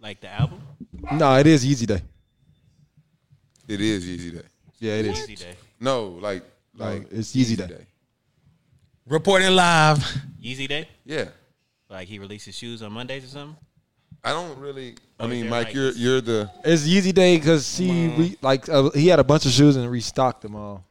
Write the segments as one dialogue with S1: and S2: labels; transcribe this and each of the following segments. S1: Like the album?
S2: No, it is Easy Day.
S3: It is Easy Day.
S2: Yeah, it is.
S1: Easy Day.
S3: No, like like
S2: it's Yeezy Day.
S4: Reporting live.
S1: Easy Day?
S3: Yeah.
S1: Like he releases shoes on Mondays or something?
S3: I don't really. I
S1: Oh,
S3: mean,
S1: they're
S3: Mike,
S1: like-
S3: you're you're the
S2: It's Yeezy Day because she re, like uh, he had a bunch of shoes and restocked them all.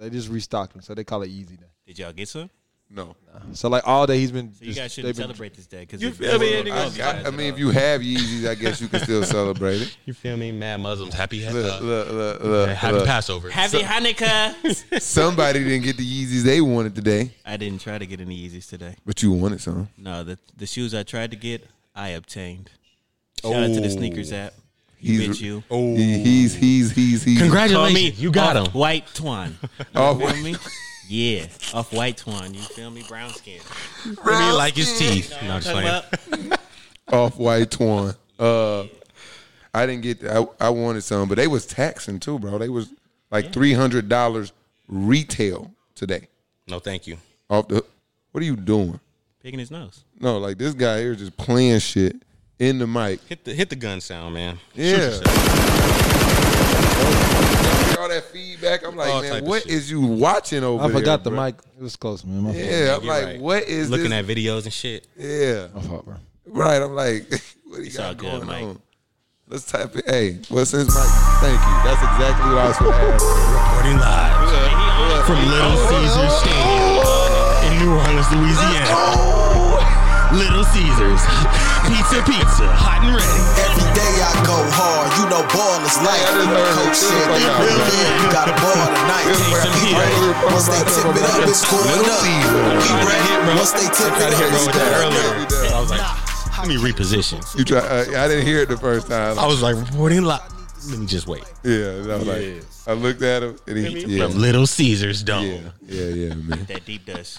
S2: They just restocked them, so they call it Yeezy Day.
S1: Did y'all get some?
S3: no.
S2: So like all day he's been.
S1: So you guys shouldn't celebrate this day because you
S4: feel me?
S3: I, I, I mean, if you have Yeezys, I guess you can still celebrate it.
S4: You feel me? Mad Muslims. Happy, uh,
S3: Look, look, look, look,
S4: happy
S3: look.
S4: Passover.
S1: Happy Hanukkah.
S3: Somebody didn't get the Yeezys they wanted today,
S1: I didn't try to get any Yeezys today.
S3: but you wanted some.
S1: No, the the shoes I tried to get, I obtained. Shout out to the sneakers app. You
S3: He's-
S1: bitch, you.
S3: Oh, he's he's he's he's.
S1: Call me
S4: Congratulations. You got
S1: off
S4: him.
S1: White twine. You
S3: Off
S1: feel
S3: white-
S1: me? Yeah, off white twine. You feel me? Brown skin.
S4: Really like his teeth. No, I'm just
S1: Talking
S4: playing.
S1: about-
S3: off white twine. Uh, I didn't get. I I wanted some, but they was taxing too, bro. They was like three hundred dollars retail today.
S4: No, thank you.
S3: Off the. What are you doing?
S1: Picking his nose.
S3: No, like this guy here just playing shit in the mic.
S4: Hit the hit the gun sound, man. Shoot
S3: Yeah.
S4: yourself.
S3: all that feedback. I'm like,
S4: All type
S3: man,
S4: of
S3: what
S4: shit.
S3: is you watching over
S2: I
S3: there?
S2: forgot the
S3: bro?
S2: mic. It was close, man. My fault.
S3: Yeah, I'm
S4: You're
S3: like,
S4: right.
S3: what is
S4: Looking
S3: this?
S4: at videos and shit.
S3: Yeah,
S2: My fault, bro.
S3: right. I'm like, what do you
S1: all
S3: got
S1: good,
S3: going
S1: Mike.
S3: on? Let's type it. Hey, well, since Mike, thank you. That's exactly what I was going to ask.
S4: Reporting live from Little Caesars Stadium in New Orleans, Louisiana. Little Caesars, pizza, pizza, hot and ready.
S5: Every day I go hard, you know ball is life.
S3: Yeah, I just heard
S5: Coach
S3: it.
S5: said,
S3: It was
S5: "Leave
S3: like
S5: it
S3: that.
S5: in, you got a ball tonight.
S3: It was
S5: Be
S3: like
S4: that.
S5: ready. Once they tip it up, it's going
S3: Little
S5: up.
S3: Caesar.
S4: Tried
S5: Be
S4: to
S5: ready.
S4: hit, bro.
S5: Once they tip
S4: Tried
S5: it
S4: to hit,
S5: up,
S4: bro,
S5: it's
S4: with that
S5: going
S4: earlier.
S5: up.
S4: I was like, let me reposition.
S3: You try. Uh, I didn't hear it the first time.
S4: I was like, reporting live. Let me just wait.
S3: yeah, and I was like, I looked at him and he, yeah,
S4: From Little Caesars Dome.
S3: yeah, yeah, yeah, man.
S1: That deep dish.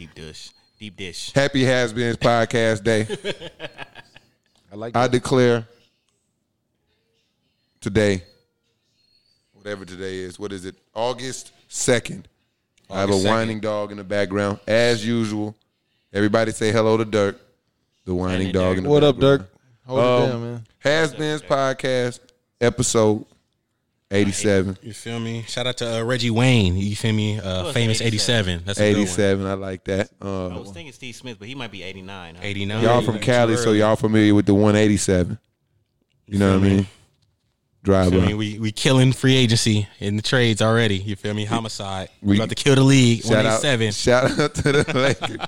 S1: Deep dish. Deep dish.
S3: Happy Has Been's podcast day. I like. I declare today, whatever today is. What is it? August second. I have a
S4: August 2nd.
S3: whining dog in the background, as usual. Everybody say hello to Dirk, the whining
S1: Hey,
S3: dog.
S1: Dirk.
S3: In the
S2: What up,
S3: background.
S2: Dirk? Hold it
S3: Um,
S2: down, man.
S3: Has Been's podcast episode eighty-seven.
S4: You feel me? Shout out to uh, Reggie Wayne. You feel me? Uh,
S1: was
S4: famous 87.
S1: 87.
S4: That's a good
S3: 87. I like that. Uh,
S1: I was thinking Steve Smith, but he might be 89. huh?
S4: one. 89.
S3: y'all from Cali, so y'all familiar with the 187. You know what I mean? Drive
S4: I
S3: up.
S4: mean, we we killing free agency in the trades already. You feel me? Homicide.
S3: We-
S4: We about to kill the league.
S3: Shout
S4: One eight
S3: out,
S4: seven.
S3: shout out to the Lakers.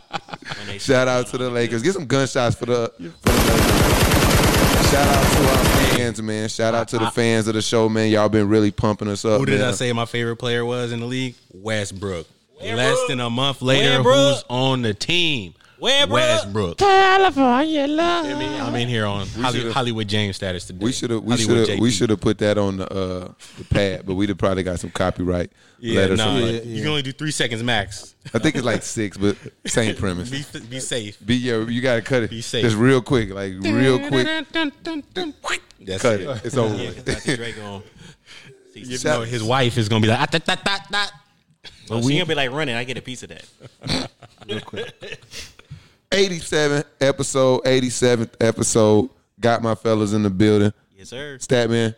S1: When they-
S3: shout out to the Lakers. Get some gunshots for the, for the Lakers. Shout out to our fans, man. Shout out to the fans of the show, man. Y'all been really pumping us up.
S4: Who did
S3: man.
S4: I say my favorite player was in the league? Westbrook. Less than a month later,
S1: Westbrook.
S4: who's on the team?
S1: Westbrook.
S4: Westbrook. California love. I'm in here on Hollywood,
S3: should've-
S4: Hollywood James status today.
S3: We should have we
S4: Hollywood
S3: should have we
S4: JP.
S3: should have put that on the uh, the pad, but we'd have probably got some copyright
S4: Yeah,
S3: letters.
S4: nah,
S3: from-
S2: Yeah,
S4: You can only do three seconds max.
S3: I think it's like six, but same premise.
S4: Be, be safe.
S3: Be yeah, you gotta cut it.
S4: Be safe.
S3: Just real quick, like real quick.
S4: That's
S3: Cut
S4: it.
S3: it. It's over.
S1: Yeah, 'cause Dr. Dre gon-
S4: You know, his wife is gonna be like, ah, da, da, da, da.
S1: Oh, she gonna be like running. I get a piece of that.
S3: Eighty-seven episode, eighty-seventh episode. Got my fellas in the building.
S1: Yes, sir.
S3: Stat man.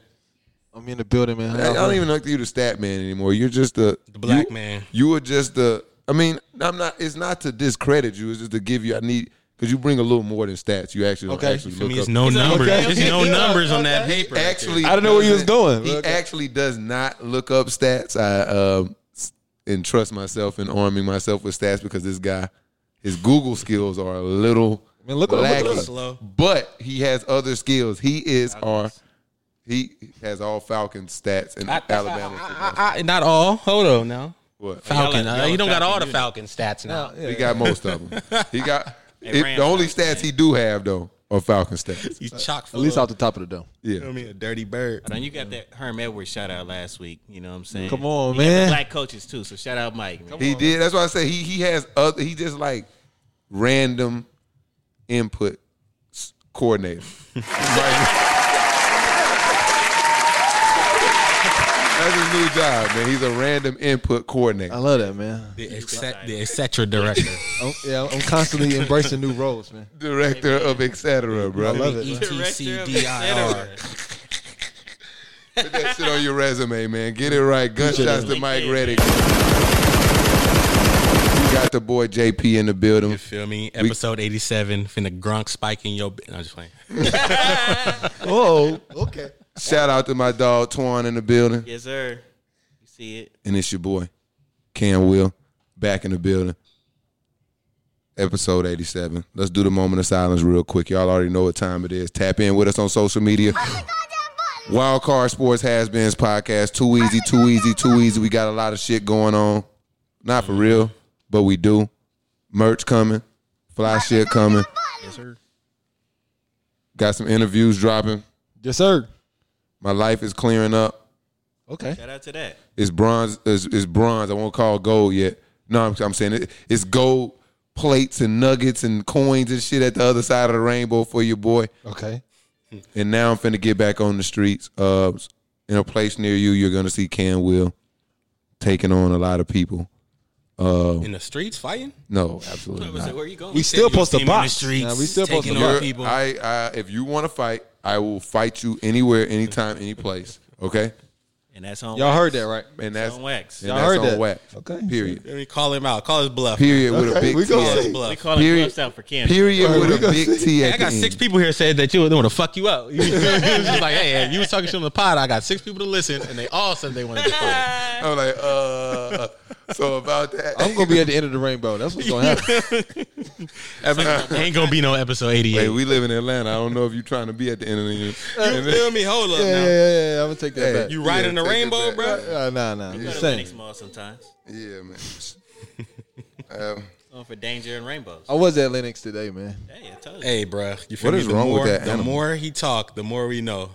S2: I'm in the building, man.
S3: I, I don't even look to you the stat man anymore. You're just the,
S4: The black
S3: you-
S4: man.
S3: You are just the. I mean, I'm not. It's not to discredit you. It's just to give you. I need because you bring a little more than stats. You actually
S2: Okay.
S3: actually
S4: I
S3: look
S4: mean,
S3: up.
S4: it's no numbers.
S2: okay,
S4: It's no numbers on that paper. right
S3: actually,
S2: I don't know where you was going.
S3: doesn't- He
S2: Okay.
S3: actually does not look up stats. I um, s- entrust myself in arming myself with stats because this guy, his Google skills are a little
S2: Man, look what- look
S3: lacking.
S2: what-
S4: Slow.
S3: but he has other skills. He is our. He has all Falcons stats and Alabama. football.
S4: I, I, not all. Hold on now.
S3: What?
S4: Falcon.
S1: Y'all
S4: uh,
S1: a- y'all
S4: you
S1: a
S4: don't got all the
S1: Falcon
S4: Falcon stats now.
S3: He got most of them. He got
S1: Hey,
S3: if-
S1: Rams
S3: the only
S1: got
S3: stats he do have though are Falcon stats.
S4: You chock
S2: At
S4: full.
S2: least off the top of the dome.
S4: You
S3: Yeah,
S4: know what I mean? A dirty bird.
S1: Now you got that Herm Edwards shout out last week. You know what I'm saying?
S2: Come on,
S1: He had the
S2: man.
S1: Black coaches too. So shout out Mike. man.
S3: he did. That's why I say he he has other. He just like random input s- coordinator. Right. That's his new job, man. He's a random input
S2: I
S3: coordinator.
S2: love that, man.
S4: The etc. The etc. director.
S2: I'm, yeah, I'm constantly embracing new roles, man.
S3: Director of etc. Bro.
S2: I love it.
S4: E
S2: man.
S4: T C D I R.
S3: Put that shit on your resume, man. Get it right. Gunshots to Mike Reddick. We got the boy JP in the building.
S4: You feel me? Episode eighty-seven. Finna grunk spiking your. b- No, I'm just playing.
S2: Oh, okay.
S3: Shout out to my dog Twan in the building.
S1: Yes, sir. You see it.
S3: And it's your boy, Cam Will, back in the building. Episode 87. Let's do the moment of silence real quick. Y'all already know what time it is. Tap in with us on social media. Wildcard Sports Has Beens podcast. Too easy, too easy, too easy. We got a lot of shit going on. Not for real, but we do. Merch coming, fly shit coming.
S1: Yes, sir.
S3: Got some interviews dropping.
S2: Yes, sir.
S3: My life is clearing up.
S2: Okay.
S1: Shout out to that.
S3: It's bronze. It's, it's bronze. I won't call it gold yet. No, I'm, I'm saying it, it's gold plates and nuggets and coins and shit at the other side of the rainbow for your boy.
S2: Okay.
S3: And now I'm finna get back on the streets. Uh, in a place near you, you're gonna see Can Will taking on a lot of people.
S4: In the streets fighting.
S3: No, absolutely not.
S4: Where you going?
S2: We still supposed to box. Nah, we still supposed to
S4: taking on
S3: You're-
S2: box.
S4: people.
S3: I, I, if you want to fight, I will fight you anywhere, anytime, any place. Okay,
S1: And that's on
S2: Y'all
S1: wax.
S2: heard that, right?
S3: and that's
S1: on wax.
S3: and
S2: Y'all
S3: that's
S2: heard
S3: on
S2: that.
S3: wax.
S2: Okay.
S3: Period.
S4: Let me call him out. Call his bluff.
S3: Period with a big
S2: we gonna
S3: T at
S2: see.
S3: it.
S4: His bluff.
S1: They call it
S3: Period.
S1: bluffs out for Canada.
S3: Period
S2: we
S3: with a
S2: gonna
S3: big
S2: see.
S3: T at
S4: I got
S3: the end.
S4: six people here said that you they want to fuck you up. It's just like, hey, if you was talking shit on the pod, I got six people to listen, and they all said they wanted to fuck.
S3: I'm like, uh. So about that,
S2: I'm gonna be at the end of the rainbow. That's what's gonna happen.
S4: Ain't gonna be Uh, no episode
S3: Hey,
S4: eighty-eight.
S3: we live in Atlanta. I don't know if you're trying to be at the end of the year.
S4: you feel me? Hold up
S2: yeah, yeah, yeah, yeah. I'm gonna take that
S3: Hey,
S2: back.
S4: You riding
S3: Yeah,
S4: the
S3: take it
S4: rainbow,
S3: back.
S4: bro?
S2: Uh, nah, nah. I'm
S1: Go
S2: just
S1: to Phoenix
S2: saying.
S1: Mall sometimes.
S3: Yeah, man. Um,
S1: Going for danger and rainbows.
S2: I was at Lennox today, man.
S1: Hey, I told you.
S4: Oh. Hey, bro, you feel
S3: What
S4: me?
S3: is
S4: the
S3: wrong with
S4: more,
S3: that
S4: The
S3: animal?
S4: more he talk, the more we know.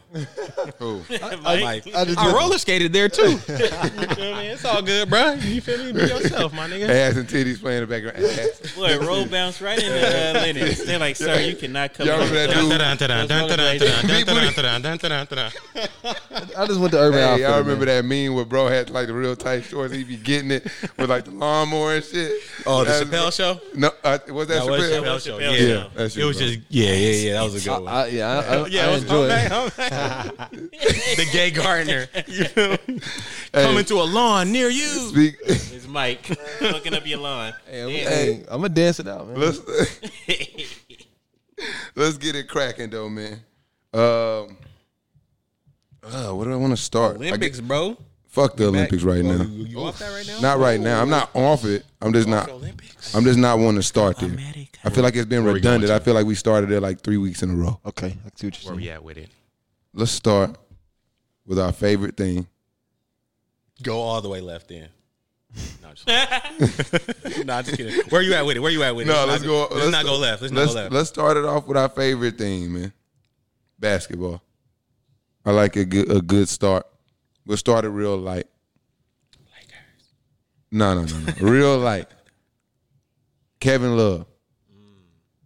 S3: who?
S4: Like,
S2: I
S4: I,
S2: just-
S4: roller skated there too. you feel me? It's all good, bro. You feel me? Be yourself, my nigga.
S3: Ass and titties playing in the background. Ass.
S1: Boy, roll bounce right into uh, Lennox. They're like, sir, you cannot come
S3: Y'all
S1: in.
S3: remember that
S1: Those-
S3: dude?
S1: those rollerblades-
S2: I just went to Urban
S3: Hey,
S2: Outfitters.
S3: y'all remember that meme where bro had like the real tight shorts? He be getting it with like the lawnmower and shit.
S4: Oh, the
S3: That's-
S4: Chappelle show.
S3: No, uh, was that
S4: That was
S3: Chappelle?
S4: Chappelle show.
S1: Chappelle
S4: Yeah,
S1: show.
S3: That's
S4: it was
S3: you,
S4: just yeah, yeah, yeah. That was a good one.
S2: I, yeah, I, I,
S4: yeah,
S2: I
S4: it was-
S2: enjoy
S4: I'm
S2: it.
S4: back, I'm back. the gay gardener you feel me?
S3: Hey.
S4: coming to a lawn near you.
S3: Speak.
S1: It's Mike fucking up your lawn.
S2: Hey, I'm,
S1: Yeah.
S2: hey, I'm gonna dance it out, man.
S3: Let's let's get it cracking though, man. Um, uh, where do I want to start? I get-
S4: Olympics, bro.
S3: Fuck the Olympics right
S4: Oh,
S3: now.
S4: You, you off that right now?
S3: Not right now. I'm not off it. I'm just not.
S4: Olympics.
S3: I'm just not wanting to start there. I feel like it's been
S4: we going
S3: redundant. I feel like we started it like three weeks in a row.
S2: Okay, I see what you're
S4: Where
S2: saying.
S4: we at with it?
S3: Let's start with our favorite thing.
S4: Go all the way left in. No, I'm just, kidding. Nah, I'm just kidding. Where you at with it? Where you at with it?
S3: No,
S4: not
S3: let's go.
S4: Let's, not go left. Let's,
S3: let's,
S4: not go left.
S3: Let's start it off with our favorite thing, man. Basketball. I like a good a good start. We'll start it real light. No, no, no, no. Real light. Kevin Love.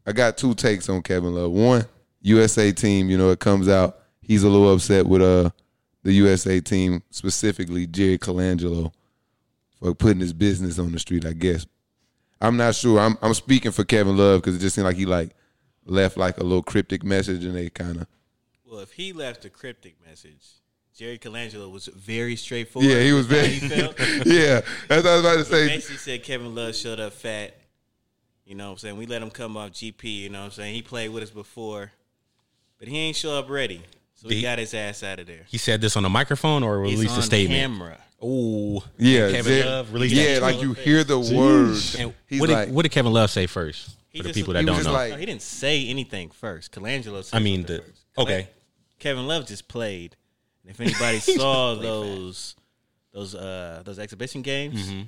S3: I got two takes on Kevin Love. One, USA team, you know, it comes out. He's a little upset with uh the USA team, specifically Jerry Colangelo, for putting his business on the street, I guess. I'm not sure. I'm I'm speaking for Kevin Love because it just seemed like he like left like a little cryptic message and they kind of
S1: Well, if he left a cryptic message, Jerry Colangelo was very straightforward.
S3: yeah he was
S1: How
S3: very
S1: he felt.
S3: yeah that's what I was about to say
S1: Basically said Kevin Love showed up fat. You know what I'm saying? We let him come off GP, you know what I'm saying? He played with us before, but he ain't show up ready. So we
S4: He-
S1: got his ass out of there.
S4: he said this on a microphone or
S1: He's
S4: released
S1: on
S4: a statement.
S1: camera.
S4: Ooh,
S3: yeah
S4: Kevin
S3: Jer-
S4: Love released that
S3: yeah
S4: shit.
S3: like you hear the words
S4: And
S3: he's
S4: what, did,
S3: like
S4: what did Kevin Love say first?
S1: He
S4: For the
S1: just- he
S4: people that
S3: was
S4: don't
S3: just
S4: know,
S3: like-
S1: No, he didn't say anything first. Colangelo said
S4: I mean
S1: something
S4: the
S1: first.
S4: okay.
S1: Kevin Love just played. And if anybody saw those those uh those exhibition games,
S4: Mm-hmm.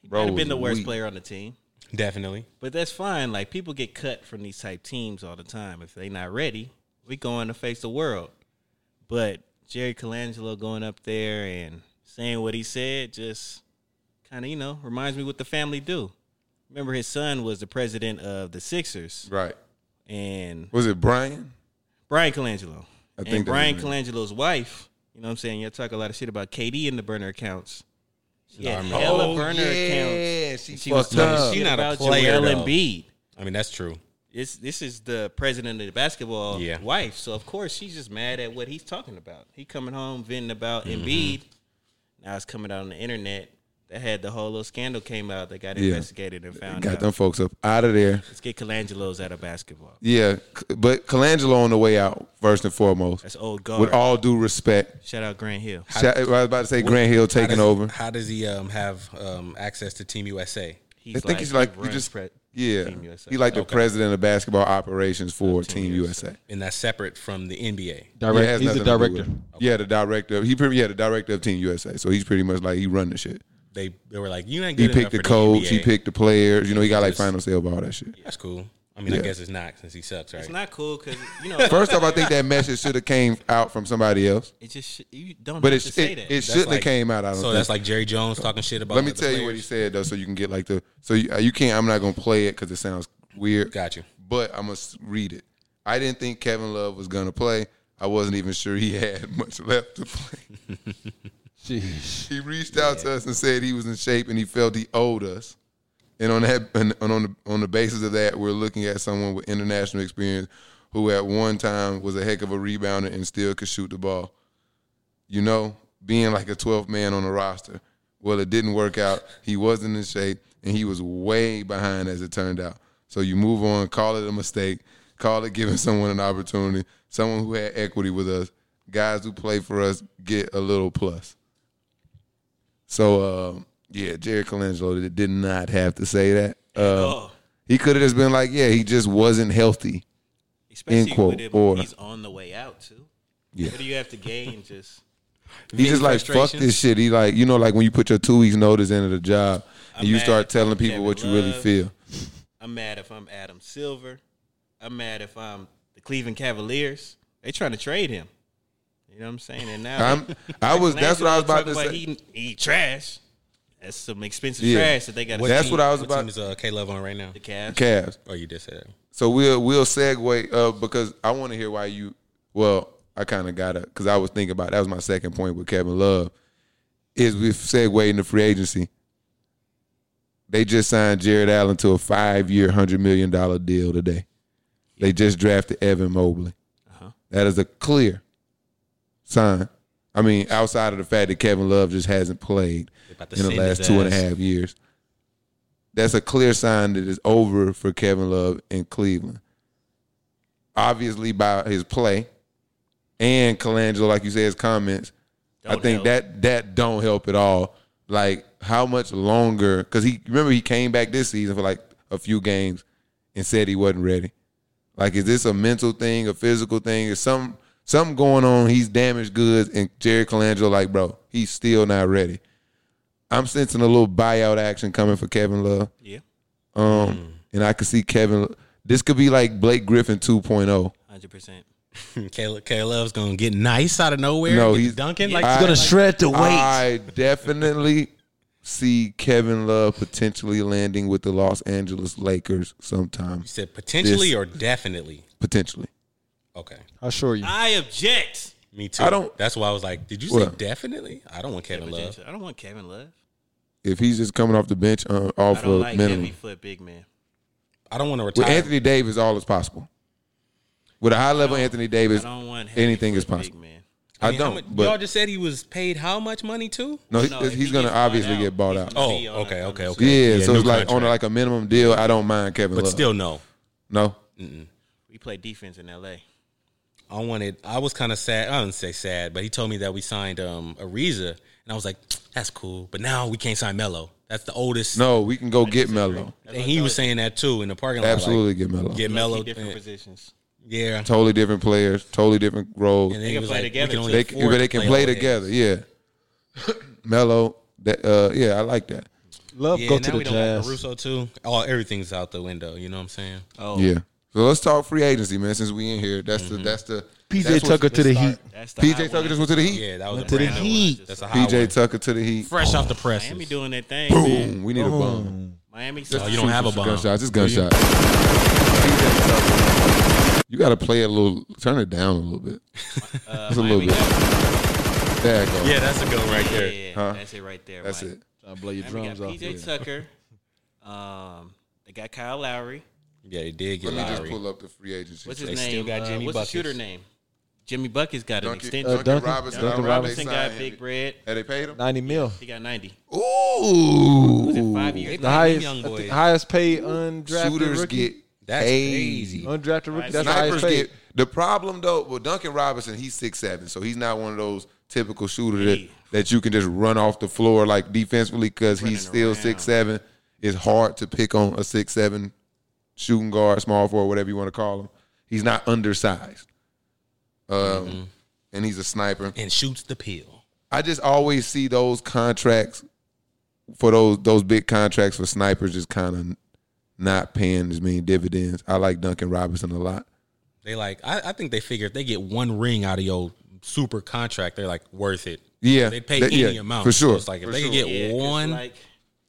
S1: he
S3: Bro
S1: might have
S3: was
S1: been the worst
S3: weak.
S1: player on the team.
S4: Definitely.
S1: But that's fine. Like people get cut from these type teams all the time. If they not ready, we going to face the world. But Jerry Colangelo going up there and saying what he said just kind of you know reminds me what the family do. Remember his son was the president of the Sixers
S3: right
S1: and
S3: was it Brian
S1: Brian Colangelo.
S3: I
S1: and
S3: think that's
S1: Brian
S3: his
S1: Colangelo's wife You know what I'm saying? Y'all talk a lot of shit about KD in the burner accounts. She had
S4: Nah, I mean-
S1: hella
S3: Oh,
S1: burner
S3: yeah,
S1: accounts.
S3: she
S1: And was
S3: fucked
S1: talking
S3: up.
S1: shit
S4: She not a
S1: about
S4: player,
S1: Joel
S4: though.
S1: Embiid.
S4: I mean, that's true.
S1: This this is the president of the basketball
S4: Yeah.
S1: wife, so of course she's just mad at what he's talking about. He coming home venting about
S3: Mm-hmm.
S1: Embiid. Now it's coming out on the internet. That had the whole little scandal came out. They got
S3: Yeah.
S1: investigated and found
S3: Got
S1: out.
S3: them folks up out of there.
S1: Let's get Colangelo's out of basketball.
S3: Yeah, c- but Colangelo on the way out first and foremost.
S1: That's old
S3: With
S1: guard.
S3: all due respect,
S1: Shout out Grant Hill.
S3: Sha- I was about to say Grant Hill
S4: How
S3: taking
S4: does-
S3: over.
S4: How does he um, have um, access to Team USA?
S1: He's
S3: I think he's like
S1: runs
S3: he just
S1: pre-
S3: yeah.
S1: Team USA.
S3: He like the
S4: Okay.
S3: president of basketball operations for Team USA.
S4: And that's separate from the NBA.
S3: Yeah, it
S2: Direct,
S3: has
S2: he's the
S3: nothing to do with
S2: director.
S3: it. Yeah, the director. He pretty yeah the director of Team USA. So he's pretty much like he run the shit.
S4: They they were like, you ain't
S3: He
S4: good
S3: picked
S4: enough
S3: the
S4: for
S3: coach.
S4: The
S3: He
S4: NBA.
S3: picked the players. You know, he got like
S4: Just-
S3: final say about all that shit.
S4: That's cool. I mean, I
S3: Yeah.
S4: guess it's not since he sucks, right?
S1: It's not cool because you know.
S3: First off, I think that message should have came out from somebody else,
S1: it just sh- you don't.
S3: but
S1: have
S3: it
S1: to
S3: sh-
S1: say
S3: it,
S1: that.
S3: it shouldn't
S4: like-
S3: have came out. I don't.
S4: So
S3: think.
S4: that's like Jerry Jones talking shit about.
S3: Let me
S4: other
S3: tell you what he
S4: Oh, players.
S3: said though, so you can get like the so you, uh, you can't. I'm not gonna play it because it sounds weird.
S4: Got you.
S3: But I'm gonna read it. I didn't think Kevin Love was gonna play. I wasn't even sure he had much left to play.
S2: Jeez.
S3: He reached out to us and said he was in shape and he felt he owed us. And on that, and on the on the basis of that, we're looking at someone with international experience who at one time was a heck of a rebounder and still could shoot the ball. You know, being like a 12th man on the roster. Well, it didn't work out. He wasn't in shape and he was way behind as it turned out. So you move on, call it a mistake, call it giving someone an opportunity, someone who had equity with us. Guys who play for us get a little plus. So um, yeah, Jerry Colangelo did- did not have to say that. Uh,
S1: all.
S3: he could have just been like, "Yeah, he just wasn't healthy."
S1: Especially
S3: end quote,
S1: with him,
S3: or-
S1: he's on the way out too.
S3: Yeah.
S1: What do you have to gain? Just
S3: He just like fuck this shit. He like you know like when you put your two weeks notice into the job and
S1: I'm
S3: you
S1: mad
S3: start
S1: at
S3: telling
S1: Kevin
S3: people what you really
S1: Love.
S3: feel.
S1: I'm mad if I'm Adam Silver. I'm mad if I'm the Cleveland Cavaliers. They trying to trade him. You know what I'm saying? And now
S3: I'm. I was. That's what I was about
S1: Talking
S3: to say.
S1: He, he trash. That's some expensive
S3: Yeah.
S1: trash that they got. to
S3: That's
S1: trade
S3: what I was
S4: what
S3: about-
S4: Team is uh, K Love on right now?
S1: The Cavs.
S3: Cavs.
S4: Oh, you did say that.
S3: So we'll we'll segue uh, because I want to hear why you. Well, I kind of gotta because I was thinking about that was my second point with Kevin Love is we segue into free agency. They just signed Jared Allen to a five year, hundred million dollar deal today. They just drafted Evan Mobley.
S4: Uh-huh.
S3: That is a clear sign. I mean, outside of the fact that Kevin Love just hasn't played
S4: about to
S3: in the
S4: send
S3: last
S4: his
S3: two and a
S4: ass.
S3: half years, that's a clear sign that it's over for Kevin Love in Cleveland. Obviously, by his play and Colangelo, like you said, his comments, I
S1: Don't
S3: think
S1: help.
S3: that that don't help at all. Like how much longer? Because he remember he came back this season for like a few games and said he wasn't ready. Like, is this a mental thing, a physical thing? Is some something going on? He's damaged goods, and Jerry Colangelo, like, bro, he's still not ready. I'm sensing a little buyout action coming for Kevin Love.
S1: Yeah.
S3: Um, and I could see Kevin. This could be like Blake Griffin oh. 2.0.
S1: Hundred percent.
S4: K Love's gonna get nice out of nowhere.
S3: No,
S4: No, he's
S3: he's-
S4: dunking
S1: Yeah.
S4: like
S3: I-
S2: He's gonna shred the weight.
S3: I definitely see Kevin Love potentially landing with the Los Angeles Lakers sometime.
S4: you said. Potentially
S3: This-
S4: or definitely.
S3: Potentially.
S4: Okay,
S2: I assure you.
S1: I object.
S4: me too.
S3: I don't-
S4: That's why I was like, did you say
S3: What?
S4: definitely? I don't want Kevin Love.
S1: I don't want Kevin Love.
S3: If he's just coming off the bench uh,
S1: I
S3: off
S1: don't
S3: of
S1: like
S3: minimum.
S1: heavy foot big man.
S4: I don't want to
S3: With
S4: retire.
S3: Anthony Davis, all is possible. With a high level Anthony
S1: I
S3: Davis,
S1: don't want heavy
S3: anything
S1: foot
S3: is possible.
S1: Big man.
S3: I,
S4: mean, how
S3: don't.
S4: much- y'all
S3: but
S4: just said he was paid how much money too?
S3: no, he-
S1: No, if
S3: he's
S1: he
S3: going to
S1: gets bought
S3: obviously
S1: out,
S3: get bought
S1: he's
S3: out.
S1: gonna
S4: Oh,
S1: be on a-
S4: okay,
S1: on
S4: okay,
S1: a-
S4: okay.
S3: Yeah, so
S4: new
S3: it's like on
S4: contract.
S3: like a minimum deal. I don't mind Kevin
S4: But
S3: Love.
S4: still, no.
S3: no.
S1: We play defense in L.A.
S4: I wanted. I was kind of sad. I didn't say sad, but he told me that we signed um Ariza, and I was like, "That's cool." But now we can't sign Melo. That's the oldest.
S3: No, we can go get Melo.
S4: and he was saying that too in the parking lot. like,
S3: Absolutely get Melo.
S4: get Melo.
S1: different
S4: and-
S1: positions.
S4: Yeah,
S3: Totally different players, totally different roles.
S4: and then he
S1: can
S4: was
S1: play
S4: like, we
S1: together,
S4: can only
S1: too.
S3: They can,
S4: afford
S3: but they
S4: to
S3: can play
S4: all day.
S3: together. Yeah, Melo. That uh, yeah, I like that.
S2: Love
S4: Yeah,
S2: go
S4: now
S2: to the
S4: we don't have
S2: jazz.
S4: Caruso too. All everything's out the window. You know what I'm saying?
S1: Oh,
S3: Yeah. So let's talk free agency, man. Since we in here, that's the that's the
S2: PJ
S3: that's what-
S2: Tucker to the Heat.
S1: That's the high
S3: PJ Tucker
S1: one.
S3: just went to the Heat.
S4: Yeah, that was a
S2: to the
S4: brand new
S2: Heat.
S4: one. That's a high
S3: PJ
S4: one.
S3: Tucker to the Heat.
S4: Fresh off the press.
S1: Miami doing their thing. man.
S3: Boom. We need a bomb.
S1: Miami.
S4: Oh, you don't have a
S3: Just
S4: bomb.
S3: Gunshots. It's gunshots. PJ Tucker. You got to play it a little. Turn it down a little bit.
S1: uh,
S3: It's a little
S1: Miami
S3: bit.
S1: got-
S3: There it goes.
S4: Yeah, that's a good one right there.
S1: Yeah,
S3: Huh?
S1: that's it right there.
S3: That's
S1: Mike.
S3: it.
S2: Trying to blow your
S1: Then we got
S2: drums off.
S1: PJ Tucker. Um, they got Kyle Lowry.
S4: Yeah, they did get
S3: Let me just
S4: Lowry.
S3: pull up the free agency.
S1: What's
S3: shit.
S1: his
S4: They
S1: name?
S4: still got
S1: Uh,
S4: Jimmy
S1: what's the
S4: Buckets.
S1: shooter name? Jimmy Buckets got an
S3: Duncan,
S1: extension.
S3: Duncan,
S2: Uh, Duncan-
S3: Robinson.
S2: Duncan
S1: Robinson
S3: Robinson,
S1: got
S3: signed
S1: big
S3: him.
S1: bread.
S3: And they paid him.
S2: Ninety mil.
S1: He got ninety. Was it
S3: Ooh.
S1: five years?
S2: The
S4: Them
S2: highest,
S4: young
S2: I think
S4: boys.
S2: highest paid undrafted
S3: Shooters
S2: rookie.
S3: get
S4: That's
S3: crazy.
S4: crazy.
S2: undrafted rookie. That's the
S3: Snipers
S2: highest paid.
S3: get the problem though. Well, Duncan Robinson, he's six seven, so he's not one of those typical shooter that,
S1: Yeah.
S3: that you can just run off the floor like defensively because
S1: Running
S3: he's still
S1: around.
S3: six seven. It's hard to pick on a six seven shooting guard, small forward, whatever you want to call him. He's not undersized, um,
S1: Mm-hmm.
S3: and he's a sniper.
S4: and shoots the pill.
S3: I just always see those contracts for those those big contracts for snipers just kind of not paying as many dividends. I like Duncan Robinson a lot.
S4: They like, I, I think they figure if they get one ring out of your super contract, they're like worth it.
S3: Yeah,
S4: they pay
S3: that-
S4: any
S3: yeah,
S4: amount
S3: for sure.
S4: So it's like if
S3: For
S4: they
S3: sure.
S4: can get
S1: Yeah, 'cause
S4: one,
S1: Like,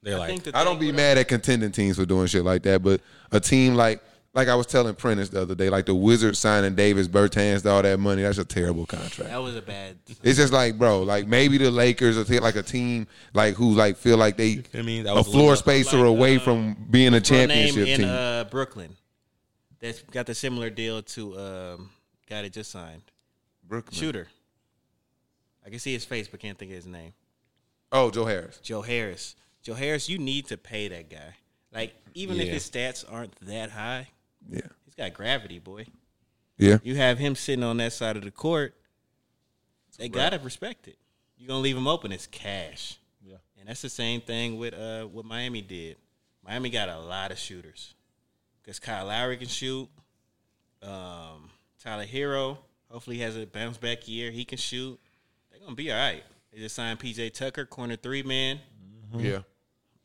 S4: they're
S1: I
S4: like,
S1: think the
S3: I don't
S1: thing
S3: be
S1: with
S3: mad at contending teams for doing shit like that, but a team like like I was telling Prentice the other day, like the Wizards signing Davis Bertans to all that money, that's a terrible contract.
S1: That was a bad.
S3: It's just like, bro, like maybe the Lakers or like a team like who like feel like they
S4: I mean, that
S3: a
S4: was
S3: floor
S4: Luka.
S3: spacer
S1: Like,
S3: away
S1: uh,
S3: from being
S1: Her
S3: a
S1: name
S3: championship
S1: in
S3: team.
S1: uh, Brooklyn. That's got the similar deal to um, guy that just signed
S3: Brooklyn.
S1: shooter. I can see his face, but can't think of his name.
S3: Oh, Joe Harris.
S1: Joe Harris. Joe Harris, you need to pay that guy. Like even if
S4: Yeah.
S1: his stats aren't that high,
S3: Yeah,
S1: he's got gravity, boy.
S3: yeah.
S1: You have him sitting on that side of the court. They gotta respect it. You're gonna leave him open. It's cash. Yeah. And that's the same thing with uh what Miami did. Miami got a lot of shooters. Because Kyle Lowry can shoot. Um, Tyler Hero, hopefully he has a bounce back year. He can shoot. They're gonna be all right. They just signed PJ Tucker, corner three man.
S3: Yeah.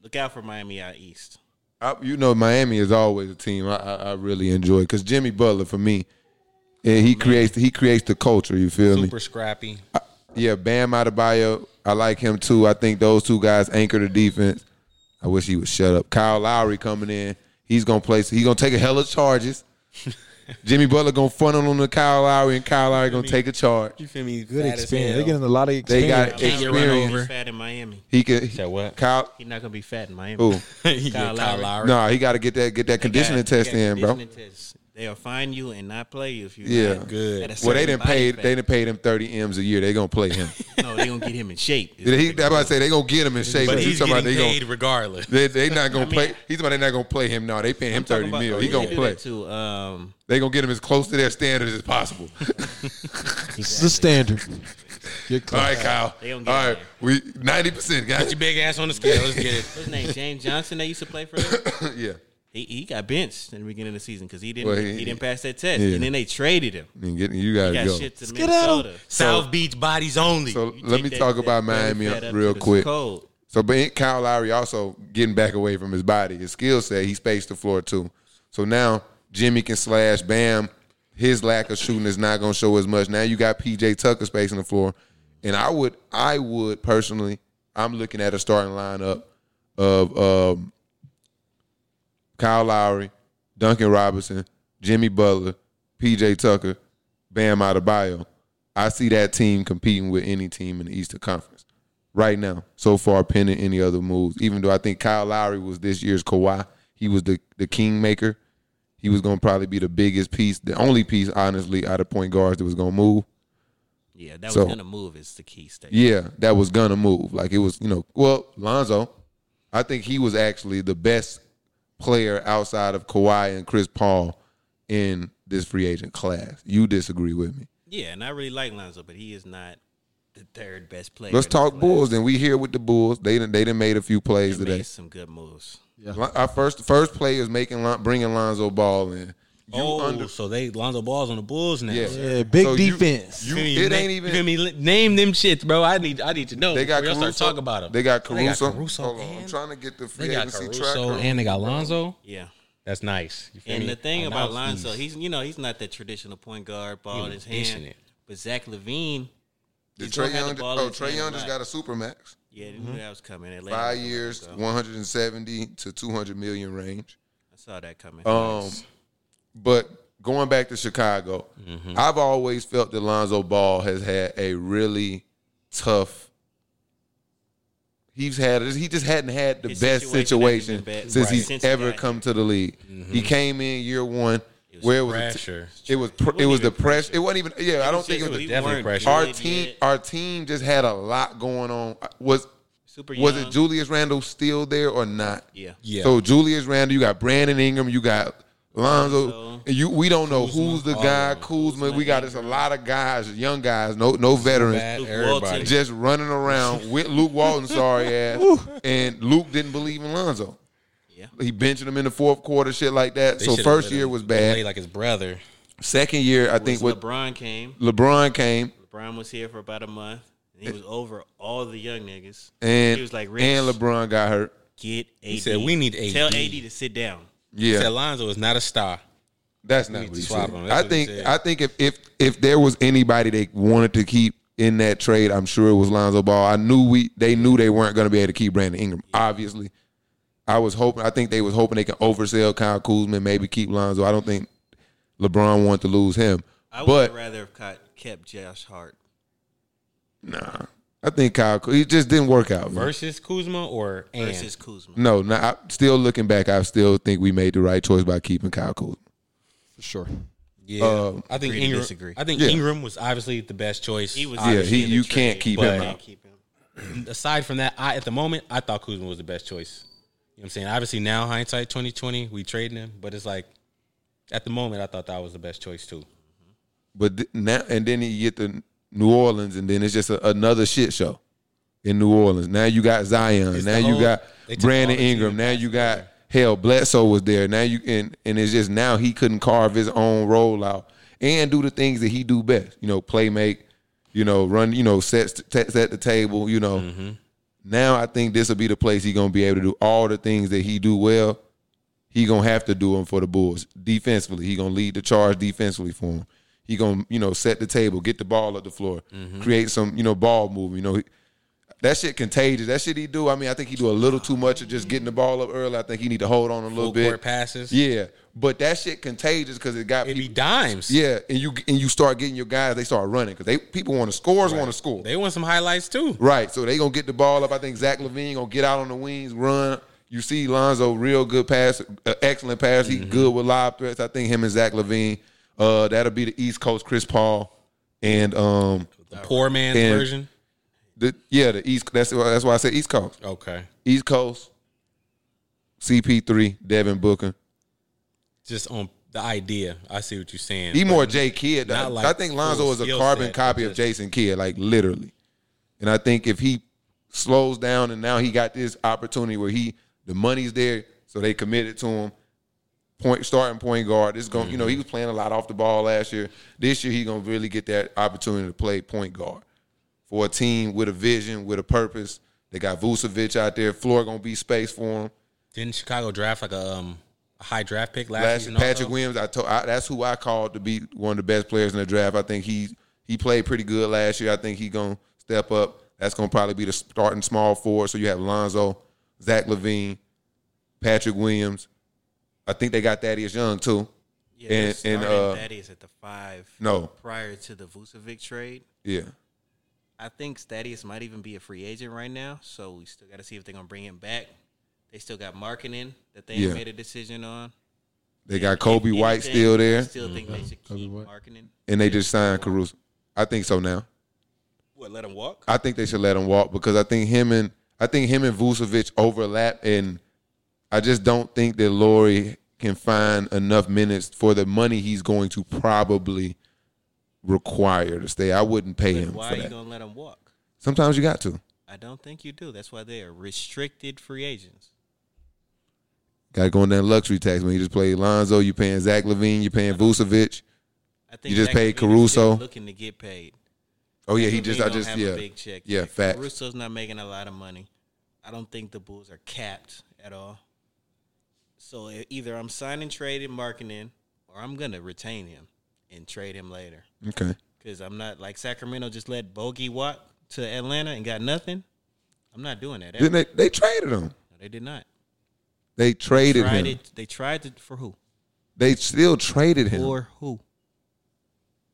S1: Look out for Miami out east.
S3: I, you know, Miami is always a team I, I, I really enjoy because Jimmy Butler for me, yeah, he creates he creates the culture. You feel me?
S4: super scrappy.
S3: Yeah, Bam Adebayo. I like him too. I think those two guys anchor the defense. I wish he would shut up. Kyle Lowry coming in. He's gonna play. He's gonna take a hell of charges. Jimmy Butler gonna funnel on to Kyle Lowry, and Kyle Lowry gonna take a charge.
S4: You feel me?
S2: Good experience. They're getting a lot of
S3: They
S2: experience.
S3: got
S1: Kyle Lowry gonna be
S3: experience.
S1: fat in Miami.
S3: He can.
S4: Said what?
S3: Kyle.
S1: He's not gonna be fat in Miami.
S3: Ooh.
S1: Kyle
S4: Kyle, Kyle
S1: Lowry.
S4: Lowry.
S3: No, he got to get that get that
S1: They got-
S3: conditioning
S1: they
S3: test
S1: got
S3: in, bro.
S1: conditioning tests. They'll find you and not play you if you.
S3: Yeah.
S1: not
S4: Good.
S1: at a
S3: Well,
S1: certain
S3: they didn't
S1: body
S3: pay.
S1: fat.
S3: They didn't pay them thirty m's a year. They gonna play him.
S1: No, they gonna get him in shape.
S3: Did he, I'm about to say they gonna get him in shape.
S4: But
S3: you
S4: he's
S3: talking
S4: getting
S3: about
S4: paid
S3: they gonna-
S4: regardless.
S3: they, they not gonna play. He's about they not gonna play him. No, they paying him thirty
S1: oh,
S3: mil. He gonna play.
S1: To um,
S3: They gonna get him as close to their standards as possible.
S2: It's the standard. Get
S3: All
S2: close.
S3: right, Kyle.
S1: They
S3: All
S1: gonna get
S3: right,
S1: him there.
S3: we ninety percent got
S4: Put your big ass on the scale. Let's get it.
S1: what's his name? James Johnson. They used to play for. Them.
S3: you. yeah,
S1: He he got benched in the beginning of the season because he didn't
S3: Well,
S1: he,
S3: he-
S1: didn't pass that test,
S3: yeah.
S1: and then they traded him.
S3: and getting you gotta
S1: He got
S3: go.
S1: shipped to
S2: get out of-
S1: Minnesota.
S4: South Beach bodies only.
S3: So
S1: You
S3: let
S1: take
S3: me
S1: that-
S3: talk about
S1: that
S3: Miami
S1: fat up
S3: real
S1: to the
S3: quick.
S1: cold.
S3: So, but Kyle Lowry also getting back away from his body, his skill set. He spaced the floor too. So now Jimmy can slash. Bam. His lack of shooting is not going to show as much. Now you got PJ Tucker spacing the floor, and I would, I would personally, I'm looking at a starting lineup of um, Kyle Lowry, Duncan Robinson, Jimmy Butler, PJ Tucker, Bam Adebayo. I see that team competing with any team in the Eastern Conference right now, so far, pending any other moves. Even though I think Kyle Lowry was this year's Kawhi, he was the the kingmaker. He was going to probably be the biggest piece, the only piece, honestly, out of point guards that was going to move.
S1: Yeah, that was
S3: So-
S1: gonna move. Is the key state.
S3: Yeah, that was going to move. Like it was, you know, well, Lonzo, I think he was actually the best player outside of Kawhi and Chris Paul in this free agent class. You disagree with me.
S1: Yeah, and I really like Lonzo, but he is not the third best player.
S3: Let's
S1: in the
S3: talk
S1: class.
S3: Bulls. Then we here with the Bulls. They done, they done made a few plays
S1: He
S3: today.
S1: made some good moves.
S3: Lon- Our first first play is making Lon- bringing Lonzo Ball in. You
S4: oh,
S3: under
S4: so they Lonzo Ball's on the Bulls now.
S3: yeah,
S2: Yeah, big
S3: So you-
S2: defense.
S3: You,
S4: Feel me?
S3: it
S4: Na-
S3: ain't
S4: feel
S3: even.
S4: me? Li- Name them shits, bro. I need I need to know.
S3: They got
S4: before y'all
S3: Caruso.
S4: start talking about them.
S3: They got Caruso.
S4: They got Caruso
S3: Hold on, I'm
S4: and-
S3: trying to get the
S4: They
S3: free
S4: got
S3: agency
S4: Caruso
S3: track.
S4: and they got Lonzo.
S1: Yeah.
S4: That's nice. You feel
S1: And
S4: me?
S1: the thing
S4: And
S1: about
S4: that was
S1: Lonzo,
S4: easy.
S1: he's you know he's not that traditional point guard, ball in his
S4: was dishing
S1: hand.
S4: it.
S1: But Zach Levine,
S3: Did
S1: he's
S3: Trey
S1: gonna have
S3: Young?
S1: the ball in
S3: Oh,
S1: his
S3: Trey
S1: hand a
S3: Young just
S1: lot.
S3: got a super max.
S1: Yeah, they knew that was coming. Atlanta
S3: Mm-hmm. Five
S1: was
S3: years,
S1: gonna go.
S3: 170 to 200 million range.
S1: I saw that coming.
S3: Um, but going
S1: Mm-hmm.
S3: back to Chicago, I've always felt that Lonzo Ball has had a really tough. He's had he just hadn't had the
S1: His
S3: best
S1: situation
S3: situation,
S1: hasn't been bad
S3: since
S1: Right.
S3: he's
S1: since he
S3: ever
S1: got Mm-hmm.
S3: come to the league. He came in year one
S4: was
S3: where it was a t-
S4: pressure.
S3: it was pr- it
S1: wasn't
S3: was the
S1: even
S3: pressure. It wasn't even yeah. I don't think it
S1: just-
S3: was
S1: we
S3: the,
S4: definitely
S1: weren't
S4: pressure.
S3: our
S1: good
S3: team.
S1: yet.
S3: Our team just had a lot going on. Was
S1: super
S3: was
S1: young.
S3: it Julius Randle still there or not?
S1: Yeah.
S4: Yeah.
S3: So Julius Randle, you got Brandon Ingram, you got Lonzo.
S1: Lonzo.
S3: And you we don't know
S4: Kuzma, Oh,
S3: who's the
S4: all
S3: guy.
S4: of
S3: Kuzma, we got it's a lot of guys, young guys, no no veterans,
S4: Bad,
S1: Luke
S4: everybody.
S1: Walton.
S3: just running around with Luke Walton. Sorry ass, and Luke didn't believe in Lonzo.
S1: Yeah.
S3: He benching him in the fourth quarter, shit like that.
S4: They
S3: so
S4: should've
S3: first
S4: let him
S3: year was
S4: play
S3: bad.
S4: like his brother.
S3: Second year, I think
S1: Was
S3: what
S1: LeBron came.
S3: LeBron came
S1: LeBron was here for about a month. And he was over all the young niggas.
S3: and
S1: he was like, Rich,
S3: and LeBron got hurt.
S1: get AD. He
S4: said, "We need AD."
S1: Tell AD to sit down.
S3: Yeah,
S4: Said Lonzo is not a star.
S3: That's not
S4: need
S3: what
S4: to
S3: he
S4: swap
S3: said.
S4: him. That's
S3: I
S4: what he
S3: think
S4: said.
S3: I think if if if there was anybody they wanted to keep in that trade, I'm sure it was Lonzo Ball. I knew we they knew they weren't going to be able to keep Brandon Ingram. Obviously, I was hoping. I think they was hoping they can oversell Kyle Kuzma, and maybe keep Lonzo. I don't think LeBron wanted to lose him,
S1: I would
S3: but
S1: rather have caught, kept Josh Hart.
S3: nah, I think Kyle. Kuz- It just didn't work out. man.
S4: Versus Kuzma or and?
S1: versus Kuzma.
S3: No, no. I, still looking back, I still think we made the right choice by keeping Kyle Kuzma.
S2: for sure.
S4: Yeah,
S3: Uh,
S4: I think
S1: agree to
S4: Ingram.
S1: disagree.
S4: I think
S3: Yeah.
S4: Ingram was obviously the best choice.
S1: He was
S3: Yeah,
S1: obviously
S3: he-
S1: in the
S3: you
S1: trade,
S3: can't keep
S1: but-
S4: him
S1: Can't
S3: out.
S1: keep him.
S4: aside from that, I at the moment I thought Kuzma was the best choice. You know what I'm saying? Obviously now hindsight 2020, we trading him, but it's like at the moment I thought that was the best choice too.
S3: But th- now and then you get to New Orleans, and then it's just a, another shit show in New Orleans. Now you got Zion.
S4: It's
S3: now
S4: the
S3: you
S4: whole-
S3: got
S4: they took all
S3: Brandon
S4: the team
S3: Ingram.
S4: and
S3: Now
S4: passed
S3: you
S4: it
S3: got
S4: away.
S3: hell Bledsoe was there. Now you and and it's just now he couldn't carve his own role out and do the things that he do best. You know, play make. You know, run. You know, sets t- set the table. You know.
S4: Mm-hmm.
S3: Now I think this will be the place he gonna be able to do all the things that he do well he gonna have to do him for the Bulls defensively. He gonna lead the charge defensively for him. He gonna you know set the table, get the ball up the floor,
S4: Mm-hmm.
S3: create some you know ball movement. You know he- that shit contagious. That shit he do. I mean, I think he do a little too much of just getting the ball up early. I think he need to hold on a little
S4: Full
S3: bit.
S4: court passes.
S3: Yeah, but that shit contagious because it got
S4: It'd be
S3: people.
S4: dimes.
S3: Yeah, and you and you start getting your guys. They start running because they people want to scores want to score.
S4: They want some highlights too.
S3: Right. So they gonna get the ball up. I think Zach Levine gonna get out on the wings, run. You see Lonzo, real good pass, uh, excellent pass. He good with live threats. I think him and Zach Levine. Uh, that'll be the East Coast Chris Paul, and um,
S4: The poor man's
S3: And-
S4: version.
S3: the, yeah, the East. That's why- that's why I said East Coast.
S4: Okay.
S3: East Coast. CP3, Devin Booker.
S4: Just on the idea. I see what you're saying.
S3: He more Jay Kidd. I,
S4: not like
S3: I think Lonzo
S4: full
S3: is a
S4: skill
S3: carbon
S4: set,
S3: copy of
S4: just-
S3: Jason Kidd, like literally. And I think if he slows down and now he got this opportunity where he the money's there, so they committed to him. Point starting point guard. This going to you know he was playing a lot off the ball last year. This year he gonna really get that opportunity to play point guard for a team with a vision, with a purpose. They got Vucevic out there. Floor gonna be space for him.
S4: Didn't Chicago draft like a, um, a high draft pick last,
S3: Last
S4: season?
S3: year, Patrick
S4: also?
S3: Williams, I told I, that's who I called to be one of the best players in the draft. I think he he played pretty good last year. I think he gonna step up. That's gonna probably be the starting small forward. So you have Lonzo, Zach Levine, Patrick Williams. I think they got Thaddeus Young too.
S1: Yeah,
S3: And-
S1: they started
S3: and, uh,
S1: Thaddeus at the five.
S3: No.
S1: prior to the Vucevic trade,
S3: Yeah,
S1: I think Thaddeus might even be a free agent right now. So we still got to see if they're gonna bring him back. They still got marketing that they ain't
S3: Yeah.
S1: made a decision on.
S3: they got Kobe
S1: If
S3: White
S1: anything,
S3: still
S1: I
S3: there,
S1: still think they should
S2: Mm-hmm. Kobe
S1: keep
S2: White.
S1: marketing.
S3: and they just signed Caruso. I think so now.
S1: What? Let him walk?
S3: I think they should let him walk because I think him and I think him and Vucevic overlap, and I just don't think that Laurie can find enough minutes for the money he's going to probably require to stay. I wouldn't pay
S1: But
S3: him
S1: why are
S3: for
S1: you
S3: that.
S1: gonna let him walk?
S3: Sometimes you got to,
S1: I don't think you do. That's why they are restricted free agents.
S3: got to go on that luxury tax when you just play Lonzo. You paying Zach Levine, you paying Vucevic.
S1: I think
S3: You just
S1: Zach
S3: paid
S1: Levine is still
S3: Caruso.
S1: looking to get paid.
S3: Oh yeah, he
S1: Levine
S3: just I
S1: don't
S3: just
S1: have
S3: yeah
S1: a big check.
S3: yeah
S1: Like,
S3: facts.
S1: Caruso's not making a lot of money. I don't think the Bulls are capped at all. So e- either I'm signing, trading, marketing, or I'm gonna retain him and trade him later.
S3: Okay,
S1: Because I'm not like Sacramento just let Bogey walk to Atlanta and got nothing. I'm not doing that.
S3: then
S1: Ever.
S3: they they traded him.
S1: No, they did not.
S3: They traded
S1: Tried
S3: him.
S1: it. They tried to for who?
S3: They still traded him.
S1: For who?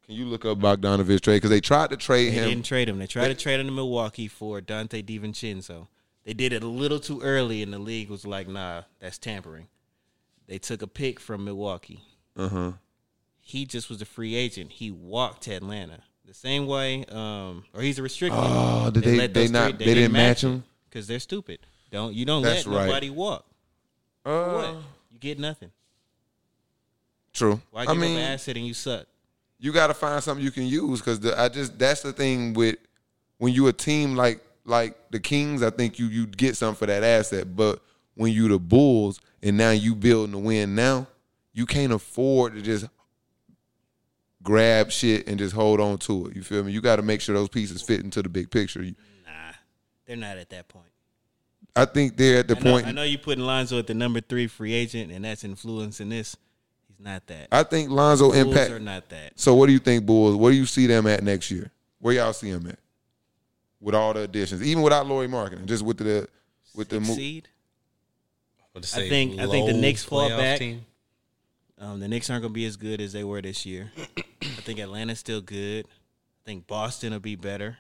S3: Can you look up Bogdanovich trade? Because they tried to trade
S1: They
S3: him.
S1: didn't trade him. They tried to trade him to Milwaukee for Dante DiVincenzo. They did it a little too early, and the league was like, "Nah, that's tampering." They took a pick from Milwaukee.
S3: Uh huh.
S1: He just was a free agent. He walked to Atlanta the same way, um, or he's a restricted.
S3: Oh, did they? They, not? They, didn't match him.
S1: because they're stupid. Don't you don't
S3: That's
S1: let
S3: right.
S1: nobody walk.
S3: Uh,
S1: What you get nothing.
S3: True.
S1: Why
S3: I
S1: give
S3: mean,
S1: up an asset and you suck?
S3: you got to find something you can use because I just that's the thing with when you a team like like the Kings, I think you you get something for that asset. But when you the Bulls and now you building to win now, you can't afford to just grab shit and just hold on to it. You feel me? You got to make sure those pieces fit into the big picture. You-
S1: Nah, they're not at that point.
S3: I think they're at the
S1: I know,
S3: point.
S1: I know you putting Lonzo at the number three free agent, and that's influencing this. He's not that.
S3: I think Lonzo
S1: Bulls
S3: impact.
S1: are not that.
S3: So what do you think, Bulls? Where do you see them at next year? Where y'all see them at? With all the additions, even without Laurie marketing, just with the with the
S1: Sixth
S3: move.
S1: seed.
S4: But to say
S1: think- I think the
S4: low
S1: Knicks fall
S4: playoff
S1: back.
S4: team.
S1: Um, the Knicks aren't going to be as good as they were this year. I think Atlanta's still good. I think Boston will be better.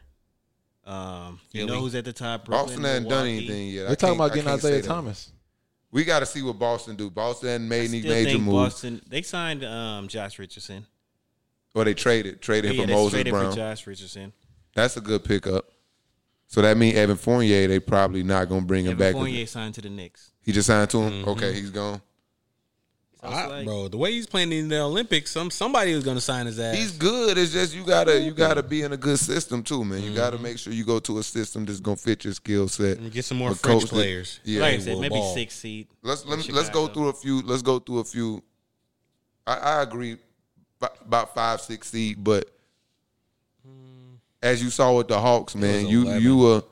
S1: Um, you
S4: Philly.
S1: know who's at the top?
S3: Boston
S1: Brooklyn,
S3: hasn't done
S1: Milwaukee.
S3: anything yet. I
S2: They're talking
S3: can't-
S2: about
S3: I
S2: getting
S3: can't say
S2: Isaiah
S3: that.
S2: Thomas.
S3: We got to see what Boston do. Boston hasn't made any
S1: Still
S3: major
S1: think
S3: moves,
S1: Boston. They signed um, Josh Richardson.
S3: or they traded traded him
S1: Yeah,
S3: for
S1: they
S3: Moses
S1: traded
S3: Brown.
S1: for Josh Richardson.
S3: That's a good pickup. So that means Evan Fournier, they probably not gonna bring him
S1: Evan
S3: back.
S1: Fournier Mm-hmm. signed to the Knicks.
S3: He just signed to him. Okay, he's gone.
S1: So it's
S4: I-
S1: like-
S4: bro, the way he's playing in the Olympics, some somebody was gonna sign his ass.
S3: He's good. It's just you gotta you gotta be in a good system too, man.
S1: Mm-hmm.
S3: You gotta make sure you go to a system that's gonna fit your skill set.
S4: And get some more
S3: A
S4: French
S3: coach that-
S4: players.
S3: yeah,
S1: like I
S4: they
S1: said,
S4: will
S1: maybe
S4: ball.
S1: six seed.
S3: Let's
S1: in
S3: let me, let's go
S1: Chicago.
S3: through a few. Let's go through a few. I, I agree b- about five six seed, but as you saw with the Hawks, man,
S4: was
S3: you
S4: 11.
S3: you were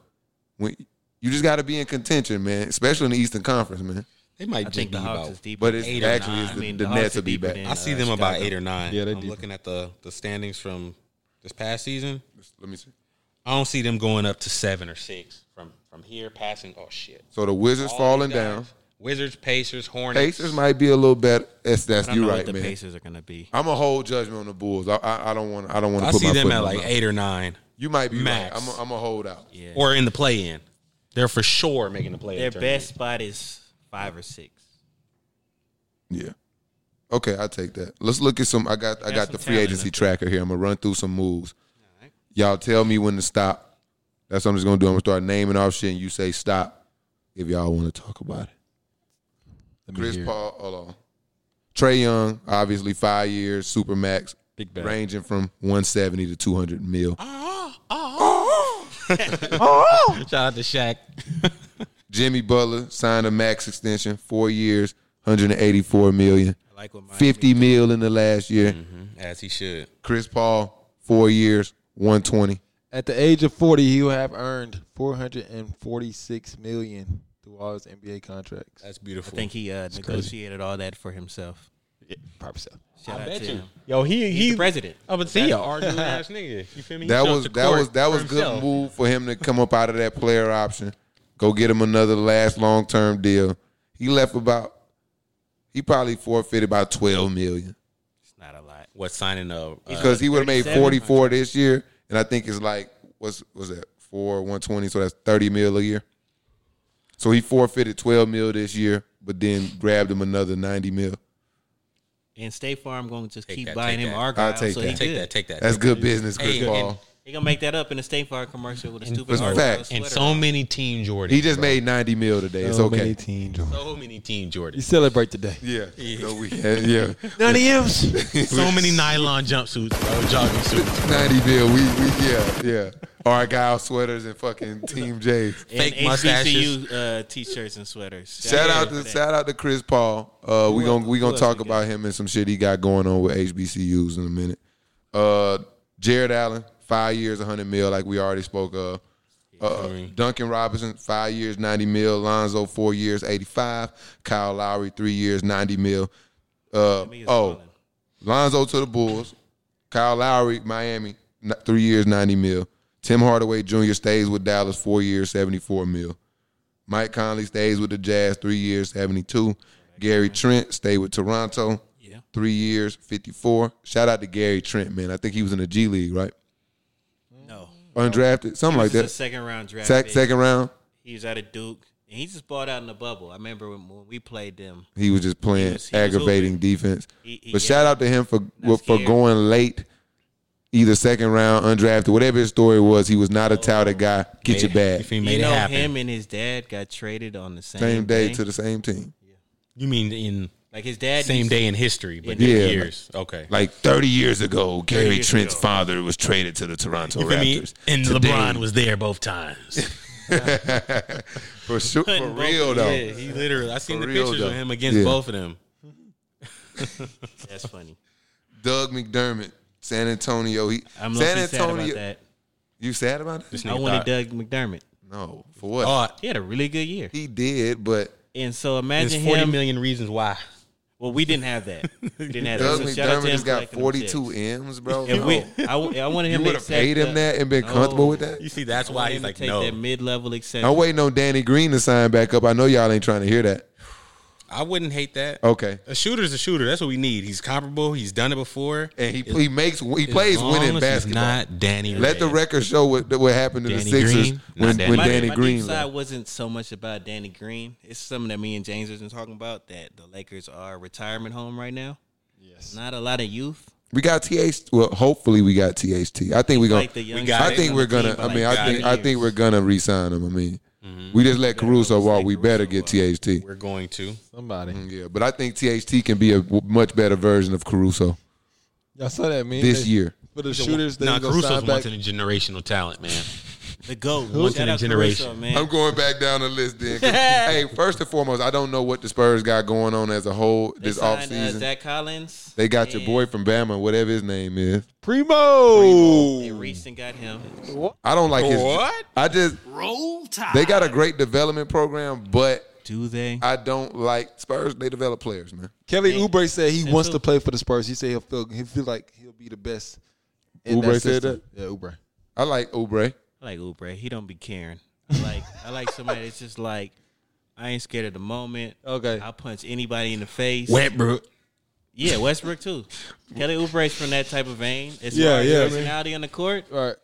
S3: when you just got to be in contention, man, especially in the Eastern Conference, man.
S4: They might
S1: I
S4: just
S1: think
S4: be
S1: the Hawks
S4: about.
S1: is deeper.
S3: But it's
S1: than-
S4: Eight or
S3: actually
S4: nine.
S3: it's
S1: I
S3: the,
S1: mean,
S3: the
S1: Hawks
S3: Nets
S1: are
S3: will be
S1: deeper
S3: back.
S1: than-
S4: I see
S1: uh,
S4: them about
S1: Chicago.
S4: eight or nine.
S2: Yeah, they
S4: I'm
S2: deep.
S4: looking at the the standings from this past season.
S3: Let me see.
S4: I don't see them going up to seven or six from from here. Passing, oh shit,
S3: So the Wizards
S4: All
S3: falling
S4: these guys.
S3: down.
S4: Wizards, Pacers, Hornets.
S3: Pacers might be a little better. That's that's
S1: I don't
S3: you
S1: know
S3: right,
S1: what the
S3: man.
S1: Pacers are going to be.
S3: I'm a whole judgment on the Bulls. I I, I don't want I don't want to
S4: I
S3: put
S4: see
S3: my
S4: them
S3: foot
S4: at
S3: in my
S4: like
S3: mouth.
S4: eight or nine,
S3: You might be
S4: max.
S3: right. I'm a, I'm a hold out.
S1: Yeah.
S4: or in the play-in. They're for sure making the play-in.
S1: Their
S4: tournament.
S1: best spot is five or six.
S3: Yeah. Okay, I take that. Let's look at some. I got I
S1: got
S3: got
S1: some
S3: the free
S1: talent
S3: agency
S1: up
S3: tracker here. I'm gonna run through some moves. Y'all tell me when to stop. That's what I'm just gonna do. I'm gonna start naming off shit, and you say stop if y'all want to talk about it.
S2: Let me
S3: Chris
S2: hear.
S3: Paul, hold on. Trey Young, obviously five years, super max,
S2: Big bag.
S3: ranging from 170 to 200 mil.
S4: Shout out to Shaq.
S3: Jimmy Butler signed a max extension, four years, 184 million,
S1: I like what Miami
S3: 50 mil in the last year.
S4: As he should.
S3: Chris Paul, four years, 120.
S2: At the age of 40, he will have earned 446 million through all his NBA contracts.
S4: That's beautiful.
S1: I think he uh, negotiated all that for himself.
S2: Probably so.
S1: Shout out
S4: bet
S1: to
S4: you.
S1: him.
S4: Yo, he
S1: He's the president.
S3: Oh.
S4: I'm gonna see you, arguing ass nigga. You feel me? He
S3: That
S4: showed up
S3: was
S4: to
S3: that
S4: court
S3: was that
S4: for
S3: was good
S4: himself.
S3: move for him to come up out of that player option, go get him another last long term deal. He left about he probably forfeited about twelve million
S1: It's not a lot.
S4: What signing uh, of?
S3: because he would have made
S1: 37?
S3: forty four this year, and I think it's like what's was that four one twenty, so that's thirty mil a year. So he forfeited twelve mil this year, but then grabbed him another ninety mil.
S1: And State Farm going to just
S4: Take
S1: keep
S4: that,
S1: buying
S4: take
S1: him
S4: that.
S1: Argyle.
S3: I'll take
S1: so
S3: that.
S1: He
S4: take
S1: good.
S4: that, take that.
S3: That's
S4: take
S3: good business,
S4: Hey,
S3: Chris
S4: and-
S3: Paul.
S1: They gonna make that up in a State Farm commercial with a stupid
S3: That's
S1: Argyle
S3: facts.
S4: that. And
S1: sweater
S4: so
S1: on.
S4: many team Jordans.
S3: He just made ninety mil today.
S4: Oh,
S3: It's
S2: So many
S3: okay.
S2: teams. Jordan.
S4: so many team
S2: You
S4: Jordans.
S2: celebrate today.
S3: Yeah. So we- yeah.
S2: None of yous.
S4: So many nylon jumpsuits, bro, jogging suits,
S3: 90 bill. We, we yeah, yeah. Argyle sweaters and fucking Team J's.
S1: And
S4: fake mustaches.
S1: HBCU uh, t-shirts and sweaters.
S3: Shout out
S1: for
S3: to
S1: that.
S3: shout out to Chris Paul. Uh, we gonna we
S1: who
S3: gonna
S1: else
S3: talk
S1: we got?
S3: about him and some shit he got going on with HBCUs in a minute. Uh, Jared Allen, five years, 100 mil, like we already spoke of. Uh, Duncan Robinson, five years, 90 mil. Lonzo, four years, 85. Kyle Lowry, three years, 90 mil. Uh,
S1: He is
S3: oh,
S1: balling.
S3: Lonzo to the Bulls. Kyle Lowry, Miami, n- three years, 90 mil. Tim Hardaway Jr. stays with Dallas, four years, 74 mil. Mike Conley stays with the Jazz, three years, 72. Gary Trent stayed with Toronto,
S1: Yeah.
S3: Three years, 54. Shout out to Gary Trent, man. I think he was in the G League, right?
S1: No.
S3: Undrafted, something like
S1: This is a
S3: that.
S1: second round draft.
S3: Sec-
S1: pick.
S3: second round,
S1: He was out of Duke. And he just bought out in the bubble. I remember when, when we played them.
S3: he was just playing
S1: was- he was
S3: aggravating
S1: hooping.
S3: defense.
S1: He- he-
S3: but
S1: yeah.
S3: shout out to him for
S1: Not
S3: for
S1: scared.
S3: going late, either second round, undrafted, whatever his story was. He was not a touted guy. Get your bag.
S4: If he
S1: Oh.
S4: made
S1: you know,
S4: it happen.
S1: him and his dad got traded on the same,
S3: Same day
S1: thing.
S3: to the same team.
S4: You mean in
S1: like his dad.
S4: same
S1: used-
S4: day in history, but
S3: Yeah.
S4: different
S3: Yeah.
S4: years. Okay.
S3: Like 30 years ago, Gary
S1: years
S3: Trent's
S1: ago.
S3: father was traded to the Toronto
S4: You feel me?
S3: Raptors.
S4: And
S3: Today-
S4: LeBron was there both times.
S3: For sure, for
S1: Putting both-
S3: real though.
S4: Yeah, he literally. I seen
S3: For
S4: the
S3: real,
S4: pictures
S3: though.
S4: of him against
S3: Yeah.
S4: both of them.
S1: That's funny.
S3: Doug McDermott, San Antonio. He,
S1: I'm
S3: San
S1: San sad
S3: Antonio.
S1: about that.
S3: You sad about that?
S4: This
S1: I
S4: nigga
S1: wanted
S4: thought-
S1: Doug McDermott.
S3: No. For what?
S4: thought
S1: Uh, He had a really good year.
S3: he did, but
S1: And so
S4: there's
S1: imagine
S4: 40
S1: him.
S4: million reasons why.
S1: Well, we didn't have that. We didn't have
S3: Doug
S1: that. So shout out
S3: McDermott
S1: to him
S3: has
S1: for
S3: got
S1: collecting them
S3: 42
S1: checks.
S3: M's, bro.
S1: If
S3: No.
S1: we, I, w- I wanted him to
S3: you would have
S1: accept
S3: paid him
S1: the-
S3: that and been
S1: No.
S3: comfortable with that?
S4: You see, that's
S1: I wanted
S4: why he's
S1: him to
S4: like,
S1: take
S4: no.
S1: that mid level
S3: I'm
S1: exception.
S3: waiting on Danny Green to sign back up. I know y'all ain't trying to hear that.
S4: I wouldn't hate that.
S3: Okay.
S4: A shooter's a shooter. That's what we need. He's comparable. He's done it before.
S3: And he
S4: As-
S3: he makes he
S4: as
S3: plays
S4: long as
S3: winning
S4: he's
S3: basketball.
S4: Not Danny.
S3: Let the
S4: Red.
S3: record show what what happened to the
S4: Danny
S3: Sixers
S4: Green? Not
S3: when,
S4: Danny
S3: when
S4: Green.
S3: Danny
S1: my
S3: Green
S1: deep
S3: left.
S1: side wasn't so much about Danny Green. It's something that me and James was talking about that the Lakers are a retirement home right now. Yes. Not a lot of youth.
S3: We got TH. Well, hopefully we got THT. I think we're gonna.
S1: Like the young
S4: got
S1: guys
S4: it.
S3: I
S1: on
S3: think
S1: the
S3: we're
S1: team
S3: gonna.
S1: by
S3: I
S1: like Mm-hmm.
S3: mean, I
S1: nine
S3: think I
S1: years.
S3: think we're gonna re-sign him. I mean, we just let Caruso walk.
S1: let
S3: we better get
S1: Caruso
S3: THT.
S4: We're going to.
S2: Somebody.
S3: Yeah, but I think THT can be a w- much better version of Caruso
S2: Y'all saw that man.
S3: this
S2: They-
S3: year.
S2: For the shooters, they
S4: nah,
S2: nah, gonna
S4: Caruso's
S2: sign back.
S4: once in a generational talent, man.
S1: the goat.
S4: Once
S1: Shout
S4: in a
S1: out
S4: generation.
S1: Caruso, man.
S3: I'm going back down the list then. 'cause- hey, first and foremost, I don't know what the Spurs got going on as a whole
S1: They
S3: this
S1: signed, Uh,
S3: offseason.
S1: Zach Collins.
S3: they got your
S1: and
S3: boy from Bama, whatever his name is.
S2: Primo.
S1: They reached and got him.
S3: I don't like his.
S4: What?
S3: I just roll tide. They got a great development program, but
S1: Do they?
S3: I don't like Spurs. They develop players, man.
S2: Kelly Oubre said he wants
S1: who?
S2: to play for the Spurs. He said he'll feel he feel like he'll be the best. In
S3: Oubre
S2: that
S3: said
S2: system. Yeah, Oubre.
S3: I like Oubre.
S1: I like Oubre. He don't be caring. I like I like somebody that's just like I ain't scared of the moment.
S2: Okay.
S1: I'll punch anybody in the face.
S4: Westbrook.
S1: Yeah, Westbrook too. Kelly Oubre's from that type of vein. As
S2: Yeah,
S1: far as
S2: yeah, man.
S1: personality on the court,
S2: All right.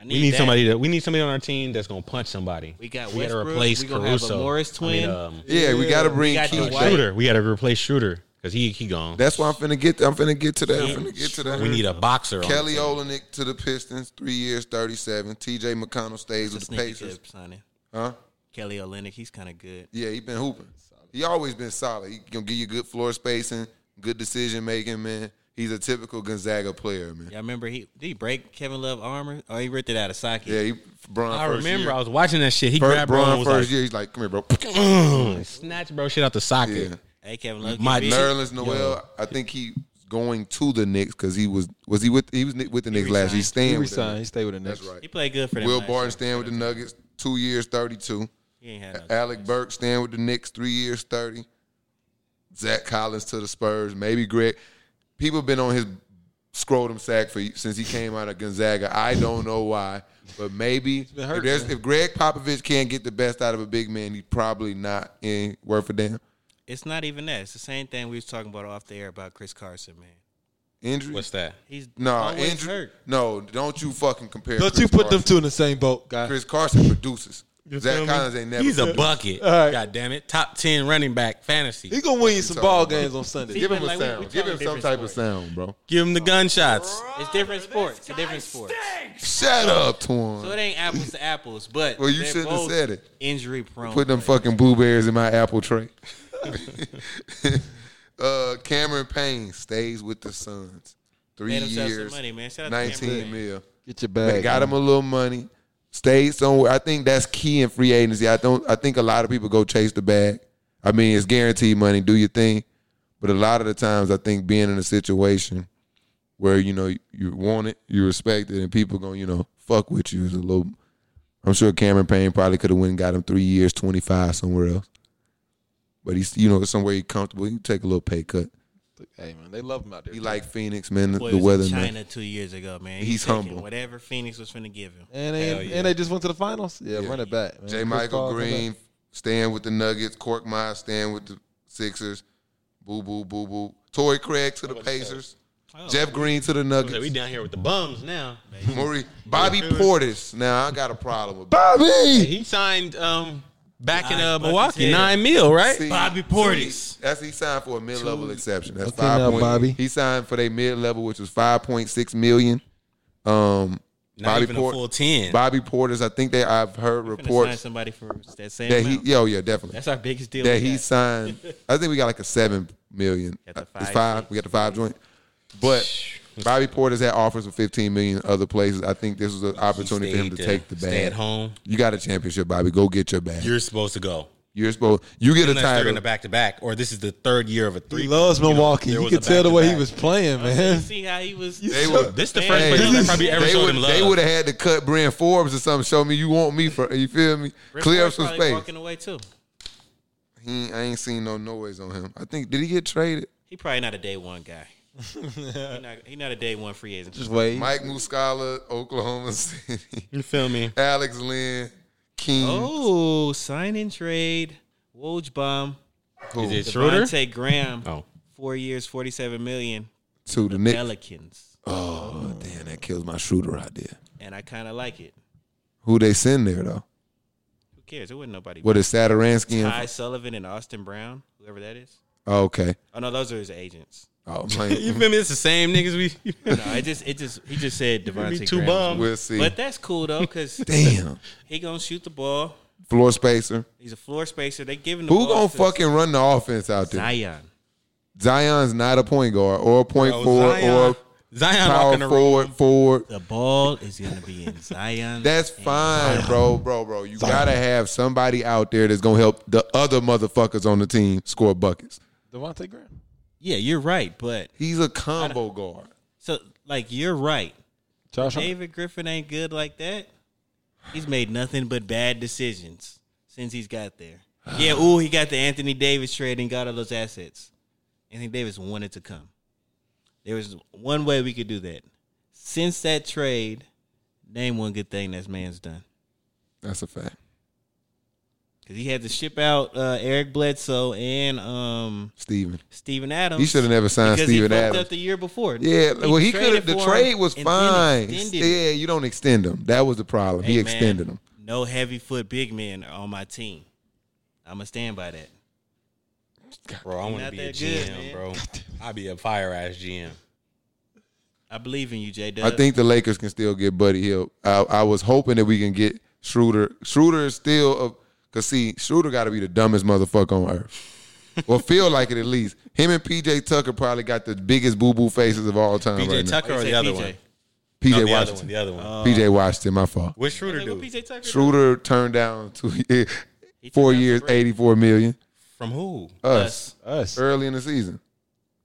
S1: I
S4: We need
S1: that.
S4: somebody that we need somebody on our team that's gonna punch somebody.
S1: We got
S4: gotta
S1: Westbrook. We gonna have a Morris
S4: I mean,
S1: twin.
S4: um,
S3: Yeah, we got to bring
S1: got
S3: Keith.
S1: Dwight.
S3: back.
S4: shooter. We gotta replace shooter because he he gone.
S3: That's why I'm finna get. I'm finna get to that. I'm finna get to that.
S4: we need a boxer. on
S3: Kelly
S4: the team.
S3: Olynyk to the Pistons, three years, thirty-seven. T.J. McConnell stays with
S1: Just
S3: the
S1: sneaky
S3: Pacers,
S1: good, Sonny.
S3: huh?
S1: Kelly Olynyk, he's kind of good.
S3: Yeah, he been hooping. He always been solid. He gonna give you good floor spacing, good decision making, man. He's a typical Gonzaga player, man.
S1: Y'all remember he did he break Kevin Love armor? Oh, he ripped it out of socket.
S3: Yeah, he Bron.
S4: I
S3: first
S4: remember
S3: year.
S4: I was watching that shit. He
S3: First,
S4: grabbed bro and
S3: Bron
S4: was
S3: first
S4: like,
S3: year. He's like, "Come here, bro."
S4: snatch bro shit out the socket.
S3: Yeah.
S1: Hey, Kevin Love,
S4: My
S1: my nerve.
S3: Nerlens Noel. I think he going to the Knicks because he was was he with he was ni- with the Knicks last. year. He's
S1: resigned.
S2: He
S3: staying with the
S2: resigned. He
S3: Knicks.
S2: stayed with the Knicks.
S3: That's right.
S1: He played good for them.
S3: Will
S1: last
S3: Barton
S1: year.
S3: staying with the Nuggets two years, thirty-two.
S1: He ain't had no.
S3: Alec Burke staying with the Knicks three years, thirty. Zach Collins to the Spurs. Maybe Greg. People been on his scrotum sack for since he came out of Gonzaga. I don't know why, but maybe
S2: been hurt,
S3: if, there's-
S2: man.
S3: if Greg Popovich can't get the best out of a big man, he's probably not in worth a damn
S1: It's not even that. It's the same thing we was talking about off the air about Chris Carson, man.
S3: injury.
S4: What's that?
S1: He's
S3: No,
S1: always
S3: Andrew.
S1: hurt.
S3: No, don't you fucking compare.
S2: Don't
S3: Chris
S2: you put them
S3: Carson.
S2: two in the same boat, guy?
S3: Chris Carson produces.
S2: feel
S3: Zach
S2: me?
S3: Collins ain't never.
S4: He's a
S3: produced.
S4: bucket.
S2: All right.
S4: God damn it. Top ten running back
S2: He
S4: fantasy.
S2: gonna win you some
S3: Talking
S2: ball
S3: about-
S2: games on Sunday.
S3: Give him a
S1: Like, we- we
S3: sound. Give him
S1: talking
S3: some
S1: different
S3: type of
S1: sports.
S3: sound, bro.
S4: Give him the gunshots.
S1: It's different sports. It's a different sport.
S3: Shut up, Twan.
S1: So it ain't apples to apples, but
S3: Well, you
S1: they're
S3: shouldn't have
S1: both
S3: said it.
S1: Injury prone.
S3: Put them fucking blueberries in my apple tray. uh, Cameron Payne stays with the Suns. Three
S1: Made themselves some
S3: years,
S1: money, man. Shout out to Cameron
S3: nineteen
S1: Payne.
S3: mil.
S2: Get your
S3: They
S2: bag.
S3: got him a little money. Stayed somewhere. I think that's key in free agency. I don't. I think a lot of people go chase the bag. I mean, it's guaranteed money. Do your thing. But a lot of the times, I think being in a situation where you know you want it, you respect it, and people gonna you know fuck with you is a little. I'm sure Cameron Payne probably could have went and got him three years, twenty five somewhere else. But he's you know somewhere he's comfortable. He take a little pay cut.
S2: Hey man, they love him out there.
S3: He like Phoenix, man. The,
S1: Boy,
S3: the
S1: he was
S3: weather,
S1: in
S3: man.
S1: China two years ago, man.
S3: He's
S1: taking
S3: humble.
S1: Whatever Phoenix was finna give him.
S2: and they, and they just went to the finals. Yeah, run it back. Man.
S3: J.
S2: Chris
S3: Michael
S2: Paul, come
S3: Green
S2: back.
S3: staying with the Nuggets. Cork Miles staying with the Sixers. Boo, boo, boo, boo. Torrey Craig to the Pacers. Jeff Green to the Nuggets.
S4: Like, we down here with the bums now.
S3: Maury- Bobby Portis. Now I got a problem with
S2: Bobby.
S4: He signed um back in
S1: Nine
S4: uh,
S1: bucks
S4: Milwaukee
S1: his head.
S4: nine mil, right?
S3: See,
S1: Bobby
S3: see,
S1: Portis.
S3: That's he signed for a mid level exception. That's
S2: Okay,
S3: five
S2: now,
S3: point.
S2: Bobby.
S3: He signed for their mid level, which was five point six million. Um,
S4: Not
S3: Bobby
S4: even a full
S3: Portis.
S4: ten.
S3: Bobby Portis. I think they. I've heard
S1: Finna sign
S3: reports
S1: somebody for that same
S3: that he.
S1: amount.
S3: Yo, yeah, definitely.
S1: That's our biggest deal.
S3: that
S1: we
S3: he
S1: got.
S3: signed. I think we got like a seven million.
S1: Got the
S3: Uh, it's
S1: five,
S3: five. We got the five joint. But Bobby Porter's had offers for fifteen million other places. I think this was an opportunity for him to,
S4: Stayed, uh,
S3: take the
S4: Stay
S3: bag.
S4: at home.
S3: You got a championship, Bobby. Go get your bag. You're,
S4: You're supposed to go.
S3: supposed. You get a
S4: Unless they're in
S3: title.
S4: the back to back, or this is the third year of a three.
S2: He loves
S4: know,
S2: Milwaukee.
S4: there
S2: You
S4: was
S2: could
S4: a
S2: tell the way he
S4: back-to-back.
S2: was playing,
S1: You
S2: man.
S1: see how he was.
S3: They were.
S4: This the
S1: Man,
S4: first
S3: Hey,
S4: place that probably ever
S3: they
S4: showed
S3: would
S4: him love.
S3: they would have had to cut Brent Forbes or something. Show me you want me for you feel me?
S1: Rick
S3: Clear up
S1: Ford's
S3: some
S1: probably
S3: space.
S1: Walking away too.
S3: He, I ain't seen no noise on him. I think did he get traded?
S1: He probably not a day one guy. he, not, he not a day one free agent.
S2: Just wait.
S3: Mike Muscala, Oklahoma City.
S4: You feel me?
S3: Alex Lynn, King.
S1: Oh, sign and trade. Wojbomb.
S3: Who?
S4: Is it Schroeder?
S1: Devontae Graham.
S4: Oh.
S1: Four years, forty-seven million.
S3: to the Knicks.
S1: Pelicans,
S3: Oh damn, that kills my shooter idea.
S1: and I kind of like it.
S3: Who they send there though?
S1: Who cares? It wasn't nobody.
S3: What is Saturansky?
S1: Ty
S3: And,
S1: Sullivan and Austin Brown, whoever that is.
S3: oh, okay.
S1: Oh no, those are his agents.
S3: Oh
S4: You
S3: man,
S4: feel me? It's the same niggas we.
S1: No, it just, it just, he just said
S4: be
S1: Devontae
S4: too
S1: Graham.
S4: bum.
S3: we'll see.
S1: But that's cool though, because
S3: damn,
S1: he gonna shoot the ball.
S3: floor spacer.
S1: He's a floor spacer. They giving the
S3: Who
S1: ball
S3: gonna
S1: to
S3: fucking run the offense out there?
S1: Zion?
S3: Zion's not a point guard or a point
S4: Bro,
S3: forward or
S4: Oh, Zion
S3: power
S4: walking the room.
S3: forward. Forward.
S1: The ball is gonna be in Zion.
S3: That's fine, bro, bro, bro. You gotta have somebody out there that's gonna help the other motherfuckers on the team score buckets.
S2: Devontae Graham.
S1: yeah, you're right. But
S3: He's a combo guard.
S1: so like you're right.
S2: Josh Hart.
S1: David Griffin ain't good like that. He's made nothing but bad decisions since he's got there. Yeah, ooh, he got the Anthony Davis trade and got all those assets. Anthony Davis wanted to come. There was one way we could do that. Since that trade, name one good thing that man's done.
S3: That's a fact.
S1: Because he had to ship out uh, Eric Bledsoe and um,
S3: Steven.
S1: Steven Adams.
S3: He should have never signed
S1: because
S3: Steven
S1: he fucked
S3: Adams.
S1: up the year before.
S3: Yeah, well, he could have.
S1: traded
S3: The
S1: for
S3: trade
S1: him
S3: was
S1: and then
S3: fine.
S1: extended it.
S3: Yeah, you don't extend him. That was the problem. he
S1: Hey, man,
S3: extended him.
S1: No heavy foot big men are on my team. I'm gonna stand by that.
S4: Bro, I want to
S1: Not
S4: be a
S1: that good,
S4: GM,
S1: man.
S4: bro. I'd be a fire ass GM.
S1: I believe in you, J.
S3: I think the Lakers can still get Buddy Hill. I, I was hoping that we can get Schroeder. Schroeder is still a cause see Schroeder got to be the dumbest motherfucker on earth. well, feel like it at least. Him and PJ Tucker probably got the biggest boo boo faces of all time.
S4: PJ
S3: right now.
S4: Tucker or the other one?
S3: PJ
S4: No, the other one.
S3: Washington.
S4: The other one.
S1: Uh,
S3: PJ Washington. My fault.
S4: What Schroeder
S1: Like, what
S4: do?
S1: PJ Tucker do?
S3: Schroeder turned down two, four
S1: turned down
S3: years,
S1: some bread.
S3: eighty four million.
S4: From who?
S3: Us
S2: Us.
S3: early in the season,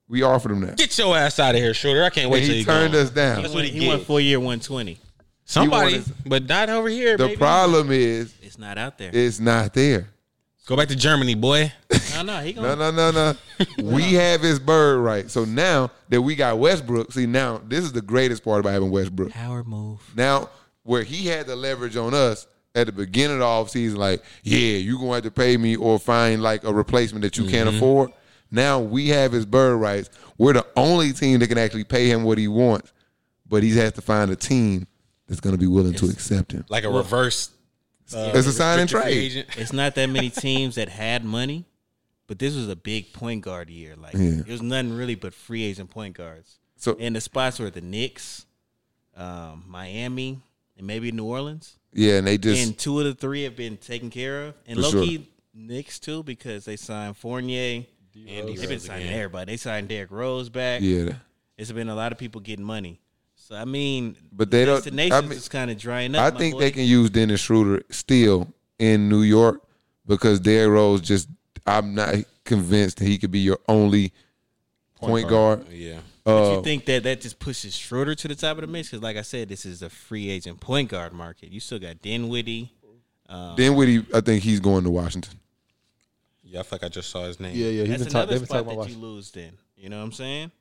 S3: we offered him that.
S4: Get your ass out of here, Schroeder. I can't wait
S3: And
S4: till
S3: he turned
S4: gone.
S3: us down.
S1: He
S4: what
S1: went,
S4: he
S1: he went
S4: did.
S1: four year one twenty.
S4: Somebody,
S3: He wanted-
S4: but not over here,
S3: The
S4: baby.
S3: problem is
S1: It's not out there.
S3: it's not there.
S4: Go back to Germany, boy.
S1: no, no, he gonna
S3: No, no, no, no. we have his bird right. So now that we got Westbrook, see now this is the greatest part about having Westbrook.
S1: power move.
S3: Now where he had the leverage on us at the beginning of the offseason, like, yeah, you gonna have to pay me or find like a replacement that you
S4: Mm-hmm.
S3: can't afford. Now we have his bird rights. We're the only team that can actually pay him what he wants, but he has to find a team that's gonna be willing to accept him.
S4: Like a reverse. uh,
S3: It's a sign and
S4: restricted free
S3: trade.
S4: agent.
S1: It's not that many teams that had money, but this was a big point guard year. Like
S3: Yeah.
S1: it was nothing really but free agent point guards.
S3: So
S1: And the spots were the Knicks, um, Miami, and maybe New Orleans.
S3: yeah, and they just
S1: and two of the three have been taken care of. And
S3: For
S1: low
S3: sure.
S1: key Knicks too, because they signed Fournier.
S4: Andy
S1: They've been
S4: Rose
S1: signing
S4: again.
S1: everybody. They signed Derrick Rose back.
S3: yeah.
S1: It's been a lot of people getting money. So I mean,
S3: But they
S1: the
S3: don't-
S1: Destinations
S3: I mean-
S1: is kind of drying
S3: I
S1: up. my
S3: think
S1: boy.
S3: they can use Dennis Schroeder still in New York because Derrick Rose just I'm not convinced that he could be your only point, guard.
S4: Yeah.
S1: But
S3: uh,
S1: you think that that just pushes Schroeder to the top of the mix? Because like I said, this is a free agent point guard market. You still got Dinwiddie.
S3: Then with he, I think he's going to Washington.
S4: Yeah, I feel like I just saw his name.
S2: Yeah, yeah. He's
S1: That's
S2: been, talk,
S1: another
S2: they've been
S1: spot
S2: talking
S1: that
S2: about
S1: you
S2: Washington.
S1: lose. Then you know what I'm saying?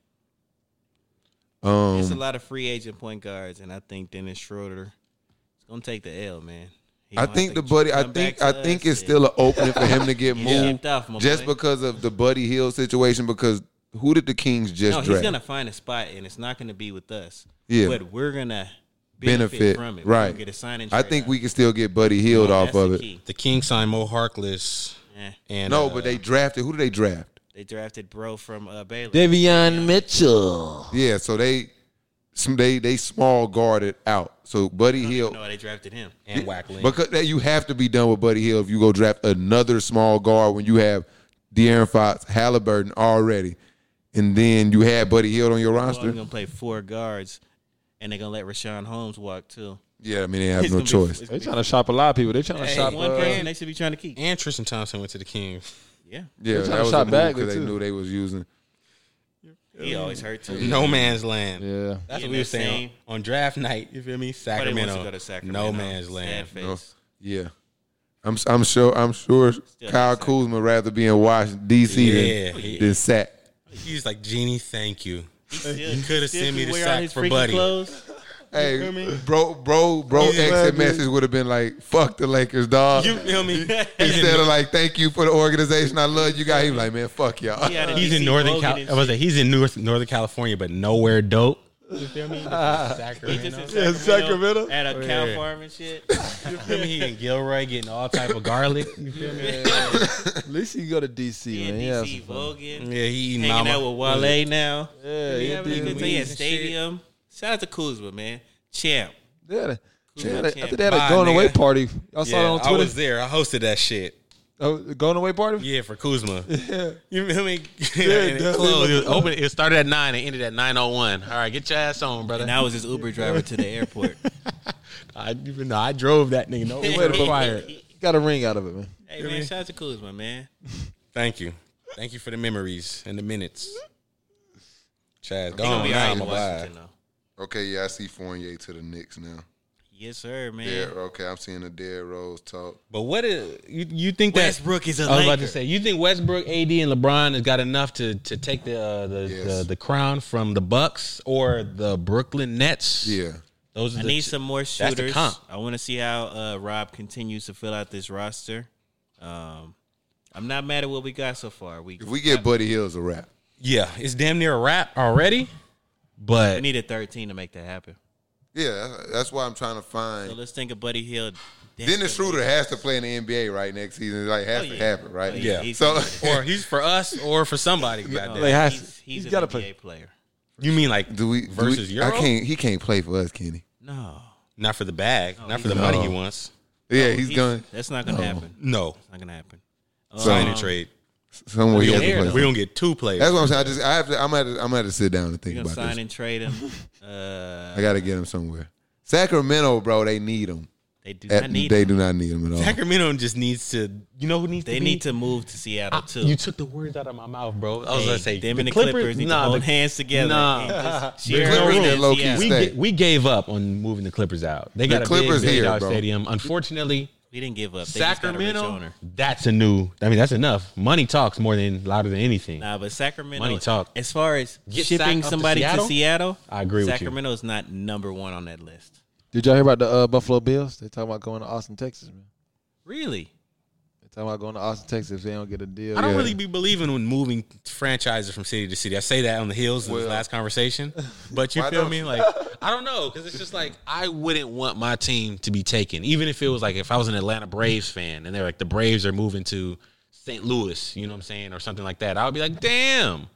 S1: It's a
S3: Um,
S1: lot of free agent point guards, and I think Dennis Schroeder is gonna take the L, man. He
S3: I
S1: gonna
S3: think the
S1: have to
S3: buddy. I
S1: come back
S3: think
S1: to
S3: I
S1: us
S3: think it's
S1: and-
S3: still an opening for him to get
S1: Yeah.
S3: moved
S1: Shipped off, my
S3: just
S1: boy.
S3: because of the Buddy Hill situation because who did the Kings just
S1: No, he's
S3: draft?
S1: gonna find a spot, and it's not gonna be with us.
S3: Yeah.
S1: but we're gonna benefit,
S3: benefit
S1: from it. We're
S3: Right.
S1: gonna get a signing.
S3: I think we can still get Buddy healed off of it.
S4: The King signed Mo Harkless
S1: Yeah.
S4: and
S3: No,
S4: uh,
S3: but they drafted. Who did they draft?
S1: They drafted Bro from uh, Baylor.
S6: Devion Mitchell.
S3: Yeah, so they some they they small guarded out. So Buddy Hill
S1: no, they drafted him.
S4: and Wackling.
S3: because that you have to be done with Buddy Hill if you go draft another small guard when you have De'Aaron Fox, Halliburton already, and then you had Buddy Hill on your
S1: Well,
S3: roster.
S1: We're gonna play four guards, and they're gonna let Rashawn Holmes walk too.
S3: Yeah, I mean they have
S1: It's
S3: no
S1: gonna be-
S3: choice.
S1: it's
S2: They
S1: gonna be
S2: trying to shop a lot of people. They trying to
S4: Hey,
S2: shop.
S1: one
S2: uh,
S1: person they should be trying to keep.
S4: and Tristan Thompson went to the Kings.
S1: Yeah,
S3: Yeah,
S2: trying to
S3: that was
S2: shop
S3: a move
S2: Bagley,
S3: because they
S2: too.
S3: knew they was using.
S1: he always hurt too.
S4: No man's land.
S2: yeah.
S4: That's
S1: Yeah,
S4: what we were
S1: that's
S4: saying
S1: same.
S4: on, on draft night. You feel me?
S1: Nobody
S4: Sacramento.
S1: wants to go to Sacramento.
S4: No man's
S1: Sad
S4: land.
S1: face.
S3: No. Yeah, I'm I'm sure I'm sure Kyle Kuzma rather be in Washington D.C.
S4: Yeah,
S3: than
S4: he-
S3: than Sac.
S4: He's like Genie. Thank you.
S1: He still-
S4: You coulda
S1: he still
S4: sent me
S1: can
S4: to
S1: wear
S4: sack
S1: out his
S4: for
S1: freaky
S4: Buddy.
S1: clothes.
S3: Hey, bro, bro, bro,
S4: He's
S3: exit
S2: glad,
S3: message would have been like, fuck the Lakers, dog.
S4: You feel me? He's
S3: Instead
S4: in,
S3: of like, thank you for the organization, I love you guys. He was like, man, fuck y'all.
S1: He had a
S4: he's in
S1: DC
S4: Northern
S1: Bogan
S4: Cal-
S1: and
S4: I was like, he's in North Northern California, but nowhere dope. You feel me?
S1: shit. Just in
S4: Sacramento.
S2: Yeah, Sacramento.
S1: at a cow
S4: Yeah.
S1: farm and shit.
S4: You feel me? He and Gilroy getting all type of garlic. You feel me?
S2: At least you go to DC,
S1: He
S2: man.
S1: in
S2: Yeah,
S1: DC Vogan,
S4: Yeah, he eating
S1: hanging
S4: Mm, mama.
S1: out with Wale now.
S2: yeah,
S1: He
S2: yeah,
S1: having a
S2: yeah,
S1: good time. He
S2: yeah,
S4: weed
S1: at
S4: and
S1: stadium. Shout out to Kuzma, man, champ.
S2: They had a- they had a- I
S1: champ.
S2: think they had a
S4: Bye,
S2: going away
S4: nigga.
S2: party. I saw
S4: Yeah,
S2: it on
S4: I was
S2: Twitter.
S4: there. I hosted that shit.
S2: Oh, going away party.
S4: Yeah, for Kuzma.
S2: Yeah.
S4: You feel me? and
S2: definitely.
S4: it closed. It, was open, it started at 9 and ended at 9.01. All right, get your ass on, brother.
S1: And I was his Uber driver to the airport.
S4: I, even though I drove that nigga. No Uber required.
S2: Got a ring out of it, man.
S1: Hey man, shout out to Kuzma, man.
S4: Thank you. Thank you for the memories and the minutes.
S1: He
S4: Chaz,
S3: Oh,
S1: gonna
S4: gone.
S1: be
S4: Nah,
S1: all right
S4: I'm
S1: in
S4: alive.
S1: Washington though.
S3: Okay, yeah, I see Fournier to the Knicks now.
S1: Yes, sir, man.
S3: Yeah, okay, I'm seeing a Derrick Rose talk.
S4: But what is, you, you think that
S1: Westbrook is a
S4: I was about
S1: Laker.
S4: to say, you think Westbrook, AD, and LeBron has got enough to to take the uh, the,
S3: Yes.
S4: the the crown from the Bucks or the Brooklyn Nets?
S3: Yeah.
S4: those are
S1: I
S4: the
S1: need
S4: two-
S1: some more
S4: the
S1: shooters.
S4: comp.
S1: I want to see how uh, Rob continues to fill out this roster. Um, I'm not mad at what we got so far. We
S3: If we get Buddy Hill's a wrap.
S4: Yeah, it's damn near a wrap already.
S1: we
S4: But
S1: need a 13 to make that happen.
S3: Yeah, that's- that's why I'm trying to
S1: So
S3: find.
S1: let's think of Buddy Hill.
S3: Dennis Schroeder has to play in the NBA right next season. Like has
S1: Oh,
S3: to
S1: yeah.
S3: happen, right?
S1: Oh, yeah.
S4: Yeah.
S1: He's-
S3: So
S4: or he's for us or for somebody. goddamn.
S2: They has-
S1: he's, he's,
S2: he's
S1: an
S2: gotta
S1: NBA
S2: play.
S1: player.
S4: you mean like
S3: do we do
S4: versus
S3: we,
S4: Euro?
S3: I can't. He can't play for us, can he?
S1: No,
S4: Not for the bag, not for the
S3: No.
S4: money he wants.
S3: Yeah, he's going
S1: That's not gonna happen.
S4: No,
S1: It's not gonna happen.
S4: sign
S1: Um,
S4: and trade.
S3: somewhere. He
S4: We
S3: has to
S4: don't,
S3: play.
S4: we don't get two players.
S3: That's what I'm saying. I just I have to. I'm at. I'm at to sit down and
S1: We're
S3: think
S1: gonna
S3: about
S1: sign
S3: this.
S1: and trade him. Uh,
S3: I gotta get him somewhere. Sacramento, bro, they need him.
S1: they do
S3: At-
S1: not need.
S3: they
S1: him.
S3: do not need him at all.
S4: Sacramento just needs to. You know who needs
S1: They
S4: to?
S1: need
S4: be?
S1: to move to Seattle too.
S4: Ah, You took the words out of my mouth, bro. I was
S1: Hey,
S4: gonna say
S1: them
S4: the
S1: and the
S4: Clippers,
S1: Clippers, need to
S4: nah,
S1: hold
S4: the-
S1: hands together.
S4: nah.
S1: and just
S4: There's
S1: share
S4: no
S1: everything
S4: room.
S1: in
S3: Low-key
S1: Seattle.
S4: we,
S3: stay.
S4: ga- we gave up on moving the Clippers out. They got a
S3: Clippers
S4: Clippers big,
S3: here,
S4: dollar
S3: bro.
S4: stadium. Unfortunately,
S1: We didn't give up. They Just got a rich
S4: Sacramento.
S1: owner.
S4: That's a new. I mean, that's enough. Money talks more than louder than anything.
S1: Nah, but Sacramento.
S4: Money talk.
S1: As far as
S4: Get
S1: shipping
S4: Sac up to
S1: somebody to Seattle,
S4: Seattle? I agree with you.
S1: Sacramento is not number one on that list.
S2: Did y'all hear about the uh, Buffalo Bills? They talking about going to Austin, Texas, man.
S1: Really?
S2: They talking about going to Austin, Texas if they don't get a deal.
S4: I don't
S2: Yeah.
S4: really be believing when moving franchises from city to city. I say that on the heels of this last conversation, but you
S3: Why
S4: feel
S3: don't-
S4: me? Like I don't know because it's just like I wouldn't want my team to be taken, even if it was like if I was an Atlanta Braves fan and they're like the Braves are moving to St. Louis, you know what I'm saying, or something like that. I would be like, damn,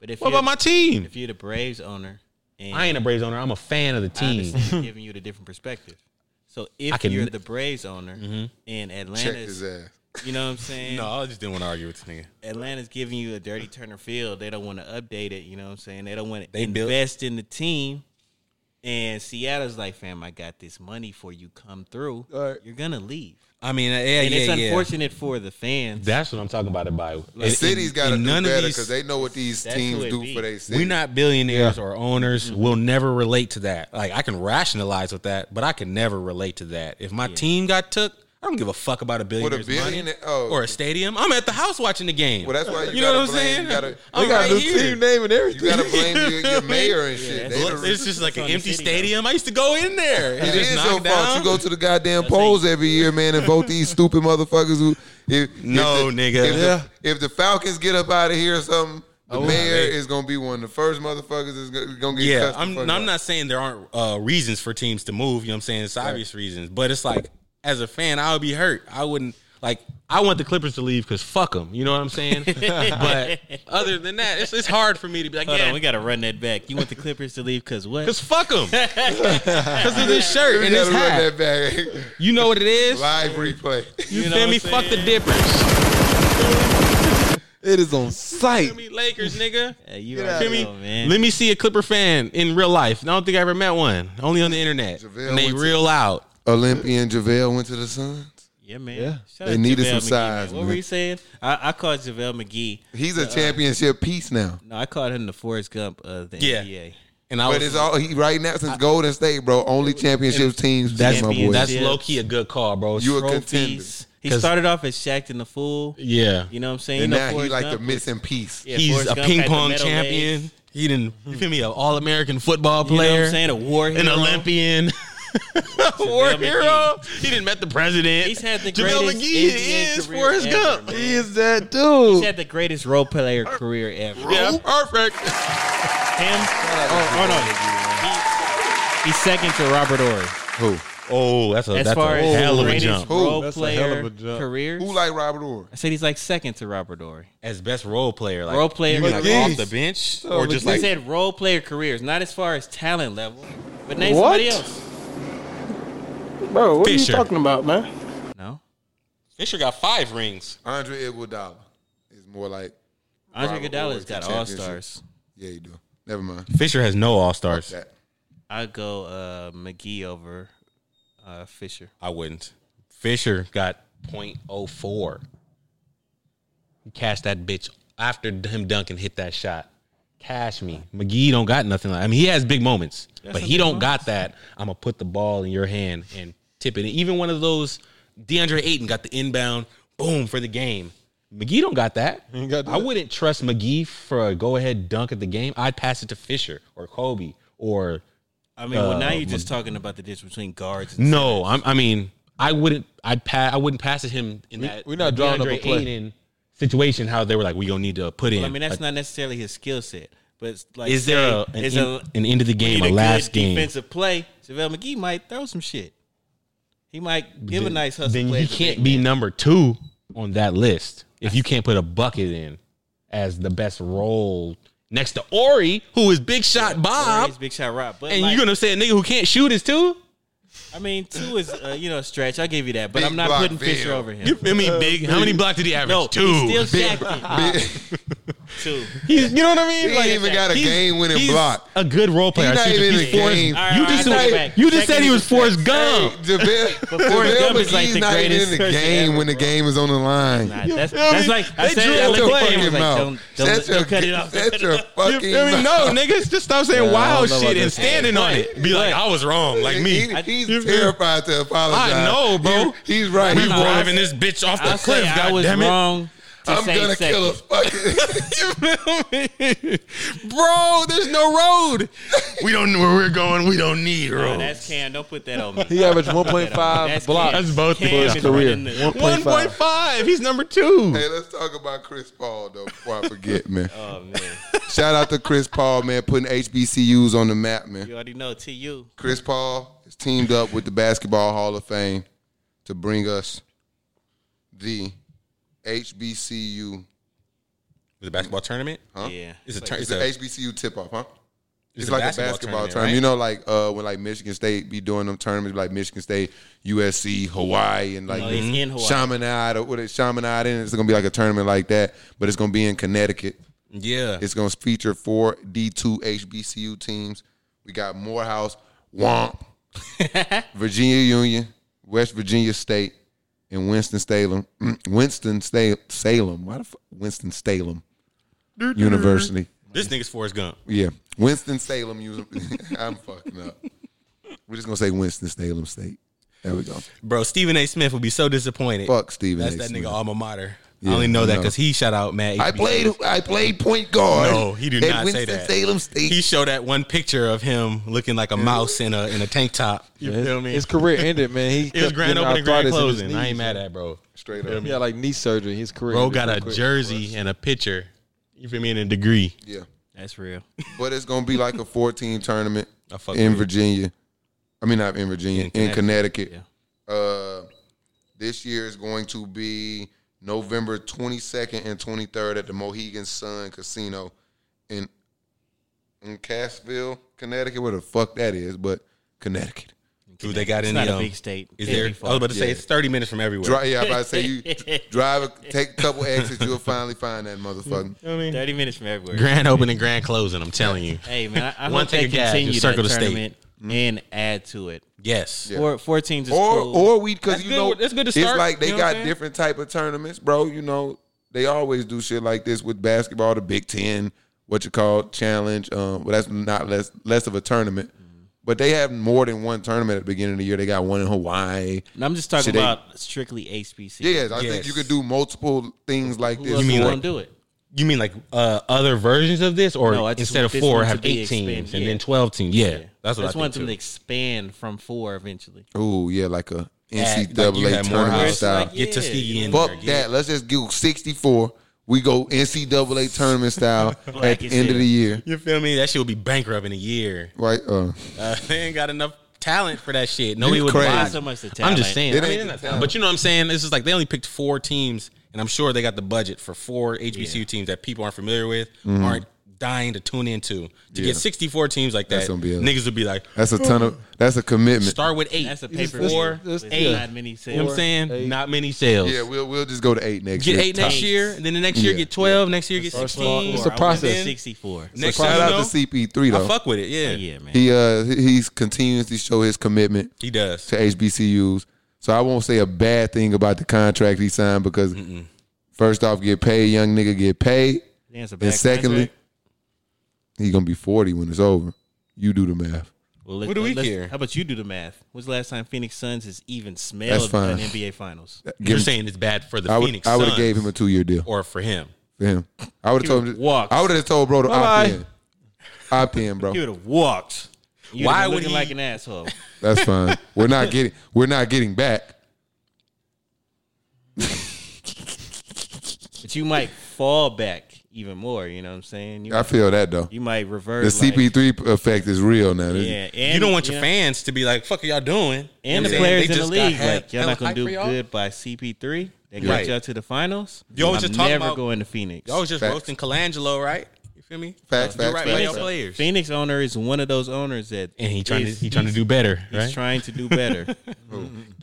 S1: But if
S4: what
S1: you're,
S4: about my team?
S1: If you're the Braves owner, and
S4: I ain't a Braves owner. I'm a fan of the
S1: I
S4: team.
S1: understand they're giving you the different perspective. So if
S4: I can- Mm-hmm.
S1: you're the Braves owner and
S3: Check
S1: Atlanta's,
S3: his ass.
S1: you know what I'm saying?
S4: No, I just didn't want to argue with this nigga.
S1: Atlanta's giving you a dirty Turner Field. They don't want to update it. You know what I'm saying? They don't want to
S4: They built-
S1: invest in the team. And Seattle's like, fam, I got this money for you. Come through.
S2: All right.
S1: You're gonna leave,
S4: I mean, yeah,
S1: and
S4: yeah,
S1: it's
S4: yeah.
S1: unfortunate for the fans.
S4: That's what I'm talking about. About
S3: The city's got to do
S4: none of
S3: better
S4: these-
S3: because they know what these
S1: That's
S3: teams
S1: who it
S3: do
S1: be.
S3: for their city.
S4: We're not billionaires or owners.
S2: Mm-hmm.
S4: We'll never relate to that. Like I can rationalize with that, but I can never relate to that. If my team got took, I don't give a fuck about a
S3: with a
S4: billionaire's
S3: billion.
S4: money
S3: Oh,
S4: or a stadium. I'm at the house watching the game.
S3: well, that's why you,
S4: you know
S3: gotta
S4: what I'm
S3: blame,
S4: saying.
S3: You gotta,
S4: I'm
S2: got
S4: right
S2: a new
S4: here.
S2: team name and
S3: you
S2: everything.
S3: gotta blame your, your mayor and shit. They
S1: that's-
S3: the-
S4: It's just
S1: It's
S4: like
S1: on
S4: an
S1: the
S4: empty
S1: city, though.
S4: stadium. I used to go in there.
S3: it
S4: It's just
S3: is your
S4: knocked
S3: fault. You
S4: down.
S3: go to the goddamn polls every year, man, and vote these stupid motherfuckers who. If, if
S4: No,
S3: the-
S4: nigga.
S3: If,
S2: Yeah.
S3: the, if the Falcons get up out of here or something, The mayor is gonna be one of the first motherfuckers that's gonna- gonna get
S4: Yeah,
S3: cussed the
S4: I'm.
S3: fuck
S4: no, I'm
S3: out.
S4: not saying there aren't uh, reasons for teams to move. You know what I'm saying? It's obvious reasons, but it's like as a fan, I would be hurt. I wouldn't like. I want the Clippers to leave because fuck them. You know what I'm saying? but other than that, it's, it's hard for me to be like,
S1: Hold
S4: yeah,
S1: on, we gotta run that back. You want the Clippers to leave because what?
S4: because fuck them because of this shirt and this
S3: gotta run that
S4: hat.
S3: back.
S4: You know what it is?
S3: Live replay.
S4: You,
S1: You know
S4: feel
S1: what
S4: me?
S1: I'm
S4: Fuck the
S1: saying?
S4: dippers.
S2: It is on site.
S4: Feel me, Lakers, nigga.
S1: Yeah, you
S2: Get
S1: already
S2: out
S4: Feel
S2: of
S1: know,
S4: me?
S1: man.
S4: Let me see a Clipper fan in real life. I don't think I ever met one. Only on the internet.
S3: JaVale
S4: and they
S3: went to-
S4: real loud.
S3: Olympian JaVale went to the Suns.
S1: yeah, man.
S2: Yeah.
S1: Shout
S3: They
S1: out
S3: needed
S1: JaVale
S3: some
S1: McGee,
S3: size,
S1: man. What
S3: man.
S1: were you saying? I, I called JaVale McGee.
S3: He's a championship piece now.
S1: No, I called him the Forrest Gump of the
S4: Yeah.
S1: NBA.
S4: And I
S3: But
S4: was
S3: it's all he right now since Golden State, bro. Only championship teams. That's my boy.
S1: Champions.
S4: That's
S1: Yeah.
S4: low key a good call, bro.
S3: You a contender.
S1: Trophies. He
S4: 'Cause-
S1: started off as Shaq and the Fool.
S4: yeah.
S1: You know what I'm saying?
S3: And
S1: You know,
S3: now he
S1: Forrest
S3: like the
S1: Gump was-
S3: missing piece.
S1: Yeah,
S4: He's
S1: Forrest
S4: a
S1: Gump
S4: ping
S1: had the
S4: pong
S1: middle
S4: champion.
S1: legs.
S4: He didn't you feel me an all American football
S1: You know what
S4: player.
S1: I'm saying? A war
S4: An
S1: hero.
S4: Olympian. War
S1: JaVale
S4: hero. He didn't met the president.
S1: He's had the
S4: JaVale
S1: greatest
S4: McGee
S1: NBA
S4: is
S1: career
S4: Forrest
S1: ever,
S4: Gump.
S1: man.
S2: He is that
S1: He's
S2: dude.
S1: had the greatest role player career ever.
S4: Yeah, Oh, perfect.
S1: Him? Oh, no. He, he's second to Robert Ory.
S3: Who?
S4: Oh, that's a
S1: As
S4: that's
S1: far
S4: a
S1: as
S4: hell
S1: the
S4: of a
S1: greatest
S4: jump.
S3: Who?
S1: role
S2: That's a hell of
S1: player
S2: a jump.
S1: careers,
S3: Who like Robert Orr?
S1: I said he's like second to Robert Ory.
S4: As best role player, like
S1: Role player
S4: you mean
S2: McGee.
S4: off the bench or just
S1: He
S4: like
S1: said role player careers, not as far as talent level, but name
S2: What?
S1: somebody else.
S7: Bro, what
S4: Fisher.
S7: are you talking about, man?
S1: No,
S4: Fisher got five rings.
S3: Andre Iguodala is more like
S1: Andre
S3: Robert
S1: Iguodala's
S3: Orr's
S1: got
S3: the
S1: all
S3: championship.
S1: stars.
S3: yeah, you do. Never mind.
S4: Fisher has no all stars.
S3: That.
S1: I go uh, McGee over uh, Fisher.
S4: I wouldn't. Fisher got .04. He cashed that bitch after him dunking hit that shot. Cash me. McGee don't got nothing like I mean he has big moments, but he don't got that. I'm gonna put the ball in your hand and tip it. And even one of those DeAndre Ayton got the inbound boom for the game. McGee don't got that.
S2: got that.
S4: I wouldn't trust McGee for a go ahead dunk at the game. I'd pass it to Fisher or Kobe or
S1: I mean, well, now
S4: Uh,
S1: you're just talking about the difference between guards. And
S4: No, I'm, I mean, I wouldn't. I'd pass. I wouldn't pass it him in that.
S2: we're not drawing up a
S4: DeAndre
S2: play.
S4: Ayton situation. How they were like, we gonna need to put in.
S1: I mean, that's
S4: like,
S1: not necessarily his skill set, but it's like
S4: is there a,
S1: say,
S4: an,
S1: is
S4: in-
S1: a-
S4: an end of the game,
S1: need a
S4: a last
S1: good
S4: game?
S1: defensive play? JaVale McGee might throw some shit. He might give a nice hustle
S4: then
S1: play.
S4: you
S1: at the
S4: can't
S1: big
S4: be
S1: man.
S4: number two on that list if you can't put a bucket in as the best role next to Ori, who is big shot
S1: Or
S4: Bob,
S1: he's big shot Rob. But
S4: and
S1: like,
S4: you're gonna say a nigga who can't shoot is two.
S1: I mean, two is uh, you know a stretch. I give you that, but
S3: Big
S1: I'm not
S3: block
S1: putting Fisher
S3: Bill.
S1: over him.
S4: You feel me? Big. How many blocks did he average?
S1: Uh, no,
S4: two.
S1: He's still Shaq. two.
S4: He's, you know what I mean?
S3: He even got a
S4: he's-
S3: game-winning
S4: he's
S3: block.
S4: A good role player.
S3: He's not
S4: I see
S3: even
S4: he's
S3: in the
S4: Forrest-
S3: game.
S1: All right,
S4: You
S1: all right,
S4: just
S1: I take it
S4: said
S1: back.
S4: you just
S1: Take
S4: said
S1: it
S4: he
S1: to
S4: was
S1: the
S4: Forrest
S1: stats.
S4: Gump.
S3: JaVale,
S1: Forrest
S3: JaVale
S1: Gump is like
S3: McGee's
S1: the
S3: not even in
S1: greatest
S3: the
S1: person
S3: game
S1: ever,
S3: when the
S1: bro.
S3: game is on the line.
S1: Nah, that's,
S4: feel
S1: that's
S4: me?
S1: like I
S4: They
S1: said.
S4: drew
S1: I
S4: up
S1: looked
S3: Shut your
S1: at the
S3: fucking
S1: play. I was like,
S3: mouth.
S1: don't, don't,
S3: Shut your,
S1: don't cut it off.
S3: Shut your
S4: You
S3: fucking
S4: feel me? No,
S3: mouth.
S4: niggas, just stop saying
S2: Yeah, I
S4: wild
S2: don't know about
S4: shit and
S2: this.
S4: standing on it. Be like, I was wrong, like me.
S3: He- he's
S4: You feel me?
S3: terrified to apologize.
S4: I know, bro.
S3: He- he's right.
S4: We
S3: He's wrong.
S4: driving this bitch off the
S1: I
S4: cliff.
S1: say I
S4: God
S1: was
S4: damn it.
S1: wrong. To
S3: I'm
S1: say
S3: gonna
S1: second.
S3: kill a fucking.
S4: You feel me? Bro, there's no road. We don't know where we're going. We don't need
S1: Nah,
S4: roads.
S1: That's Cam. Don't put that on me.
S2: He averaged
S1: That's
S2: 1.5 blocks.
S1: Cam.
S4: That's both
S1: Cam
S4: of his
S1: is
S2: career.
S1: running the-
S2: 1.5.
S4: 1.5. He's number two.
S3: Hey, let's talk about Chris Paul though before I forget, man.
S1: Oh man,
S3: Shout out to Chris Paul, man, putting HBCUs on the map, man.
S1: you already know. To you,
S3: Chris Paul is teamed up with the Basketball Hall of Fame to bring us the HBCU.
S4: The basketball tournament?
S3: Huh?
S1: yeah.
S4: It's a
S3: It's an HBCU tip off, huh? It's,
S4: a
S3: like a
S4: basketball
S3: basketball
S4: tournament,
S3: tournament.
S4: right?
S3: You know, like uh, when like Michigan State be doing them tournaments, like Michigan State, USC, Hawaii, and like
S1: No, it's in Hawaii.
S3: Chaminade or what is Chaminade, and it's gonna be like a tournament like that, but it's gonna be in Connecticut.
S4: Yeah.
S3: It's gonna feature four D two HBCU teams. We got Morehouse, Womp, Virginia Union, West Virginia State, and Winston Salem. mm, Winston Salem. Salem. Why the fuck? Winston Salem University.
S4: this nigga's Forrest Gump.
S3: Yeah, Winston Salem. I'm fucking up. We're just gonna say Winston Salem State. There we go.
S4: Bro, Stephen A. Smith would be so disappointed.
S3: Fuck Stephen.
S4: That's
S3: A.
S4: that
S3: Smith.
S4: nigga alma mater.
S3: Yeah,
S4: I only know
S3: I
S4: that
S3: know.
S4: because he shout out Matt.
S3: I
S4: HBCU.
S3: played. I played point guard.
S4: No, he did
S3: at
S4: not say
S3: Winston
S4: that.
S3: Salem State.
S4: He showed that one picture of him looking like a mouse in a in a tank top. You
S2: His,
S4: feel me?
S2: his career ended, man. He
S4: it was
S2: kept
S4: grand
S2: getting
S4: opening, grand
S2: arthritis in his
S4: closing. I ain't
S2: knees.
S4: mad at bro.
S3: Straight up.
S2: He had like knee surgery. His career.
S4: Bro
S2: ended
S4: got
S2: real
S4: a
S2: quick.
S4: jersey and a picture. You feel me? In a degree.
S3: Yeah.
S1: That's real.
S3: But it's gonna be like a four team tournament
S4: I fuck
S3: in
S4: with it.
S3: Virginia. I mean not in Virginia, in,
S1: In
S3: Connecticut. Uh this year is going to be November twenty second and twenty third at the Mohegan Sun Casino in in Cassville, Connecticut, where the fuck that is, but Connecticut.
S4: Dude, they got
S1: It's
S4: in
S1: not
S4: the
S1: a
S4: um,
S1: big state.
S4: Is
S1: Can't
S4: there?
S1: be
S4: I was about to say
S3: Yeah.
S4: it's thirty minutes from everywhere.
S3: Dri- yeah, I'm about to say you drive, a, take a couple exits, you'll finally find that motherfucker.
S4: You know what I mean?
S1: Thirty minutes from everywhere.
S4: Grand opening, grand closing. I'm telling you.
S1: Hey man, I, I
S4: One
S1: hope they
S4: take a gas,
S1: continue
S4: just circle
S1: that
S4: the state. Mm-hmm.
S1: tournament and add to it.
S4: Yes.
S3: Yeah.
S1: Four, four teams is
S3: or
S1: cool.
S3: or we because
S4: That's
S3: you
S4: good-
S3: know
S4: that's good to
S3: It's
S4: start,
S3: like they
S4: you know what I'm
S3: got
S4: saying?
S3: different type of tournaments, bro. You know they always do shit like this with basketball, the Big Ten, what you call challenge. Um, but that's not less less of a tournament. But they have more than one tournament at the beginning of the year. They got one in Hawaii.
S1: and I'm just talking
S3: Should they-
S1: about strictly HBC.
S3: Yeah, I think you
S4: Yes.
S3: could do multiple things like
S1: Who
S3: this.
S1: else
S4: You mean
S1: is
S4: like-
S1: gonna do it?
S4: You mean like uh, other versions of this, or
S1: No, I just
S4: instead
S1: want
S4: of
S1: this
S4: four,
S1: one to
S4: have
S1: be
S4: eight teams
S1: expanded,
S4: and
S1: yeah.
S4: then twelve teams? Yeah, that's
S1: I
S4: what
S1: just
S4: I
S1: want
S4: think
S1: them to
S4: too.
S1: expand from four eventually.
S3: oh yeah, like a
S4: Add-
S3: NCAA
S4: like you had
S3: tournament
S4: Morehouse,
S3: style.
S1: like,
S4: Get
S1: Yeah,
S4: Tuskegee in
S3: Fuck
S4: there. yeah.
S3: that. Let's just do 64. We go NCAA tournament style at
S1: Like
S3: the
S1: you
S3: end of
S1: said.
S3: the year.
S4: You feel me? That shit would be bankrupt in a year.
S3: Right? Uh,
S4: Uh, they ain't got enough talent for that shit. Nobody
S3: It's
S4: would
S3: crazy.
S4: buy.
S3: Not
S1: so much the
S4: I'm
S1: talent.
S4: just saying.
S3: It
S4: I mean,
S3: ain't
S4: they're
S3: the
S4: not-
S3: talent.
S4: but you know what I'm saying? This is like they only picked four teams, and I'm sure they got the budget for four HBCU teams that people aren't familiar with, aren't dying to tune into. To
S3: Mm-hmm. Yeah.
S4: get 64 teams like
S3: That's
S4: that,
S3: gonna be a-
S4: niggas would be like,
S3: that's a ton of. That's a commitment.
S4: start with eight.
S1: That's a
S2: Just-
S1: paper
S2: let's-
S1: four.
S2: let's-
S1: with
S2: yeah.
S1: Not many
S4: you know what
S1: sales.
S4: I'm saying?
S2: Eight.
S4: Not many sales.
S3: Yeah, we'll we'll just go to eight next
S4: get
S3: year.
S4: eight next
S1: Tops.
S4: year, and then the next year
S3: Yeah.
S4: get 12, next year get
S2: First of
S4: 16.
S2: all, It's a
S1: Four. I would've
S2: process.
S1: been Sixty-four.
S4: next
S3: Shout
S4: year, you
S3: out
S4: know,
S3: to CP3 though.
S4: I fuck with it. Yeah,
S1: Yeah, man.
S3: He uh he's continues to show his commitment
S4: he does.
S3: to HBCUs. So I won't say a bad thing about the contract he signed because first off, get paid, young nigga get paid.
S1: That's a
S3: And
S1: bad
S3: secondly,
S1: contract.
S3: he's gonna be forty when it's over. You do the math.
S1: well, let,
S4: what do we
S1: let's-
S4: care?
S1: How about you do the math? When's the last time Phoenix Suns has even smelled
S3: fine.
S1: an NBA Finals?
S4: You're
S3: Give him-
S4: saying it's bad for the
S3: I would
S4: Phoenix
S3: I would have
S4: Suns
S3: gave him a two year deal.
S4: or for him.
S3: for him. I would have told him.
S1: walks.
S3: I would have told bro to opt
S2: Bye-bye.
S3: in. Opt in, bro.
S1: He would have walked. You'd
S4: Why
S1: Why
S4: would
S1: would
S4: he-
S1: like an asshole?
S3: That's fine. We're not getting. We're not getting back.
S1: But you might fall back even more. You know what I'm saying? You,
S3: I feel that though.
S1: you might
S3: The
S1: reverse. like-
S3: CP3 effect is real now.
S1: Yeah, and,
S4: you don't want your
S1: know,
S4: fans to be like, "Fuck, are y'all doing?"
S1: and the
S4: You know what I'm saying?
S1: players
S4: They
S1: in the
S4: just got
S1: league.
S4: hella-
S1: Like y'all
S4: hella
S1: not gonna
S4: hype
S1: do
S4: for y'all.
S1: good by CP3. They
S4: Right.
S1: got y'all to the finals.
S4: You always
S1: I'm
S4: just talking
S1: never
S4: about-
S1: going to Phoenix.
S4: Y'all was just
S3: Facts.
S4: roasting Colangelo, right? You feel me?
S3: Facts, facts,
S4: You're right,
S3: facts,
S4: man, y'all
S3: facts.
S4: players.
S1: Phoenix owner is one of those owners that
S4: And he trying to
S1: is-
S4: he trying to do better,
S1: he's
S4: right?
S1: trying to do better.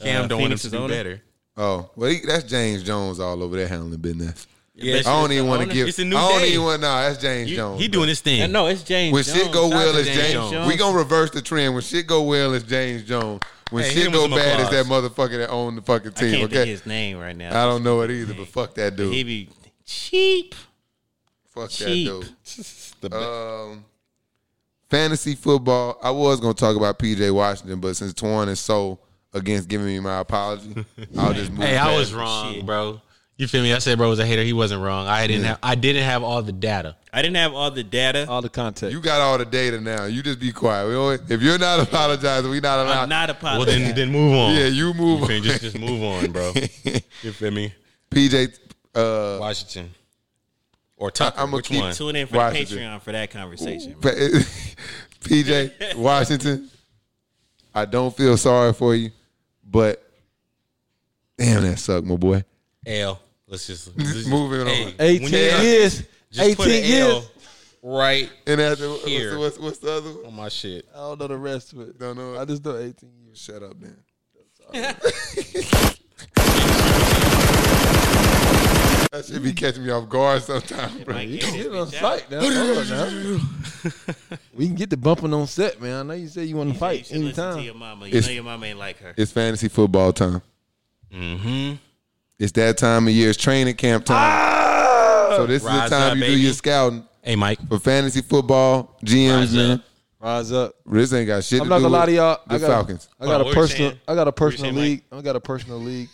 S4: Cam
S1: uh,
S4: don't want him to
S1: Phoenix's
S4: do
S1: owner.
S4: better.
S3: Oh, well, he, that's James Jones all over there handling business.
S4: Yeah,
S3: I don't even want to
S1: owner.
S3: give.
S4: It's a new
S3: I don't
S4: day.
S3: even want. Nah, that's James Jones.
S4: he
S3: bro.
S4: doing his thing.
S1: and Uh, no, it's James.
S3: When
S1: Jones.
S3: shit go
S4: Shout out
S3: well,
S4: to
S3: it's
S4: James
S3: James.
S1: Jones.
S3: We gonna reverse the trend. When shit go well, it's James Jones. When
S4: Hey, hit
S3: shit
S4: him with
S3: go
S4: some
S3: bad, it's that
S4: applause.
S3: motherfucker that owned the fucking
S1: I can't
S3: team.
S1: think
S3: Okay, Uh,
S1: his name right now.
S3: I don't know it either, but fuck that dude.
S1: he be cheap.
S3: Fuck
S1: Cheap.
S3: that dude. um, fantasy football. I was gonna talk about PJ Washington, but since Twan is so against giving me my apology, I'll just move.
S4: hey, I
S3: past
S4: was
S3: it.
S4: wrong, bro. You feel me? I said, bro, was a hater. He wasn't wrong. I didn't have I didn't have all the data.
S1: I didn't have all the data.
S2: All the context.
S3: You got all the data now. You just be quiet. We always, if you're not apologizing, we not allowed.
S1: I'm not
S2: Uh,
S4: Well,
S1: apologizing.
S4: then then move on.
S3: yeah, you move.
S4: You feel me?
S3: on.
S4: just just move on, bro. You feel me?
S3: PJ, uh,
S4: Washington or Tucker?
S3: I'ma
S4: which
S3: keep
S4: one?
S1: Tune in for
S3: Washington.
S1: the Patreon for that conversation. man.
S3: PJ Washington. I don't feel sorry for you, but damn, that sucked, my boy.
S4: L. Let's just let's just-
S3: Moving on.
S4: when
S2: 18
S4: you-
S2: years.
S4: Just put
S2: 18
S4: an L
S2: years.
S4: right
S3: And after, what's,
S4: Here.
S3: the- what's, what's the other one?
S4: on my shit.
S2: I don't know the rest of it.
S3: Don't know it.
S2: I just know 18 years.
S3: Shut up, man. that should be catching me off guard sometime, bro.
S1: Like, yeah,
S2: Get
S1: bitch,
S2: on
S1: that-
S2: site now. Hold on now. we can get the bumping on set, man. I know you said you want to
S1: You
S2: fight
S1: should listen to your
S2: anytime.
S1: mama. You
S3: It's-
S1: know your mama ain't like her.
S3: It's fantasy football time.
S4: Mm-hmm.
S3: It's that time of year. It's training camp time. so this
S4: Ah! Rise
S3: is the time
S4: up,
S3: you do
S4: baby.
S3: your scouting
S4: Hey, Mike.
S3: for fantasy football GMs,
S4: Rise
S3: man.
S4: up.
S2: Rise up.
S3: This ain't got shit
S2: I'm
S3: to
S2: not
S3: do
S2: gonna lie to
S3: with
S2: y'all.
S3: The
S2: I got,
S3: Falcons.
S2: I got
S4: Oh,
S2: a
S4: what you
S2: personal.
S4: saying?
S2: I got a
S4: you
S2: personal
S4: saying,
S2: league. I got a personal league.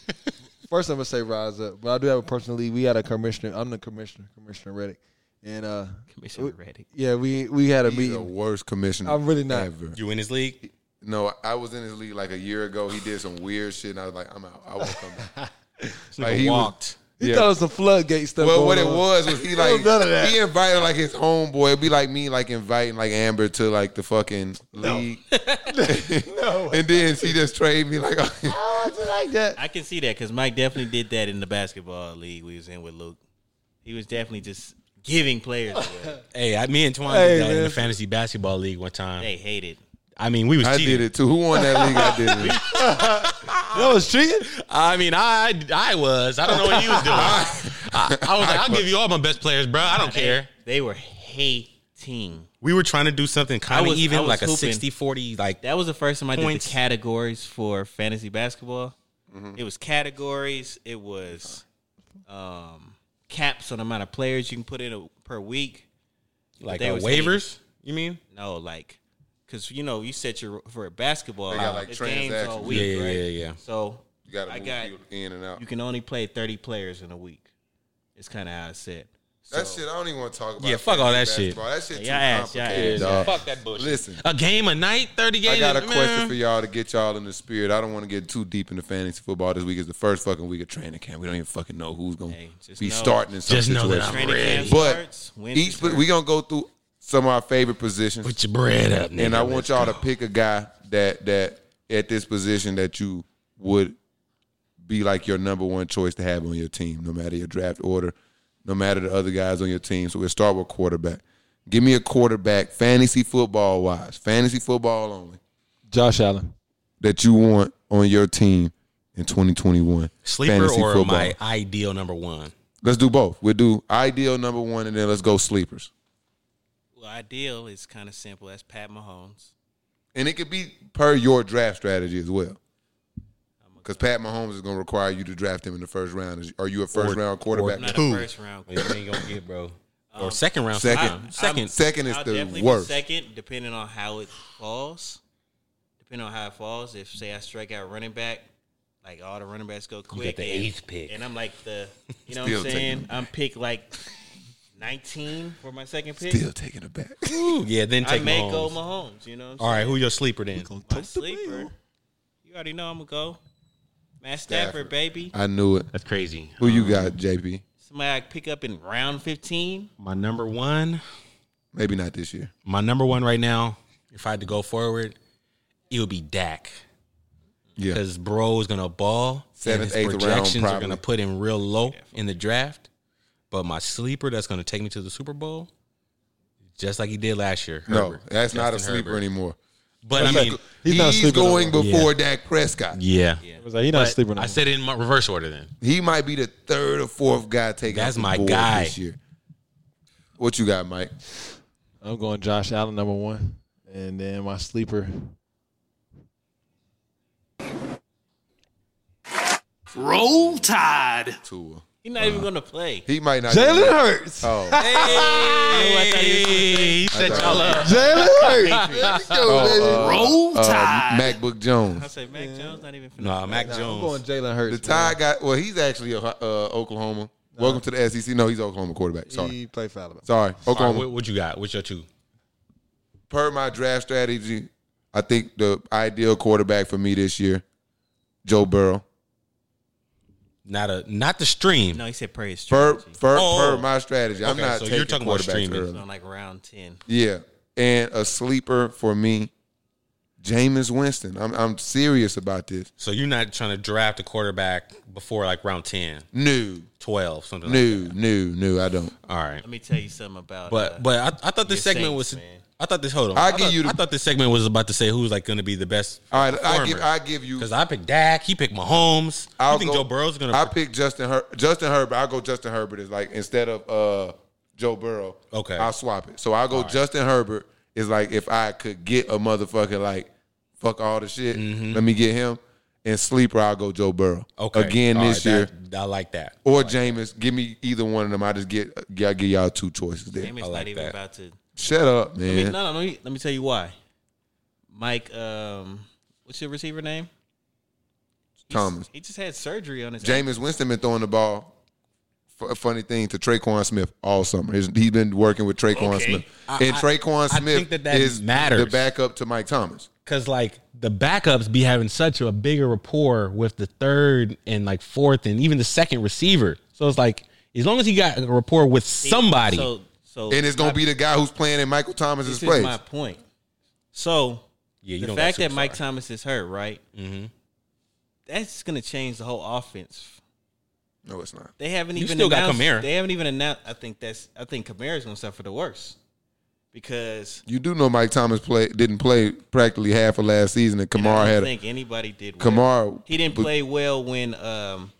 S2: First, I'm gonna say rise up, but I do have a personal league. We had a commissioner. I'm the commissioner, Commissioner Reddick, and uh,
S1: Commissioner Reddick.
S2: yeah, we we had a
S3: He's the
S2: meeting.
S3: worst commissioner.
S2: I'm really not.
S3: Ever.
S4: You in his league?
S3: No, I was in his league like a year ago. He did some weird shit, and I was like, I'm out. I won't come back.
S4: This nigga
S3: he was-
S4: walked.
S2: You
S3: Yeah.
S2: thought it was some floodgate stuff.
S3: Well,
S2: going
S3: what it
S2: on.
S3: was was he
S2: There was
S3: like
S2: none of that.
S3: he invited like his homeboy. It'd be like me like inviting like Amber to like the fucking league. no. and then she just traded me like
S2: like that.
S1: I can see that because Mike definitely did that in the basketball league we was in with Luke. He was definitely just giving players away.
S4: Hey, I, me and Twan
S2: Hey,
S4: did that in
S2: man.
S4: the fantasy basketball league one time.
S1: They hated.
S4: I mean, we was
S3: I
S4: cheating.
S3: did it too. Who won that league? I did it.
S2: That was cheating.
S4: I mean, I I was. I don't know what he was doing. I, I was like, I'll give you all my best players, bro. I don't care.
S1: They were hating.
S4: We were trying to do something kind
S1: I
S4: of
S1: was- I
S4: even,
S1: was
S4: like a
S1: hooping.
S4: 60 40, like
S1: That was the first time I
S4: Points.
S1: did the categories for fantasy basketball.
S3: Mm-hmm.
S1: It was categories. It was um, caps on the amount of players you can put in a, per week.
S4: like
S1: they
S4: uh,
S1: was
S4: waivers. You mean?
S1: No, like because you know you set your for basketball.
S3: They got, like,
S1: it's games all
S3: transactions.
S1: week,
S4: Yeah, yeah,
S1: right?
S4: yeah, yeah.
S1: So
S3: You gotta
S1: I
S3: move
S1: got-
S3: people in and out.
S1: you can only play thirty players in a week. It's kind of how it's set. So,
S3: That shit I don't even want to talk about.
S4: Yeah, fuck all that
S3: fantasy
S4: shit.
S3: basketball. That shit too
S1: Y'all ass, y'all
S3: complicated.
S1: ass.
S3: dog.
S4: Fuck that bullshit.
S3: Listen,
S4: A game a night, 30 games.
S3: I got a
S4: man.
S3: question for y'all to get y'all in the spirit. I don't want to get too deep into fantasy football this week. It's the first fucking week of training camp. We don't even fucking know who's gonna
S1: Hey, just
S3: be
S1: know-
S3: starting in some
S4: Just know
S3: situation.
S4: that I'm
S1: Training camp
S3: But
S1: starts. When
S3: Each
S1: does it
S3: we gonna go through some of our favorite positions,
S4: Put your bread up, nigga.
S3: and I want y'all to pick a guy that that at this position that you would be like your number one choice to have on your team, no matter your draft order, no matter the other guys on your team. So we'll start with quarterback. Give me a quarterback, fantasy football wise, fantasy football only,
S2: Josh Allen.
S3: that you want on your team in 2021.
S4: Sleeper
S3: fantasy
S4: or my ideal number one?
S3: Let's do both. We'll do ideal number one, and then let's go sleepers.
S1: Well, ideal is kind of simple. That's Pat Mahomes.
S3: And it could be per your draft strategy as well. Because Pat Mahomes is going to require you to draft him in the first round. Is- Are you a first round quarterback?
S1: I'm not
S4: Who?
S1: a first round.
S4: You ain't gonna get, bro.
S1: Um,
S4: or second round.
S3: Second.
S4: sometime. second.
S3: second is
S1: I'll
S3: the
S1: definitely be
S3: worst.
S1: second, depending on how it falls. Depending on how it falls, if say I strike out running back, like all the running backs go quick.
S4: the
S1: and,
S4: eighth pick.
S1: and I'm like the, you know what
S3: Still
S1: I'm
S3: taking
S1: saying? I'm pick like 19 for my second pick.
S3: Still taking it back.
S4: Ooh, yeah, then
S1: I
S4: take
S1: may
S4: Mahomes.
S1: go Mahomes. You know what I'm
S4: All
S1: saying?
S4: right, who your sleeper then?
S1: My sleeper. You already know I'm gonna go. Matt Stafford,
S3: Stafford.
S1: baby.
S3: I knew it.
S4: That's crazy.
S3: Who you got, JP?
S1: Somebody I pick up in round 15.
S4: My number one,
S3: Maybe not this year.
S4: my number one right now. If I had to go forward, it would be Dak
S3: Yeah.
S4: because bro is gonna ball.
S3: Seventh,
S4: and
S3: eighth
S4: his
S3: round,
S4: projections are
S3: probably.
S4: gonna put him real low in the draft. But my sleeper that's gonna take me to the Super Bowl, just like he did last year.
S3: No,
S4: Herbert.
S3: that's not a
S4: Justin
S3: sleeper
S4: Herbert.
S3: anymore.
S4: But I mean,
S2: He's not sleeping
S3: going
S2: no more.
S3: before Dak Prescott.
S4: yeah.
S2: I was like, he's not sleeping.
S4: I said it in my reverse order then.
S3: He might be the third or fourth guy taking
S4: That's
S3: off the
S4: my
S3: board
S4: guy.
S3: this year. What you got, Mike?
S2: I'm going Josh Allen number one, and then my sleeper.
S8: Roll Tide.
S3: Tua.
S1: He's not
S3: Uh-huh.
S1: even gonna play.
S3: He might not.
S2: Jalen Hurts.
S3: Oh,
S4: Hey, he set y'all up.
S2: Jalen Hurts.
S8: Roll
S3: uh,
S8: Tide.
S3: MacBook Jones.
S1: I say Mac Jones not even. finna
S4: Nah, Mac
S2: I'm going
S4: Jones.
S2: Jalen
S3: The
S2: Hurts.
S3: Ty guy, well, he's actually a, uh, Oklahoma. Welcome to the SEC. No, he's Oklahoma quarterback.
S2: man.
S3: Sorry,
S2: He played for Alabama.
S3: sorry,
S4: Uh-huh. All right,
S3: Oklahoma.
S4: what, what you got? What's your two?
S3: Per my draft strategy, I think the ideal quarterback for me this year, Joe Burrow.
S4: Not a not the stream.
S1: No, he said praise.
S3: Per
S1: strategy.
S3: per,
S4: Oh.
S3: per my strategy, I'm
S4: Okay,
S3: not
S4: so
S3: taking
S4: you're talking about
S3: quarterbacks
S4: streaming.
S3: early.
S1: on like round ten.
S3: Yeah, and a sleeper for me, Jameis Winston. I'm I'm serious about this.
S4: So you're not trying to draft a quarterback before like round 10,
S3: No,
S4: 12, something like
S3: no, no, no. I don't.
S4: that. All right.
S1: Let me tell you something about. uh,
S4: But but I, I thought this
S1: Your
S4: segment
S1: Saints,
S4: was
S1: man.
S4: I thought this hold on.
S3: I'll
S4: I
S3: give
S4: thought,
S3: you the-
S4: I thought this segment was about to say who's like going to be the best.
S3: All right, I give
S4: performer.
S3: I give you.
S4: Cuz I picked Dak, he picked Mahomes. i
S3: I'll
S4: you think
S3: go-
S4: Joe Burrow's going
S3: I
S4: to
S3: pick Justin Her- Justin Herbert. I'll go Justin Herbert is like instead of uh Joe Burrow.
S4: Okay.
S3: I'll swap it. So I'll go Justin Herbert is like if I could get a motherfucker like fuck all the shit. Let me get him. And sleeper, I'll go Joe Burrow.
S4: Mm-hmm. Okay.
S3: Again
S4: All
S3: this
S4: right,
S3: year.
S4: that- I like that.
S3: Or Jameis. Give me either one of them. I just get I give y'all two choices there.
S1: Damon's
S4: I like
S1: not even
S4: that.
S1: about to.
S3: Shut up,
S1: I mean,
S3: man.
S1: no, no, no. Let me tell you why. Mike, um, what's your receiver name? He's-
S3: Thomas.
S1: He just had surgery on his.
S3: Jameis Winston been throwing the ball. F- a funny thing to Traquan Smith all summer. His- he's been working with Traquan
S1: Okay.
S3: Smith,
S4: I-
S3: and
S4: I-
S3: Traquan
S4: I
S3: Smith
S4: think that that
S3: is
S4: matters.
S3: the backup to Mike Thomas.
S4: Cause like the backups be having such a bigger rapport with the third and like fourth and even the second receiver. So it's like as long as he got a rapport with somebody,
S1: So, so
S3: And it's gonna be the guy who's playing in Michael Thomas's
S1: this is
S3: place.
S1: my point. So
S4: yeah,
S1: the
S4: don't
S1: fact
S4: got
S1: that Mike
S4: superstar.
S1: Thomas is hurt, right? Mm-hmm. That's gonna change the whole offense.
S3: no, it's not.
S1: They haven't
S4: You
S1: even
S4: still got
S1: announced,
S4: Kamara.
S1: They haven't even announced. I think that's. I think Kamara's gonna suffer the worst because
S3: You do know Mike Thomas play didn't play practically half of last season, and
S1: I
S3: Kamara
S1: don't
S3: had a,
S1: think anybody did. Well.
S3: Kamara.
S1: he didn't
S3: but
S1: play well when um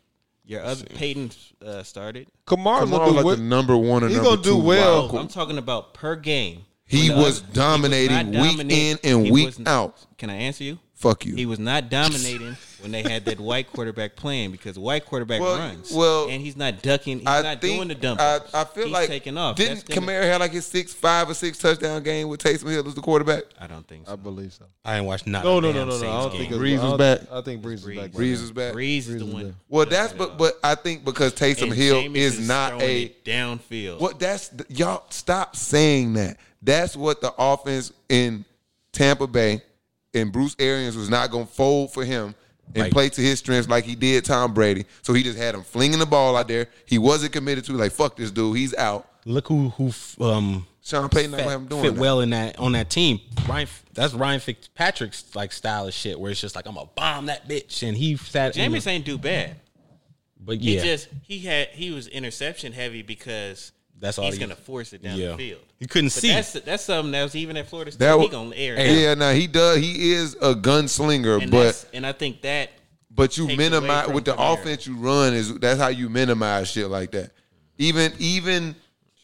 S1: your other Peyton uh, started.
S2: Kamara's
S3: Kamara
S2: gonna do
S3: like
S2: what-
S3: the number one or
S2: He
S3: number
S2: gonna do
S3: two
S2: well.
S3: wild
S1: Oh, I'm talking about per game.
S3: He
S1: When the
S3: was
S1: other-
S3: dominating
S1: not
S3: week in and
S1: He
S3: week
S1: was-
S3: out.
S1: Can I answer you?
S3: Fuck you.
S1: He was not dominating when they had that white quarterback playing because white quarterback
S3: Well,
S1: runs.
S3: well,
S1: and he's not ducking. He's
S3: I
S1: not
S3: think
S1: doing the dump.
S3: I, I feel
S1: he's
S3: like
S1: taking off.
S3: Didn't
S1: That's gonna-
S3: Kamara have like his six, five or six touchdown game with Taysom Hill as the quarterback?
S1: I don't think
S2: I
S1: so.
S2: believe so.
S4: I ain't watched not.
S2: No,
S4: a
S2: Uh, no, no, no,
S4: damn
S2: no. I
S4: Saints
S2: don't
S4: game.
S2: think it's,
S3: Breeze
S2: I
S3: was
S2: don't-
S3: back.
S2: I think Breeze is back.
S3: Breeze is back.
S1: Breeze is the
S2: is
S1: one.
S2: there.
S3: Well, that's but but I think because Taysom
S1: And
S3: Hill
S1: Jameis
S3: is not
S1: throwing
S3: a
S1: it downfield.
S3: What that's y'all stop saying that. That's what the offense in Tampa Bay and Bruce Arians was not going to fold for him and
S4: Right.
S3: play to his strengths like he did Tom Brady. So he just had him flinging the ball out there. He wasn't committed to it. like fuck this dude. He's out.
S4: Look who who f- um
S3: Sean Payton not
S4: fit,
S3: gonna have him doing
S4: fit
S3: that.
S4: well in that on that team. Ryan, that's Ryan Fitzpatrick's like style of shit, where it's just like I'm gonna bomb that bitch, and he sat. in
S1: Jameis
S4: the-
S1: ain't do bad.
S4: but
S1: He
S4: yeah,
S1: just he had he was interception heavy because
S4: that's all
S1: he's
S4: he-
S1: gonna force it down
S4: yeah.
S1: the field.
S4: You couldn't
S1: But
S4: see.
S1: that's that's something that was even at Florida State.
S3: That
S1: he
S3: wa-
S1: gonna air it out.
S3: yeah, now he does. He is a gunslinger,
S1: and
S3: but
S1: that's- and I think that
S3: But you
S1: takes away
S3: minimize
S1: from
S3: with the
S1: Kamara.
S3: offense you run is that's how you minimize shit like that. Even even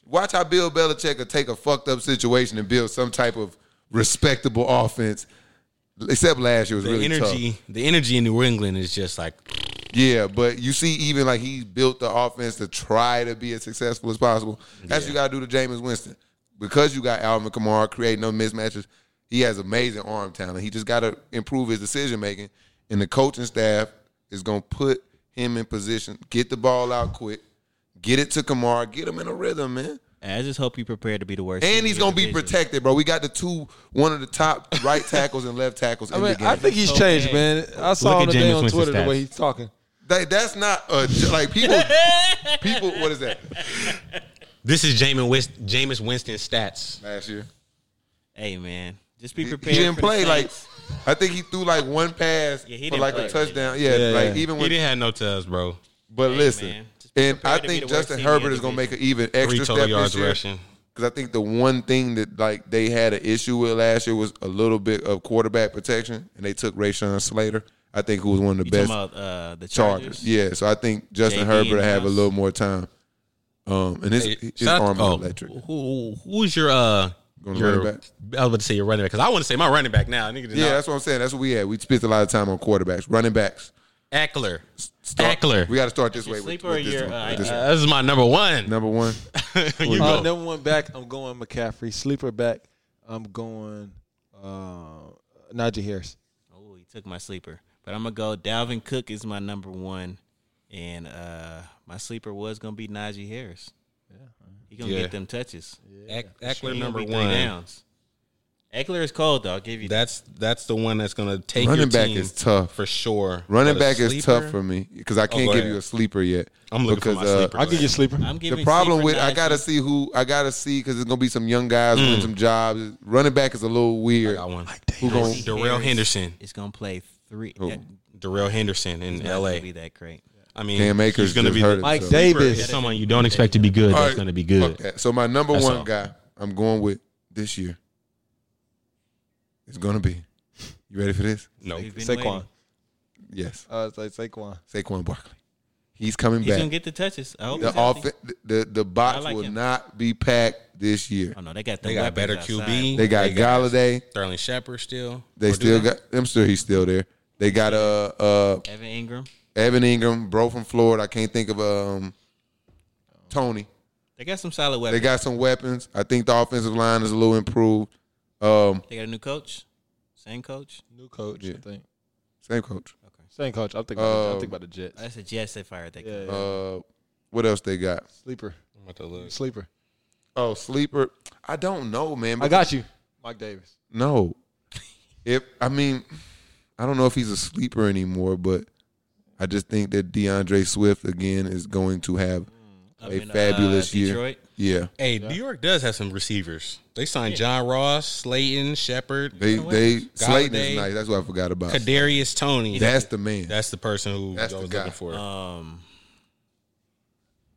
S3: watch how Bill Belichick will take a fucked up situation and build some type of respectable offense. Except last year was
S4: the
S3: really
S4: energy,
S3: tough.
S4: the energy in New England is just like
S3: Yeah, but you see, even like he built the offense to try to be as successful as possible. That's what you got to do to Jameis Winston because you got Alvin Kamara creating no mismatches. He has amazing arm talent. He just got to improve his decision making, and the coaching staff is going to put him in position, get the ball out quick, get it to Kamara, get him in a rhythm, man.
S1: I just hope you prepare to be the worst. team
S3: And
S1: in
S3: he's
S1: your
S3: going to be
S1: division.
S3: protected, bro. We got the two, one of the top right tackles and left tackles in
S2: I mean,
S3: the game.
S2: I think he's changed, man. I saw
S4: at
S2: him today
S4: Jameis
S2: on
S4: Winston's
S2: Twitter the
S4: stats.
S2: way he's talking.
S3: That, that's not a j- like people. people, what is that?
S4: this is Jameis Wist, Jameis Winston stats.
S3: Last year.
S1: Hey man, just be
S3: He-
S1: prepared.
S3: He didn't
S1: for the
S3: play like.
S1: Saints.
S3: I think he threw like one pass
S1: Yeah, he
S3: for
S1: didn't
S3: like
S1: play, man.
S3: a touchdown. Yeah,
S2: Yeah,
S3: like
S2: yeah.
S3: even
S4: He
S3: when.
S4: didn't have no tubs, bro.
S3: But listen,
S1: man. Just be
S3: and I
S1: prepared to be
S3: think
S1: the worst
S3: Justin
S1: team in
S3: Herbert
S1: your
S3: is gonna make
S1: division.
S3: an even
S4: Three
S3: extra
S4: total
S3: step
S4: yards
S3: this year.
S4: rushing.
S3: Because I think the one thing that like they had an issue with last year was a little bit of quarterback protection, and they took Rayshon Slater. I think who was one of the
S1: You talking about
S3: best
S1: uh, the Chargers?
S3: Chargers. Yeah, so I think Justin
S1: JV in
S3: Herbert
S1: the
S3: have a
S1: house.
S3: little more time. Um, and his,
S4: Hey,
S3: his
S4: shout out-
S3: arm is
S4: oh,
S3: electric.
S4: Who who's your uh?
S3: Going to
S4: your,
S3: running back?
S4: I was about to say your running back because I want to say my running back now. Nigga did
S3: Yeah,
S4: not-
S3: that's what I'm saying. That's what we had. We spent a lot of time on quarterbacks, running backs.
S4: Eckler.
S3: Start-
S4: Eckler.
S3: We got to start this way. With,
S1: sleeper
S3: with
S1: or
S3: this
S1: your,
S3: one,
S1: uh,
S3: with this
S1: idea?
S3: one.
S4: Uh, this is my number one.
S3: Number one.
S4: you
S3: Uh,
S4: go.
S2: Uh, number one back, I'm going McCaffrey. Sleeper back, I'm going uh, Najee Harris.
S1: Oh, he took my sleeper. But I'm gonna go. Dalvin Cook is my number one, and uh, my sleeper was gonna be Najee Harris. He gonna
S4: Yeah.
S1: get them touches.
S4: Eck-
S1: He
S4: Eckler
S1: gonna
S4: number
S1: be three
S4: one.
S1: Downs. Eckler is cold though. I'll give you that.
S4: That's that's the one that's gonna take
S3: Running
S4: your
S3: back
S4: team
S3: is tough.
S4: for sure.
S3: Running
S4: But a
S3: back is tough
S4: sleeper?
S3: for me because I can't
S4: go
S3: give
S4: ahead.
S3: you a sleeper yet. uh,
S4: I'm looking for my sleeper.
S2: I'll give you a sleeper.
S1: I'm giving
S3: The problem
S1: sleeper
S3: with I
S1: Najee.
S3: gotta see who I gotta see because there's gonna be some young guys doing some jobs. Running back is a little
S4: Mm. I
S3: weird.
S4: got one.
S3: Who gonna,
S1: Najee
S4: Darrell
S1: Harris
S4: Henderson.
S1: is gonna play three.
S3: Who?
S1: that-
S4: Darrell Henderson in
S1: not gonna
S4: L.A.
S1: Be that great.
S4: I mean,
S3: Cam Akers
S4: he's gonna
S3: just
S4: be
S3: hurt
S4: the-
S2: Mike
S3: himself.
S4: It's
S2: Davis.
S4: someone you don't expect to be good.
S3: All
S4: That's
S3: right,
S4: gonna be
S3: fuck
S4: good.
S3: that. So my number
S4: That's
S3: one
S4: all.
S3: guy I'm going with this year. It's gonna be. You ready for this?
S4: No,
S1: He's been
S2: Saquon.
S1: waiting.
S3: Yes.
S2: Uh, it's like Saquon.
S3: Saquon Barkley. He's coming
S1: He's
S3: back.
S1: gonna get the touches. I hope
S3: the
S1: he's healthy.
S3: off the the box
S1: like
S3: will
S1: him.
S3: not be packed this year.
S1: Oh no, they got the
S4: they
S1: weapons
S4: got better
S1: outside.
S4: QB.
S3: They got Galladay.
S4: Sterling Shepard still.
S3: They
S4: Or do
S3: still
S4: they?
S3: got. I'm sure he's still there. They got uh uh
S1: Evan Ingram.
S3: Evan Ingram, bro from Florida. I can't think of um Tony.
S1: They got some solid
S3: They
S1: weapons.
S3: got some weapons. I think the offensive line is a little improved. Um,
S1: They got a new coach. Same coach.
S2: New coach, I think.
S3: same coach.
S2: Same coach. I'm thinking, about,
S3: about the- I'm
S2: I'm
S3: thinking
S2: thinking about the Jets.
S1: That's a Jets they fired that coach.
S2: Yeah,
S3: Uh, what else they got?
S2: sleeper.
S4: I'm about to look.
S2: Sleeper.
S3: Oh, sleeper. I don't know, man.
S2: I got you. Mike Davis.
S3: No. If I mean, I don't know if he's a sleeper anymore, but I just think that DeAndre Swift again is going to have
S1: Up
S3: a
S1: in, uh,
S3: fabulous year.
S1: Detroit.
S3: Yeah,
S4: Hey, New York does have some receivers. They signed John Ross, Slayton, Shepard,
S3: they they Slayton
S4: Galladay,
S3: is nice. That's what I forgot about.
S4: Kadarius Tony.
S3: That's the man.
S4: That's the person who
S3: That's
S4: I
S3: the
S4: was
S3: guy.
S4: looking for.
S1: Um,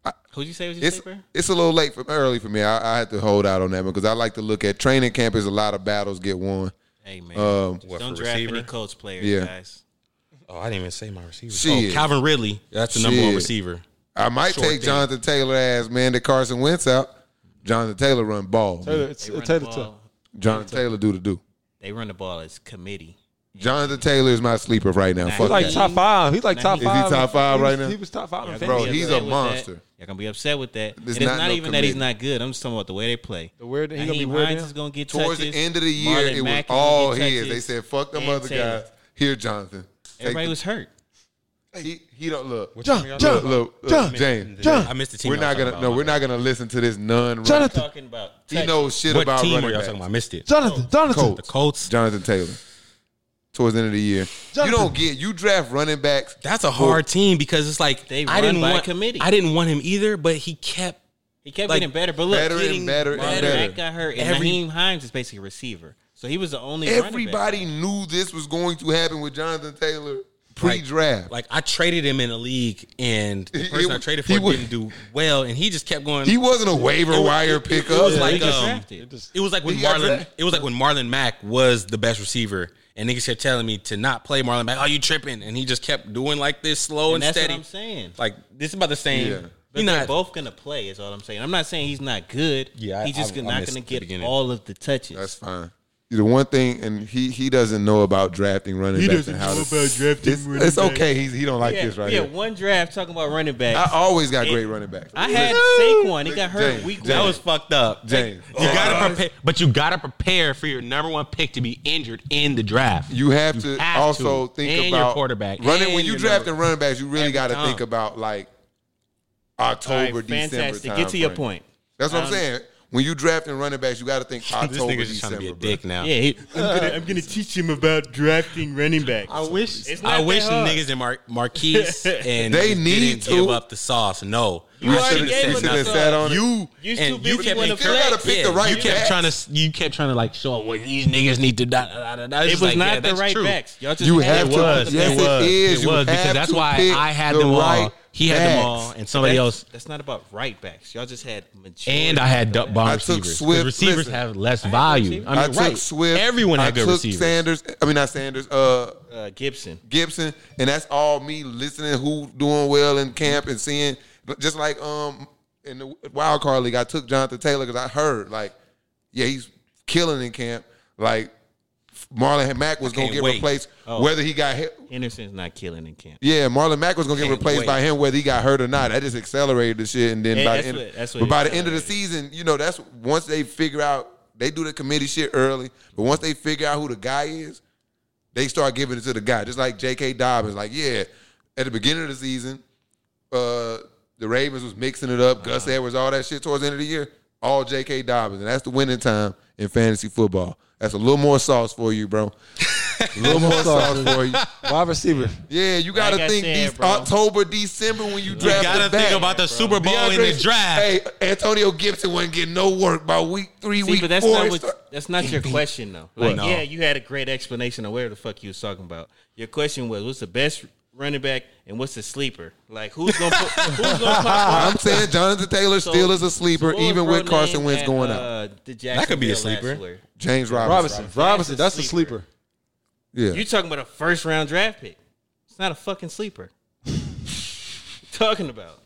S3: I-
S1: who'd you say was your
S3: it's
S1: sleeper?
S3: it's a little late for early for me. I, I had to hold out on that one because I like to look at training camp. Is a lot of battles get won.
S1: Hey man,
S3: Um,
S4: What,
S1: don't
S4: for
S1: draft any
S4: receiver?
S1: Colts players,
S3: Yeah.
S1: guys.
S4: Oh, I didn't even say my receiver.
S3: Shit.
S4: Oh, Calvin Ridley. That's the number one
S3: Shit.
S4: receiver.
S3: I might
S4: Short
S3: take
S4: thing.
S3: Jonathan Taylor as man that Carson Wentz out. Jonathan Taylor run ball.
S2: Taylor, it's,
S1: They run,
S2: it's
S1: the
S2: Taylor
S1: ball,
S3: Jonathan Taylor do the do.
S1: they run the ball as committee.
S3: Jonathan Taylor is my sleeper right now.
S1: Nah,
S3: Fuck
S2: He's like
S3: that.
S2: top five. He's like
S1: Nah,
S2: top
S1: he-
S3: Is
S2: five.
S3: he top five
S2: He was-
S3: right now?
S2: He was top five. in
S1: Y'all gonna
S3: Bro,
S2: fantasy.
S1: be
S3: he's a
S1: upset with that.
S3: monster.
S1: Y'all gonna be upset with that. And
S3: There's
S1: It's,
S3: not
S1: not,
S3: no
S1: even that he's
S3: committee.
S1: not good. I'm just talking about the way they play.
S2: The weird- he gonna be
S1: Naheem
S2: weird
S1: Hines
S2: now?
S1: is gonna get
S3: Towards
S1: touches.
S3: the end of the year,
S1: Marlon
S3: it was
S1: Mack is gonna
S3: all
S1: get
S3: his. They
S1: touches.
S3: said, "Fuck them
S1: and
S3: other
S1: Taylor.
S3: guys." Here, Jonathan. Take
S1: Everybody
S3: the-
S1: was hurt.
S3: he, he don't look.
S2: John,
S3: look,
S2: John,
S3: look,
S2: John,
S3: James.
S2: John.
S4: I missed the team.
S3: We're
S4: y'all
S3: not
S4: talking
S3: gonna
S4: about.
S3: no.
S4: My
S3: We're
S4: bad.
S3: not gonna listen to this nun. Run.
S2: Jonathan.
S1: Talking about
S3: He knows shit
S4: What
S3: about
S4: team
S3: running
S4: were y'all
S3: backs.
S4: talking about? I missed it.
S2: Jonathan, Jonathan,
S3: Colts.
S4: The Colts.
S3: Jonathan Taylor. Towards the end of the year, you
S2: Jonathan.
S3: don't get. You draft running backs.
S4: That's a hard team because it's like
S1: They
S4: I
S1: run
S4: didn't
S1: by
S4: want
S1: committee.
S4: I didn't want him either, but he kept.
S1: He kept
S4: Like,
S1: getting better, but look,
S3: better and
S1: getting
S3: better and
S1: Marlon
S3: better.
S1: Mack got hurt, and
S4: Every-
S1: Naheem Hines is basically a receiver, so he was the only. running back.
S3: Everybody knew this was going to happen with Jonathan Taylor
S4: Like-
S3: pre-draft.
S4: Like I traded him in a league, and the
S3: He-
S4: person I
S3: he-
S4: traded
S3: he
S4: for
S3: was-
S4: didn't do well, and he just kept going.
S3: he wasn't a waiver wire pickup.
S4: it was
S1: They
S4: like,
S1: just
S4: um,
S1: drafted.
S4: It was like when
S3: He got
S4: Marlon.
S3: drafted.
S4: It was like when Marlon Mack was the best receiver, and niggas kept telling me to not play Marlon Mack. Oh, you tripping? And he just kept doing like this,
S1: and
S4: slow and,
S1: that's
S4: steady.
S1: what I'm saying.
S4: Like this is about the same.
S3: Yeah.
S1: But
S4: He
S1: they're
S4: not
S1: both gonna play. Is all I'm saying. I'm not saying he's not good.
S4: Yeah, I-
S1: he's just
S4: I- I
S1: not
S4: missed
S1: gonna
S4: the
S1: get
S4: beginning.
S1: all of the touches.
S3: That's fine. The one thing, and he he doesn't know about drafting running backs. and how to-
S1: drafting.
S3: It's, it's okay. He's, he don't like
S1: Yeah,
S3: this right
S1: yeah,
S3: here.
S1: one draft talking about running back.
S3: I
S1: I,
S3: always got
S1: It-
S3: great running backs.
S1: had Saquon. He got hurt
S3: James,
S1: week one.
S3: James.
S4: That was fucked up.
S3: James.
S4: You gotta prepare, but you gotta prepare for your number one pick to be injured in the draft.
S3: you have to
S4: have
S3: also
S4: to.
S3: think
S4: And your
S3: about
S4: quarterback.
S3: running.
S4: And
S3: When you
S4: your
S3: draft the
S4: number-
S3: running backs, you really
S4: Every
S3: got to
S4: time.
S3: think about like
S1: All right,
S3: October, December.
S1: fantastic. Get to your
S3: timeframe.
S1: point.
S3: That's what I'm
S1: Um,
S3: saying. When you drafting running backs, you got to
S1: Ah,
S3: think
S4: This
S3: October,
S4: nigga's just trying
S3: December.
S4: to be a
S3: bro.
S4: dick now.
S1: Yeah, he, I'm, gonna, I'm gonna teach him about drafting running backs.
S4: I wish.
S1: It's not
S4: I
S1: that
S4: wish the
S1: hard.
S4: niggas in Mar- Marquise and
S3: They
S4: niggas
S3: need
S4: didn't
S3: to.
S4: give up the sauce. No,
S1: You
S4: I
S1: already
S4: should've
S1: gave
S4: said
S1: him the
S4: nothing.
S3: Should've
S1: sauce.
S3: sat on it.
S4: You
S1: You too
S4: and
S1: busy
S4: you kept
S1: wanna
S4: you
S1: flex. You
S3: gotta pick the right
S4: You kept
S3: backs.
S4: trying to. You kept trying to like show well, these niggas need to. Da, da, da, da, da. It's
S1: It
S4: just
S1: was
S4: like,
S1: not
S4: yeah,
S1: the
S4: that's
S1: right
S4: true.
S1: backs. Y'all just
S3: You
S1: had
S3: have
S1: to
S3: to.
S1: put the
S3: yes,
S1: best-
S3: it is.
S4: It
S3: You
S4: was because
S3: have
S4: that's
S3: to
S4: why
S3: pick
S4: I had
S3: the
S4: them all.
S3: right
S4: He had them
S3: backs.
S4: all, and somebody else.
S1: That's not about right backs. Y'all just had majority.
S4: And I had dump bomb
S3: I took
S4: receivers. 'cause
S3: Swift-
S4: receivers
S3: listen.
S4: have less
S1: good
S4: value.
S1: receivers.
S4: I mean,
S3: took
S4: right?
S3: Swift.
S4: Everyone had
S3: I
S4: good
S3: took
S4: receivers.
S3: Sanders. I mean, not Sanders. Uh,
S1: uh, Gibson.
S3: Gibson, and that's all me listening who doing well in camp and seeing. But Just like um in the wild card league, I took Jonathan Taylor because I heard like, yeah, he's killing in camp. Like Marlon Mack was gonna
S4: can't
S3: get
S4: wait.
S3: replaced
S1: Oh.
S3: whether he got hit.
S1: Henderson's not killing in camp.
S3: Yeah, Marlon Mack was gonna get
S4: Can't
S3: replaced
S4: wait.
S3: by him whether he got hurt or not. That just accelerated the shit, and then
S1: Yeah,
S3: by
S1: that's
S3: the end,
S1: what- that's what
S3: but by the end of the
S1: accelerated.
S3: season, you know, that's once they figure out they do the committee shit early, but once they figure out who the guy is, they start giving it to the guy. Just like J.K. Dobbins, like yeah, at the beginning of the season, uh, the Ravens was mixing it up, Gus
S1: Uh-huh.
S3: Edwards, all that shit. Towards the end of the year, all J.K. Dobbins, and that's the winning time in fantasy football. That's a little more sauce for you, bro. A little more sauce for you.
S2: Wide receiver.
S3: Yeah, you got to
S1: Like I
S3: think
S1: said,
S3: these
S1: bro.
S3: October, December when you
S4: You
S3: draft.
S4: gotta
S3: the back.
S4: think about the Super Bowl and the
S3: DeAndre-
S4: draft.
S3: Hey, Antonio Gibson wasn't getting no work by week three,
S1: See,
S3: week
S1: but that's
S3: four.
S1: not
S3: it
S1: what,
S3: start-
S1: that's not your question though. Like,
S4: No.
S1: yeah, you had a great explanation of where the fuck you was talking about. Your question was, what's the best running back and what's the sleeper? Like, who's gonna put, who's gonna pop
S3: I'm saying Jonathan Taylor
S1: So-
S3: still is a
S1: so
S3: sleeper,
S1: what was
S3: even
S1: bro
S3: with Carson
S1: name
S3: Wentz
S1: at,
S3: going out.
S1: uh, the
S4: That could be a
S1: Jacksonville
S4: sleeper.
S1: last year?
S3: James Robinson.
S2: Robinson. Robinson. That's the
S1: sleeper.
S2: sleeper.
S1: You
S3: Yeah.
S1: talking about a first round draft pick? It's not a fucking sleeper. talking about.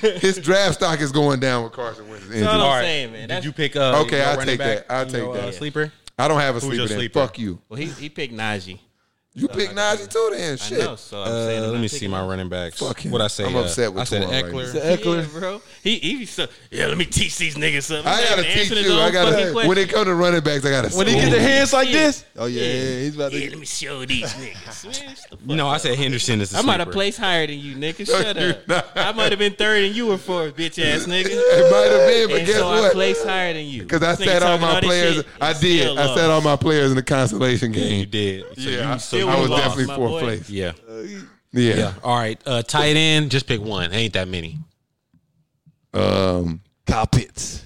S3: His draft stock is going down with Carson Wentz's
S1: That's all
S3: injury.
S1: I'm
S4: right.
S1: saying, man. That's,
S4: Did you pick? Uh,
S3: Okay,
S4: your
S3: I'll
S4: running
S3: take
S4: back,
S3: that. I'll
S4: you
S3: take
S4: know,
S3: that.
S4: uh, sleeper.
S3: I don't have a
S4: your
S3: sleeper then.
S4: sleeper?
S3: Fuck you.
S1: well, he he picked Najee.
S3: You pick Najee too then.
S1: I
S3: Shit.
S1: know, so I'm saying. I'm
S4: Uh, let
S1: not
S4: me see
S1: picking
S4: my
S1: him.
S4: running backs.
S3: Fuck him.
S4: What I say?
S3: I'm
S4: uh,
S3: upset with
S4: I said
S3: Tua right
S4: Eckler.
S2: The
S1: Yeah,
S2: Eckler.
S1: bro. He he so yeah. Let me teach these niggas something.
S3: I
S1: He's
S3: gotta
S1: not
S3: teach
S1: answering his
S3: you.
S1: own
S3: I gotta
S1: fucking
S3: when it
S1: question.
S3: comes to running backs, I gotta
S2: When he get the hands like this. Oh yeah,
S1: Yeah.
S2: he's about
S1: Yeah,
S2: to.
S1: let me show these niggas. Man, shut the fuck
S4: No, uh, I
S1: up.
S4: said Henderson is. the
S1: I'm out of
S4: sleeper.
S1: place higher than you, nigga.
S3: No,
S1: Shut
S3: you're
S1: up.
S3: not.
S1: I might have been third and you were fourth, bitch ass nigga.
S3: It might have been, but
S1: and
S3: guess
S1: so I
S3: what?
S1: placed higher than you.
S3: Because I
S1: This nigga
S3: sat all
S1: talking
S3: my
S1: this
S3: players.
S1: shit,
S3: I
S1: you still
S3: did. I sat
S1: lost.
S3: all my players in the consolation
S4: Yeah, you
S3: game.
S4: did.
S3: Yeah,
S4: So you-
S3: I,
S4: so
S1: still
S3: I
S4: you
S1: lost,
S3: was
S4: lost.
S3: definitely
S1: my
S3: fourth
S1: boy.
S3: place.
S4: Yeah.
S3: Yeah.
S4: Yeah. All right. Uh, tight end, just pick one. Ain't that many.
S3: Um,
S2: Kyle Pitts.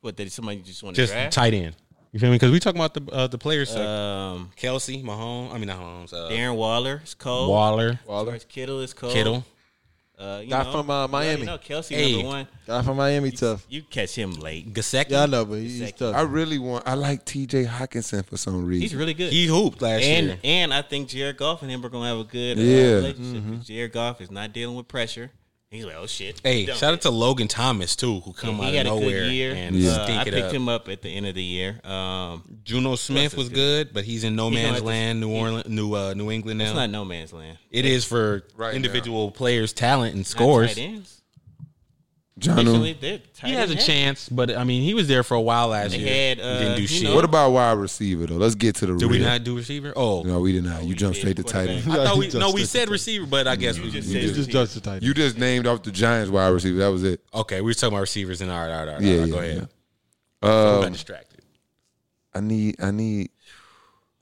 S1: What did somebody just want to
S4: Just
S1: draft?
S4: tight end. You feel me? Because we talking about the uh, the players. so
S1: um,
S4: Kelsey, Mahomes. I mean, not Mahomes. Uh,
S1: Darren Waller is cold.
S4: Waller,
S2: Waller.
S1: George Kittle is cold.
S4: Kittle.
S1: uh, you
S2: Guy
S1: know,
S2: from, uh,
S1: Yeah, you
S2: Miami.
S1: know, Kelsey
S4: Hey.
S1: number one.
S2: Guy from Miami, tough.
S1: You catch him late.
S4: Gasecki.
S2: Yeah, I know, but he's tough.
S3: I really want. I like T.J. Hawkinson for some reason.
S1: He's really good.
S4: He hooped last
S1: and
S4: year.
S1: and I think Jared Goff and him are gonna have a good uh,
S3: Yeah.
S1: relationship.
S4: Mm-hmm.
S1: 'cause Jared Goff is not dealing with pressure. He's like, oh shit.
S4: Hey,
S1: Dump
S4: shout
S1: it.
S4: out to Logan Thomas too, who come out
S1: he had
S4: of
S1: a
S4: nowhere
S1: good year.
S4: and
S3: Yeah.
S1: Uh, I
S4: stink it
S1: picked
S4: up.
S1: him up at the end of the year. Um,
S4: Juno Smith was good, but he's in no
S1: gonna
S4: man's
S1: have to-
S4: land, New Orleans, New uh, New England now.
S1: it's not no man's land.
S4: It is for
S3: Right
S4: individual players' talent and
S1: Not
S4: scores.
S1: tight ends. Actually,
S3: John,
S1: they're tight
S4: He has a
S1: end.
S4: chance, but I mean, he was there for a while last
S1: They
S4: year.
S1: had,
S4: He
S1: uh,
S4: didn't do
S1: you
S4: shit.
S1: know-
S3: what about wide receiver though? Let's get to the.
S4: Did we
S3: real.
S4: not do receiver? Oh,
S3: No, we did not. You jumped
S1: did.
S3: straight to tight end.
S4: I thought
S2: he
S4: we
S2: just
S4: no, we
S2: said
S4: said receiver, but I guess we
S1: just
S4: we
S1: said
S4: did.
S1: receiver.
S2: Just judge the title.
S3: You just named off the Giants wide receiver. That was it.
S4: Okay, we were talking about receivers and all right, all right, all right.
S3: Yeah,
S4: all right,
S3: yeah,
S4: go ahead.
S3: Um,
S4: I got distracted.
S3: I need. I need.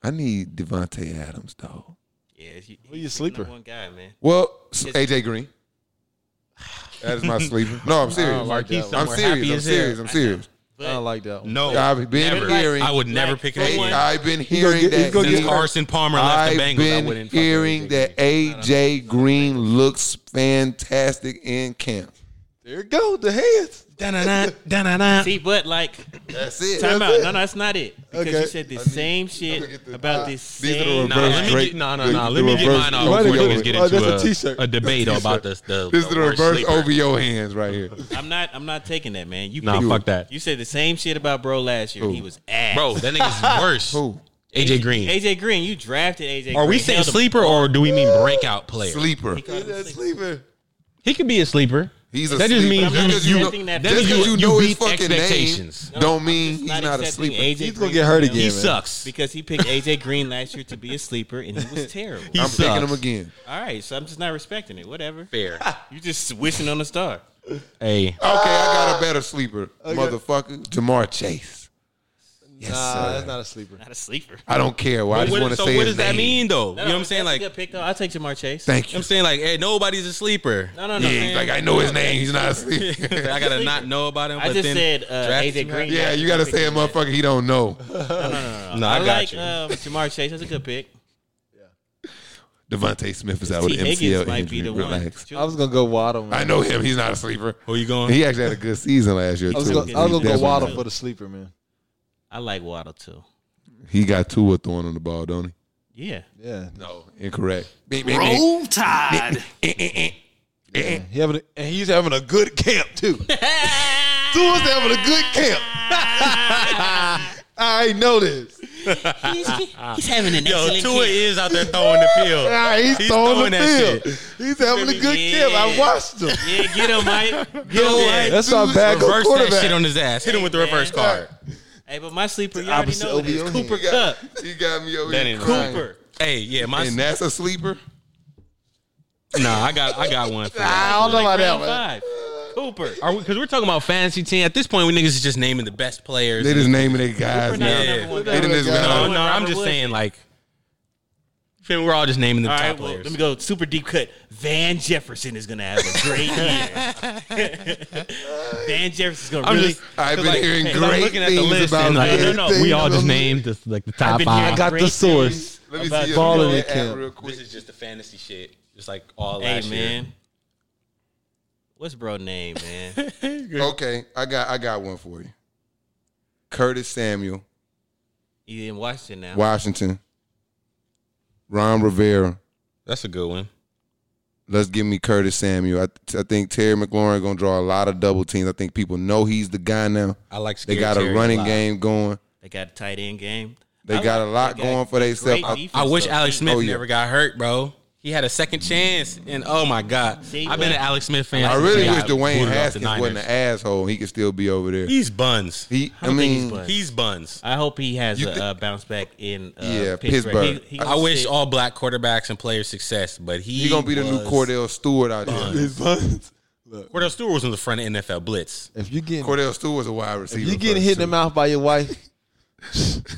S3: I need Devonte Adams though.
S1: Yeah, he,
S2: Who you
S1: he's the
S2: sleeper?
S1: number One guy, man.
S3: Well, s- AJ Green. That is my sleeper. No, I'm serious.
S4: Marquise
S3: I'm
S4: Oh, somewhere
S3: serious.
S4: happy
S3: I'm
S4: as
S3: serious.
S4: hell.
S3: I'm serious.
S2: I don't like that one.
S4: No,
S3: I've been
S4: never.
S3: hearing.
S4: I would never
S1: Like,
S4: pick
S1: for
S4: it.
S1: one-
S3: I've been hearing
S2: get- he's
S3: that.
S2: gonna
S4: Since
S2: get-
S3: he-
S4: Carson Palmer left
S3: I've
S4: the Bengals, I
S3: been
S4: wouldn't fucking
S3: hearing
S4: pick
S3: that
S4: it.
S3: AJ Green looks fantastic in camp.
S2: There you go. The heads.
S4: Da-na-na, da-na-na.
S1: See, but like,
S3: That's it.
S1: time out. No, no, that's not it. Because
S2: Okay.
S1: you said the same shit about this
S3: uh, These are the
S1: same.
S3: reverse
S4: Nah, let me
S3: Drake.
S4: get, nah, nah,
S3: The-
S4: nah.
S3: the
S4: Let me get
S3: reverse-
S4: mine
S2: Why
S4: off before
S2: they
S4: you
S2: go-
S4: guys get
S2: oh,
S4: into
S2: that's a
S4: a,
S2: t-shirt.
S4: a, debate about this. The,
S3: This is the
S4: worst
S3: reverse
S4: sleeper.
S3: over your hands right here.
S1: I'm not. I'm not taking that, man. You
S4: Nah,
S1: picked-
S4: fuck that.
S1: You said the same shit about bro last year. and He was ass,
S4: Bro, that nigga's worse.
S3: Who?
S4: AJ Green.
S1: AJ Green, you drafted AJ.
S4: Are we
S1: Green.
S4: saying
S1: Held him
S4: sleeper or do we mean breakout player?
S3: Sleeper.
S2: Sleeping.
S4: He could be a sleeper.
S3: He's a
S4: That
S3: sleeper.
S4: just means
S1: I'm not
S3: just 'cause you, know,
S1: accepting that
S3: just
S1: fact.
S3: 'cause you
S4: You
S3: know his
S4: beat
S3: fucking name
S4: expectations.
S3: don't mean
S1: Just
S3: he's not a
S1: accepting
S3: sleeper.
S1: AJ
S2: He's gonna
S1: Green
S2: get hurt
S1: right now
S2: again.
S4: He
S2: man.
S4: sucks.
S1: because he picked AJ Green last year to be a sleeper, and he was terrible.
S4: He
S3: I'm
S4: sucks.
S3: picking him again.
S1: All right, so I'm just not respecting it. Whatever.
S4: Fair.
S1: You just wishing on a star.
S4: hey,
S3: Okay, I got a better sleeper, motherfucker. Jamar Chase. Yes,
S2: Nah, that's
S3: sir.
S2: not a sleeper.
S1: Not a sleeper.
S3: I don't care. Well, I just
S4: What-
S3: want to
S4: so
S3: say
S4: what
S3: his
S4: does that
S3: name.
S4: mean though?
S1: No,
S4: you know what I'm saying?
S1: that's a
S4: Like,
S1: good pick though. I'll take Jamar Chase.
S3: Thank you.
S4: I'm saying like, hey, nobody's a sleeper.
S1: No, no, no.
S3: Yeah, he's
S1: man.
S3: like I know his name. He's not a sleeper.
S4: I gotta not know about him.
S1: I
S4: but
S1: just
S4: then
S1: said uh,
S4: draft
S1: AJ
S4: him.
S1: Green.
S3: Yeah, you gotta say a motherfucker he don't know.
S4: No, I,
S1: I,
S4: got
S1: like
S4: you.
S1: um, Jamar Chase. That's a good pick.
S3: Devontae Smith is out
S1: T.
S3: with MCL
S1: Higgins might be
S3: injury.
S1: the
S3: Relax.
S1: one.
S2: I was gonna go Waddle. Man.
S3: I know him. He's not a sleeper.
S4: Who you going?
S3: He actually had a good season last year
S2: I was
S3: too.
S2: gonna, I was
S3: He
S2: gonna go
S3: definitely-
S2: Waddle for the sleeper, man.
S1: I like Waddle too.
S3: He got Tua throwing on the ball, don't he?
S1: Yeah.
S2: Yeah,
S3: No, incorrect.
S5: Roll Tide.
S2: he having a, and he's having a good camp too. Tua's having a good camp. I know this.
S6: He's having an
S4: Yo, Tua is out there throwing the field.
S2: Ah, he's,
S4: He's
S2: throwing
S4: throwing
S2: the
S4: that
S2: field. He's having a good camp. I watched him.
S1: Yeah, get him, Mike. Get him,
S4: Mike.
S1: Mike.
S2: That's our bad
S4: Reverse that
S2: quarterback.
S4: shit on his ass. Hit him with the reverse card.
S1: Hey, but my sleeper, you already
S2: opposite
S1: know it is.
S2: OBO.
S1: Cooper
S3: He got,
S1: Cup.
S3: he got me over
S4: That
S3: here
S4: ain't
S3: crying.
S1: Cooper.
S4: Hey, yeah, my
S3: And that's a sleeper.
S4: nah, I got I got one. For
S2: I don't know about that
S1: Round
S2: one.
S1: five. Cooper.
S4: Are we? Because we're talking about fantasy team. At this point, we niggas is just naming the best players.
S3: They just naming their guys
S1: Cooper not
S3: now.
S1: the number one
S3: They
S1: guy.
S3: done just went
S4: no,
S3: on.
S4: no, I'm
S1: Robert
S4: just
S1: Woods.
S4: saying like. feel me, We're all just naming the
S1: All
S4: top
S1: right, well,
S4: players.
S1: let me go super deep cut. Van Jefferson is going to have a great year. Van Jefferson's going to
S4: I'm
S1: really.
S4: just
S3: I've been
S4: like,
S3: hearing
S4: I'm
S3: great
S4: looking at the
S3: things
S4: list
S3: about
S4: and like,
S3: Van
S4: no, no, no, we all just
S3: Jefferson.
S4: named the, like the
S1: I've
S4: top
S1: been hearing
S4: five.
S2: got
S1: great
S2: the source.
S3: Let me
S1: about
S3: see
S2: Ball in
S3: your
S2: the camp.
S3: ad real quick.
S4: This is just the fantasy shit. Just like all
S1: Hey,
S4: last
S1: man. What's bro name, man?
S3: Okay, I got I got one for you. Curtis Samuel,
S1: He in Washington now.
S3: Washington. Ron Rivera.
S4: That's a good one.
S3: Let's give me Curtis Samuel. I, I think Terry McLaurin gonna draw a lot of double teams. I think people know he's the guy now.
S4: I like.
S3: They
S4: Scary
S3: got a
S4: Terry
S3: running
S4: lot.
S3: game going.
S1: They got a tight end game.
S3: They
S1: I
S3: got
S1: like-
S3: a lot
S1: they got
S3: going for
S1: great
S3: themselves. I-
S4: I
S1: defense,
S4: wish
S1: though.
S4: Alex Smith
S3: Oh, yeah.
S4: never got hurt, bro. He had a second chance, and oh my god,
S1: See,
S4: I've been
S1: what-
S4: an Alex Smith fan.
S3: I
S4: since
S3: really
S4: he
S3: wish
S4: got
S3: Dwayne
S4: booted off the
S3: Haskins wasn't an
S4: Niners.
S3: asshole. He could still be over there.
S4: He's buns.
S3: He, I,
S1: don't think he's
S3: mean,
S1: butt.
S4: He's buns.
S1: I hope he has
S3: You
S1: a
S3: thi-
S1: uh, bounce back in uh,
S3: Yeah,
S1: Pittsburgh.
S3: Pittsburgh.
S1: He- he
S4: I wish
S1: sit-
S4: all black quarterbacks and players success, but he
S3: he's gonna be the new
S4: was-
S3: Cordell Stewart out here.
S2: His buns. Look,
S4: Cordell Stewart was in the front of NFL blitz.
S2: if you getting
S3: Cordell Stewart's a wide receiver.
S2: you getting
S3: first,
S2: hit in
S3: too.
S2: the mouth by your wife,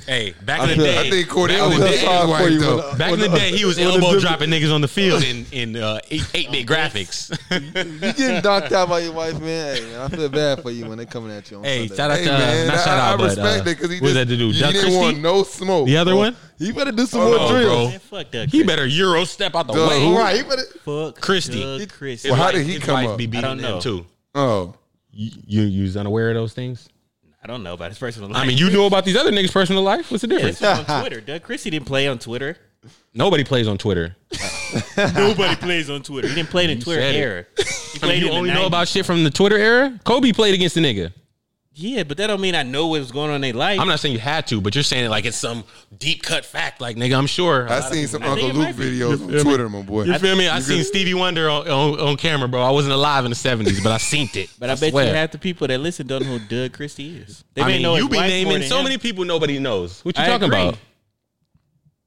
S4: Hey, back
S2: I
S4: in the
S2: feel-
S4: day,
S3: I think Cordell
S4: back in
S3: was
S4: the
S2: That's
S4: day,
S2: all
S3: white
S2: for you
S3: though.
S2: when I-
S4: back in
S2: when
S4: the
S2: I-
S4: day, he was
S2: when I
S4: elbow
S2: did-
S4: dropping niggas on the field in in uh, eight eight bit graphics.
S2: You getting knocked out by your wife, man. Hey, man, I feel bad for you when they coming at you on
S4: Hey,
S2: Sunday.
S4: shout out
S3: Hey
S4: to uh,
S3: man,
S4: not
S3: I,
S4: shout
S3: I
S4: out, but
S3: respect
S4: uh,
S3: it because he
S4: what's
S3: just-
S4: that dude?
S3: He
S4: Doug
S3: didn't
S4: Christie?
S3: want no smoke.
S4: The other one,
S2: you better do some
S3: Oh,
S2: more
S3: no,
S2: drills.
S4: bro.
S1: Man, fuck Doug.
S4: he
S1: Christie.
S4: better Euro step out the
S3: Doug
S4: way.
S3: who?
S2: Right, you better.
S1: fuck
S4: Christie.
S1: Doug Christie.
S3: Well, how
S4: Like,
S3: did he
S4: his
S3: come
S4: wife
S3: up?
S4: Be beating
S1: I don't
S4: him,
S1: know.
S4: Too.
S3: Oh,
S4: You, you you was unaware of those things.
S1: I don't know about his personal life.
S4: I mean, you know about these other niggas' personal life. What's the
S1: Yeah,
S4: difference?
S1: this was on Twitter. Doug Christie didn't play on Twitter.
S4: Nobody plays on Twitter.
S1: Nobody plays on Twitter. He didn't play in Twitter
S4: said it.
S1: era. He
S4: I mean,
S1: played
S4: you
S1: in the
S4: only know
S1: 90s.
S4: about shit from the Twitter era. Kobe played against the nigga.
S1: Yeah, but that don't mean I know what was going on in their life.
S4: I'm not saying you had to, but you're saying it like it's some deep cut fact. Like nigga, I'm sure.
S3: I seen some
S1: I think
S3: Uncle
S1: it
S3: Luke
S1: might be.
S3: videos on Twitter, my boy.
S4: You feel me? I
S3: You
S4: seen
S3: good?
S4: Stevie Wonder on, on, on camera, bro. I wasn't alive in the '70s, but I seen it.
S1: but I, bet
S4: swear.
S1: you half the people that listen don't know who Doug Christie is. They
S4: I
S1: may
S4: mean,
S1: know his
S4: you be
S1: wife more
S4: naming
S1: than
S4: so
S1: him.
S4: many people nobody knows. What you
S1: I
S4: talking
S1: agree.
S4: about?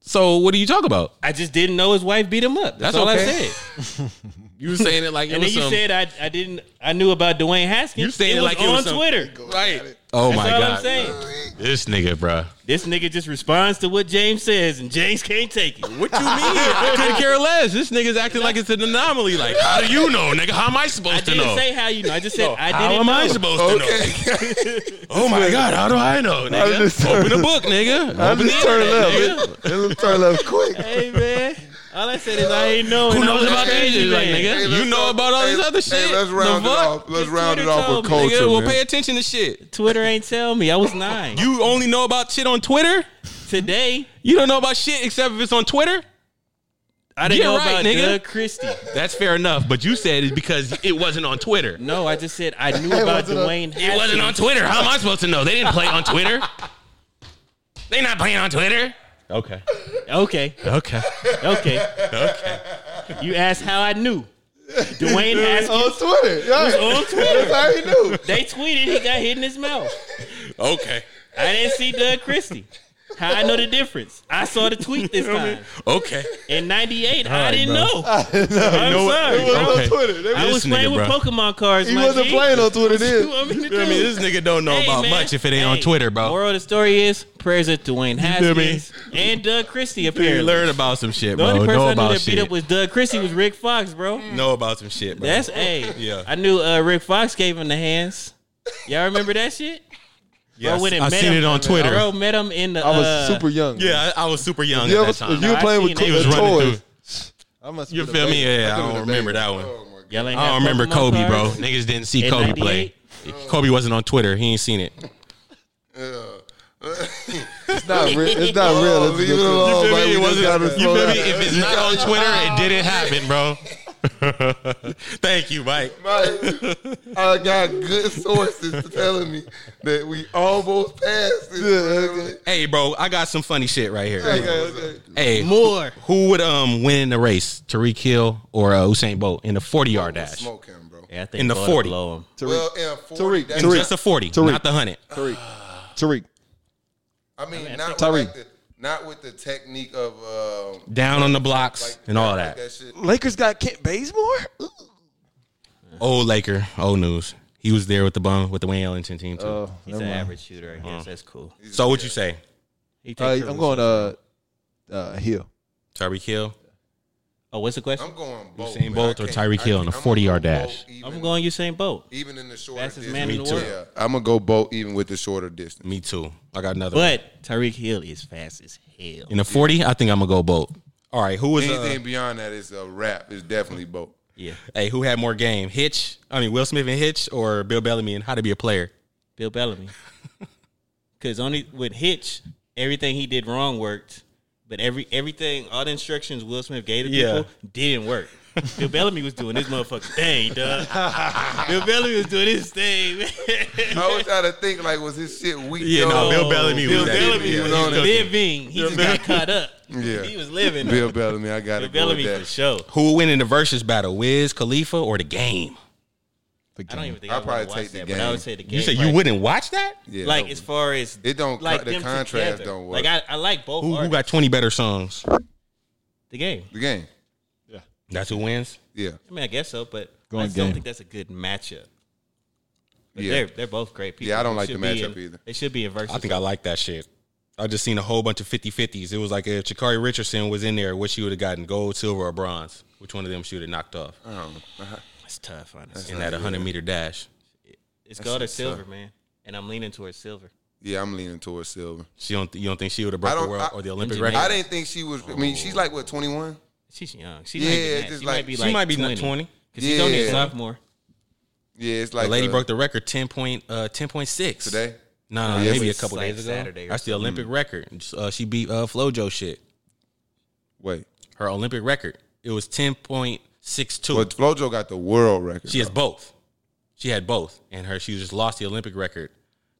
S4: So what are you talking about?
S1: I just didn't know his wife beat him up. That's,
S4: That's
S1: all I
S4: okay.
S1: said.
S4: You were saying it like it
S1: And then
S4: was
S1: you
S4: some,
S1: said I, I didn't I knew about Dwayne Haskins.
S4: You saying
S1: it
S4: it
S1: was
S4: like it
S1: on
S4: was some-
S1: Twitter.
S4: right. Oh
S1: That's
S4: my
S1: all
S4: god,
S1: I'm saying.
S4: this nigga, bro.
S1: This nigga just responds to what James says, and James can't take it.
S4: What you mean? I couldn't care less. This nigga's acting like it's an anomaly. Like, how do you know, nigga? How am I supposed
S1: I
S4: to
S1: didn't
S4: know?
S1: say how you know. I just said I
S4: how
S1: didn't
S4: am
S1: know.
S4: I supposed to know?
S3: Okay,
S4: Oh my god, how do I know, nigga?
S2: just-
S4: Open a book, nigga.
S2: I
S4: Open the
S2: just turn
S4: internet,
S2: left.
S4: nigga.
S2: Let them turn left quick.
S1: Hey man, all I said is I ain't know.
S4: Who
S1: and I
S4: knows
S1: was
S4: about
S1: crazy
S4: that shit? Like,
S1: man.
S4: nigga,
S3: Hey,
S4: you
S3: let's
S4: know
S3: talk-
S4: about all
S3: hey,
S4: this other shit.
S3: Hey, let's
S4: The
S3: round it
S4: fuck?
S3: off. Let's
S1: Just
S3: round it
S1: Twitter
S3: off with
S1: told me,
S3: culture,
S4: Nigga, well,
S3: man.
S4: pay attention to shit.
S1: Twitter ain't tell me. I was nine.
S4: You only know about shit on Twitter.
S1: Today,
S4: You don't know about shit except if it's on Twitter.
S1: I didn't
S4: Get
S1: know
S4: right,
S1: about
S4: nigga.
S1: Doug Christie.
S4: That's fair enough, but you said it's because it wasn't on Twitter.
S1: No, I just said I knew about
S2: wasn't on-
S1: Dwayne.
S4: It wasn't on Twitter. How am I supposed to know? They didn't play on Twitter. They not playing on Twitter. Okay.
S1: Okay,
S4: Okay.
S1: okay, okay. You asked how I knew. Dwayne Haskins
S2: On Twitter. Yeah.
S1: on Twitter.
S2: That's how he knew.
S1: They tweeted he got hit in his mouth.
S4: Okay.
S1: I didn't see Doug Christie. How I know the difference? I saw the tweet this time.
S4: Okay.
S1: In '98, I didn't know. I'm
S4: know what?
S1: sorry.
S2: It was
S4: Okay.
S2: on Twitter. They-
S1: I
S4: This
S1: was playing
S4: nigga,
S1: with
S4: bro.
S1: Pokemon cards.
S2: He
S1: my
S2: wasn't
S1: G.
S2: playing on Twitter
S1: What you
S2: then.
S1: want me to
S4: I
S1: do?
S4: mean, this nigga don't know
S1: Hey,
S4: about
S1: man.
S4: much if it ain't on
S1: Hey,
S4: Twitter, bro.
S1: Moral of the story is prayers up to Wayne
S4: feel me?
S1: Haskins and Doug Christie.
S4: You
S1: Apparently,
S4: learn about some shit,
S1: the only
S4: bro.
S1: person
S4: Know
S1: I knew
S4: about
S1: that beat up
S4: shit.
S1: was Doug Christie was Rick Fox, bro.
S2: Mm.
S4: Know about some shit, bro.
S1: That's a.
S4: Yeah.
S1: I knew uh, Rick Fox gave him the hands. Y'all remember that shit?
S4: Yes,
S1: Bro, when
S4: I seen it on Twitter.
S1: Bro, met him in the.
S2: I was
S1: uh,
S2: super young.
S4: Yeah, I, I was super young
S2: You,
S4: at
S2: ever,
S4: that time.
S2: you were
S1: I
S2: playing with
S1: seen it.
S4: He was
S2: with
S4: running
S2: toys.
S4: through.
S2: I must
S4: You
S2: be the
S4: feel me?
S2: baby.
S4: Yeah,
S2: I
S4: I
S2: could've
S4: don't
S2: been a
S4: remember
S2: baby.
S4: that one.
S1: Y'all ain't
S4: I
S1: had
S4: don't remember
S1: Pokemon
S4: Kobe, bro.
S1: cards?
S4: Niggas didn't see
S1: In
S4: Kobe
S1: 98?
S4: play. Kobe wasn't on Twitter. He ain't seen it.
S2: It's not real. It's not real. It's
S3: leave
S2: good
S3: it
S2: to-
S3: alone.
S4: You feel
S3: man, we
S4: me? It
S3: just
S4: wasn't-
S3: gotta
S4: you
S3: slow
S4: feel me?
S3: down.
S4: If it's not on Twitter, it didn't happen, bro. Thank you, Mike.
S3: Mike, I got good sources telling me that we almost passed this. family.
S4: Hey, bro, I got some funny shit right here.
S3: Okay, okay.
S4: Hey,
S1: More.
S4: who would um win in the race, Tariq Hill or uh, Usain Bolt in the forty yard dash?
S3: Smoke him, bro.
S1: Yeah, I think
S4: In the
S1: Boyd
S4: 40.
S1: Blow him.
S3: Well, yeah, 40,
S2: Tariq,
S3: that's
S2: Tariq.
S3: not-
S4: Just a forty,
S2: Tariq.
S4: not the hundred.
S2: Tariq. Tariq.
S3: I mean, not
S2: Tyree.
S3: with like the, not with the technique of um,
S4: Down on the blocks
S3: like
S4: and all
S3: like
S4: that.
S3: that shit.
S2: Lakers got Kent Bazemore? Ooh.
S4: Old Laker, old news. He was there with the bum with the Wayne Ellington team too.
S2: Oh,
S1: He's an average shooter, I guess.
S4: Uh-huh.
S1: That's cool.
S4: so what you say,
S1: He take
S2: Uh,
S1: care of
S2: I'm going uh, uh, Hill.
S4: Tyreek Hill?
S1: Oh, what's the question?
S3: I'm going Bolt.
S4: Usain
S3: man.
S4: Bolt
S3: I
S4: or
S3: can't-
S4: Tyreek
S3: I
S4: Hill
S3: can't-
S4: in a
S3: I'm
S4: 40-yard
S3: gonna go
S4: dash?
S3: Bolt Even,
S1: I'm, going Usain Bolt.
S3: even in the shorter
S1: Fastest
S3: distance.
S1: man in Me the too. world.
S3: Yeah, I'm gonna go Bolt even with the shorter distance.
S4: Me too. I got another. one.
S1: But Tyreek Hill is fast as hell.
S4: in the forty, I think I'm gonna go Bolt. All right, who was uh,
S3: Anything beyond that is a wrap. It's definitely Bolt.
S1: Yeah.
S4: Hey, who had more game? Hitch? I mean, Will Smith and Hitch or Bill Bellamy and How to Be a Player?
S1: Bill Bellamy. Because only with Hitch, everything he did wrong worked. But every everything, all the instructions Will Smith gave to
S4: Yeah.
S1: people didn't work. Bill Bellamy was doing his motherfucking thing, dog. Bill Bellamy was doing his thing, man. Oh,
S3: I was trying to think like, was his shit weak?
S4: Yeah, no,
S3: though?
S4: Bill Bellamy
S1: Bill
S4: was that
S1: Bellamy
S3: dude.
S1: was
S3: He was on it.
S1: living. He just got caught up.
S3: Yeah.
S1: He was living. Bill,
S3: Bill Bellamy. I got to go with
S1: Bellamy for
S3: that.
S1: sure.
S4: Who would win in the versus battle, Wiz Khalifa or the game?
S1: I don't even think
S3: I'd
S1: I would
S3: probably
S1: watch
S3: take the
S1: that, but I
S3: game.
S1: would say the game.
S4: You said you
S1: like-
S4: wouldn't watch that?
S3: Yeah,
S1: like
S3: that
S1: as far as
S3: It don't-
S1: like
S3: the
S1: them
S3: contrast
S1: together.
S3: don't work.
S1: Like I, I like both.
S4: Who, who
S1: artists.
S4: got 20 better songs?
S1: the game?
S3: was the game.
S4: That's who wins?
S3: Yeah,
S1: I mean, I guess so, but
S2: Going
S1: I just don't
S2: game.
S1: think that's a good matchup. But
S3: Yeah.
S1: they're they're both great people.
S3: Yeah, I don't
S1: They
S3: like the
S1: should be
S3: matchup
S1: in-
S3: either.
S1: They should be in versus.
S4: I think I like that shit. I just seen a whole bunch of 50-50s. It was like if Shakari Richardson was in there, what she would have gotten gold, silver, or bronze. Which one of them she would have knocked off
S1: It's tough, honestly.
S4: in that 100 meter dash?
S1: It's gold or silver, man. And I'm leaning towards silver.
S3: Yeah, I'm leaning towards silver.
S4: She don't you don't think she would have
S3: I
S4: broke the
S3: don't-
S4: world
S3: I-
S4: or the Olympic
S1: Jamaica.
S4: record?
S3: I didn't think she was. I mean, she's like what 21.
S1: She's young. She
S3: Yeah,
S1: might be that.
S3: just
S1: she
S3: like-
S1: might be
S4: she
S1: like
S4: might be
S1: 20.
S4: not 20.
S1: Because she's only a
S3: Yeah.
S1: sophomore.
S3: Yeah, it's
S4: The
S3: like
S4: lady
S3: uh,
S4: broke the record 10 point, uh, 10.6.
S3: today.
S4: No, no,
S3: Yeah,
S4: maybe a
S3: it's
S4: couple
S1: like
S4: days ago.
S1: Saturday or
S4: That's the Olympic record. Uh, she beat uh, Flojo shit.
S3: Wait,
S4: Her Olympic record. It was 10.62.
S3: but Flojo got the world record.
S4: she has both. She had both. And her she just lost the Olympic record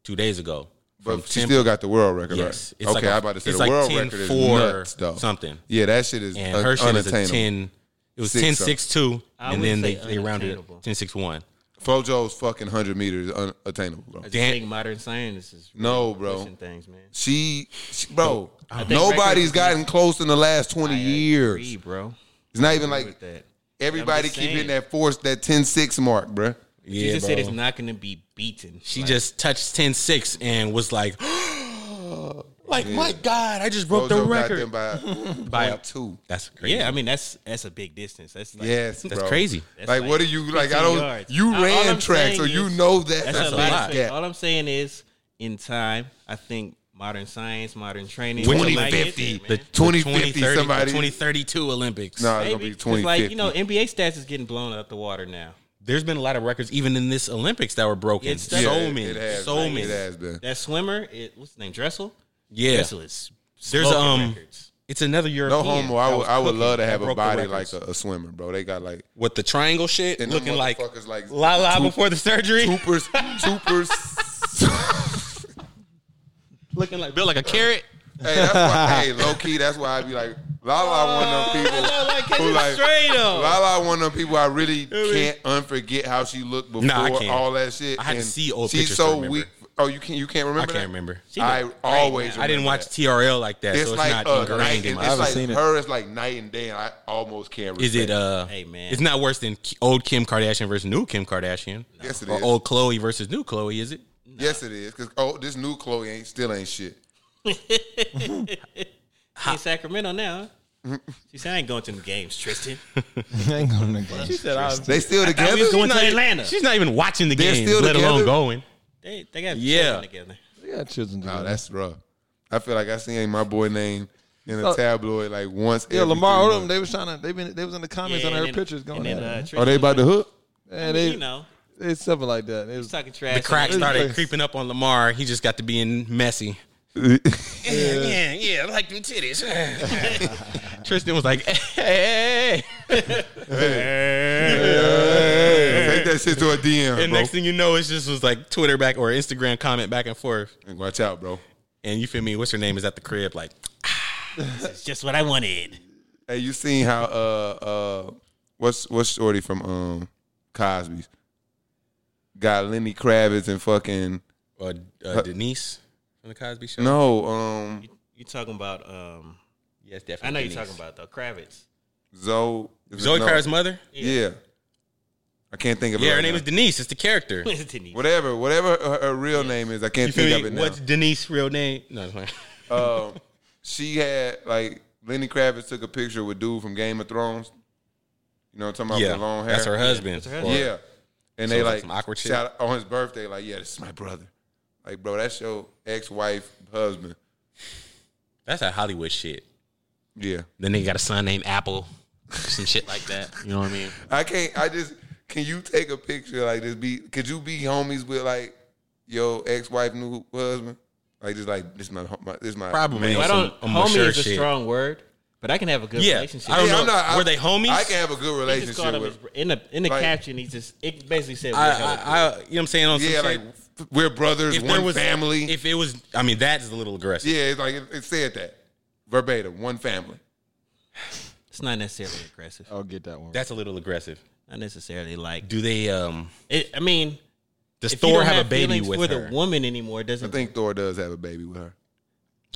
S4: two days ago.
S3: But
S4: From
S3: she
S4: 10
S3: still got the world record.
S4: Yes.
S3: Right?
S4: It's
S3: okay,
S4: like a-
S3: I about to say
S4: it's
S3: the
S4: like
S3: world
S4: 10
S3: record is
S4: four
S3: nuts though.
S4: something.
S3: Yeah, that shit is
S4: and
S3: un-
S4: her shit is a
S3: unattainable.
S4: 10. It was
S3: Six
S4: 10
S3: something.
S4: 6 2.
S1: I
S4: And then
S1: wouldn't
S4: they,
S1: say
S4: they rounded it
S1: unattainable.
S4: 10 6 1.
S3: Flojo's fucking hundred meters is unattainable, bro.
S1: I just
S4: Dan-
S1: think modern science is really
S3: No, bro.
S1: pushing things, man.
S3: She, she
S4: Oh,
S3: bro,
S1: think
S3: nobody's
S1: records-
S3: gotten close in the last twenty
S1: I
S3: years.
S1: agree, bro.
S3: It's not even
S1: Agree
S3: like
S1: with that.
S3: everybody
S1: just
S3: keep
S1: saying.
S3: hitting that force that 10-6 mark, bro.
S1: She
S4: Yeah,
S1: just said
S4: bro.
S1: it's not going to be beaten.
S4: She just touched 10 6 and was like, like, my God, I just broke the
S3: Flojo got
S4: record.
S3: them by
S4: By a-
S3: two.
S4: That's crazy.
S1: yeah. I mean, that's that's a big distance. That's like,
S3: Yes,
S4: That's
S3: bro.
S4: crazy.
S1: that's
S3: Like, what are you like? I
S1: 15
S3: don't.
S1: yards.
S3: You
S1: All- all
S3: ran
S1: I'm
S3: track, so
S1: saying
S3: you
S1: is-
S3: know that that's,
S1: That's,
S3: a
S1: a lot.
S3: lot.
S1: Of space. All I'm saying is, in time, I think modern science, modern training,
S4: Which
S1: we might get
S3: 2050,
S1: there,
S4: the
S1: man.
S3: 2050
S4: 2030
S3: somebody-
S4: 2032 Olympics.
S3: No, it's gonna
S1: Maybe.
S3: be
S1: 'Cause,
S3: twenty
S1: like you know, NBA stats is getting blown up the water now.
S4: There's been a lot of records even in this Olympics that were broken.
S1: It's
S4: so
S1: Yeah,
S4: many,
S3: It has
S4: so
S3: been.
S4: many.
S3: It has been.
S1: That swimmer, it, what's his name, Dressel?
S4: Yeah.
S1: Dressel is
S4: There's,
S1: smoking
S4: um,
S1: records.
S4: It's another
S3: No
S4: European.
S3: homo. I
S4: that
S3: would.
S4: was
S3: I would
S4: cooking
S3: love to
S4: that
S3: have a
S4: broke the
S3: body like
S4: records.
S3: a, a swimmer, bro. They got like
S4: with the triangle shit
S3: And them
S4: looking like
S3: motherfuckers like-
S4: la la before the surgery,
S3: troopers, troopers.
S4: looking like built like
S3: uh,
S4: a carrot.
S3: Hey, that's why. hey, low key, that's why I be like, Lala one of them people who like
S1: straight up.
S3: Lala one of them people I really can't unforget how she looked before
S4: Nah, I can't.
S3: all that shit.
S4: I had to
S3: And
S4: see old
S3: She's
S4: pictures to
S3: so
S4: remember.
S3: weak. Oh, you can't. You can't
S4: I
S3: remember.
S4: can't
S3: that?
S4: remember.
S3: I always.
S4: I didn't
S3: remember
S4: watch
S3: that.
S4: TRL like that,
S3: It's
S4: so it's
S3: like
S4: not
S3: uh,
S4: ingrained
S3: night,
S4: in
S3: and
S4: my.
S3: it's
S4: life.
S3: like
S2: seen it.
S3: her is like night and day, and I almost can't.
S4: Is
S3: respect
S4: it uh?
S1: Hey, man.
S4: it's not worse than K- old Kim Kardashian versus new Kim Kardashian.
S3: Yes, it
S4: or
S3: is.
S4: old Chloe versus new Chloe. Is it?
S3: Yes, it is. Cause oh, this new Chloe ain't still ain't shit.
S1: She in Sacramento now. huh? she said, "I ain't going to the games, Tristan.
S2: ain't going to go.
S3: They still together.
S1: was going
S4: She's
S1: to
S4: not-
S1: Atlanta.
S4: She's not even watching the
S3: They're
S4: game,
S3: still
S4: let alone
S3: together?
S4: going.
S1: They they got
S4: Yeah.
S1: children together.
S2: They got children
S3: Nah,
S2: together.
S3: that's rough. I feel like I seen my boy name in a
S2: Oh.
S3: tabloid like once.
S2: yeah,
S3: every
S2: Lamar
S3: three
S2: Odom.
S3: months. Oh,
S2: They was trying to. They been. They was in the comments on
S1: and
S2: her
S1: then-
S2: pictures going.
S1: and then, uh,
S2: at
S1: Tristan,
S3: about to hook?
S2: and they,
S1: you know,
S2: it's something like that. It was,
S1: talking trash.
S4: The crack
S1: on the-
S4: started creeping up on Lamar. He just got to being messy. yeah, yeah, yeah, I like them titties. Tristan was like, hey,
S3: Take that shit to a DM,
S4: and
S3: bro.
S4: next thing you know, it's just was like Twitter back or Instagram comment back and forth.
S3: Watch out, bro.
S4: And you feel me? What's her name? Is at the crib like
S1: It's just what I wanted.
S3: Hey, you seen how uh uh what's what's Shorty from um Cosby's got Lenny Kravitz and fucking
S4: uh, uh, Denise from the Cosby Show.
S3: no um
S1: You talking about? Um,
S4: yes, definitely.
S1: I know you're
S4: Denise.
S1: talking about though Kravitz.
S3: Zoe
S4: Zoe
S3: no,
S4: Kravitz' mother.
S3: Yeah. I can't think of it
S4: Yeah, her
S3: right
S4: name
S3: now.
S4: is Denise. It's the character.
S1: Denise.
S3: whatever whatever her, her real name is. I can't
S4: You
S3: think
S4: feel
S3: of
S4: me?
S3: it now.
S4: What's Denise's real name? No, it's fine.
S3: um, she had like Lenny Kravitz took a picture with dude from Game of Thrones. You know what I'm talking about?
S4: yeah,
S3: with the long hair.
S4: that's her husband.
S1: her
S4: Or-
S1: husband.
S3: Yeah, and
S4: So
S3: they
S4: it's like
S3: like
S4: some awkward shit?
S3: shout out on his birthday. Like, yeah, this is my brother. Like, bro, that's your ex-wife husband.
S4: That's that Hollywood shit.
S3: Yeah,
S4: Then they got a son named Apple, some shit like that. You know what I mean?
S3: I can't. I just can you take a picture like this? Be could you be homies with like your ex-wife new husband? Like, just like this is my, my this is my
S4: Probably.
S1: I don't.
S4: Some
S1: homie
S4: immature
S1: is a
S4: shit.
S1: strong word, but I can have a good
S4: Yeah,
S1: relationship.
S4: I don't
S3: Yeah,
S4: know.
S3: I'm not-
S4: Were they homies?
S3: I can have a good
S1: He just called
S3: relationship
S1: him
S3: with.
S1: his, in the in the
S3: like-
S1: caption. He just it basically said,
S4: I,
S1: we're hella
S4: I, I, you know what I'm saying? On some
S3: Yeah, like
S4: shit.
S3: we're brothers, one family.
S4: If it was, I mean, that's a little aggressive.
S3: Yeah, it's like it, it said that verbatim. One family.
S1: good. It's not necessarily aggressive.
S2: I'll get that one.
S4: That's a little aggressive.
S1: Not necessarily like.
S4: Do they? um
S1: It, I mean,
S4: Does
S1: if you
S4: Thor
S1: don't
S4: have, a baby
S1: feelings
S4: with
S1: for
S4: her?
S1: the woman anymore, it
S3: I
S1: doesn't
S3: think Thor does have a baby with her.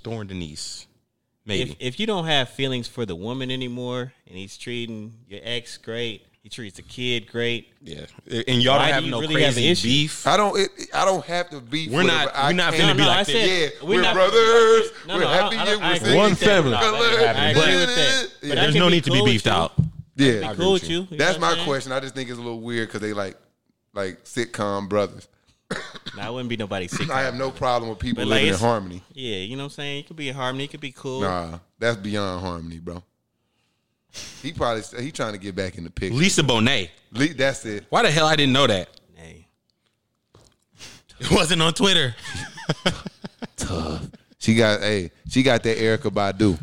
S4: Thor and Denise,
S1: if,
S4: maybe.
S1: if you don't have feelings for the woman anymore and he's treating your ex great He treats the kid great.
S4: Yeah, and y'all
S1: Why
S4: don't
S1: do
S4: have
S1: you
S4: no
S1: really have an
S4: crazy
S1: issue?
S4: beef.
S3: I don't. It, I don't have to be.
S4: We're not- we're not
S1: No,
S4: finna be
S1: no,
S4: like
S1: I
S4: that.
S1: said
S3: yeah,
S1: we're
S3: we're,
S1: not-
S3: brothers.
S1: No,
S3: we're
S1: no, I don't-
S3: happy.
S1: I
S3: yeah,
S1: don't- I
S3: we're
S1: agree
S3: singing.
S1: with that.
S2: family.
S1: No, that ain't
S3: Color.
S1: happening. I agree with that.
S3: Yeah.
S1: But I
S4: There's
S1: can
S4: no
S1: be
S4: need to be
S1: cool with
S4: beefed
S1: you.
S4: out.
S3: Yeah,
S1: Cool with you. you
S3: that's
S1: know what
S3: my
S1: I'm saying?
S3: question. I just think it's a little weird because they like, like sitcom brothers.
S1: Nah, I wouldn't be nobody sick.
S3: I have no problem with people
S1: But, like,
S3: living in
S1: it's-
S3: harmony.
S1: Yeah, you know what I'm saying? You could be in harmony, you could be cool.
S3: Nah, that's beyond harmony, bro. He probably he trying to get back in the picture.
S4: Lisa Bonet.
S3: Le- that's it.
S4: Why the hell I didn't know that?
S1: Hey.
S4: It wasn't on Twitter.
S3: She got hey, she got that Erica Badu.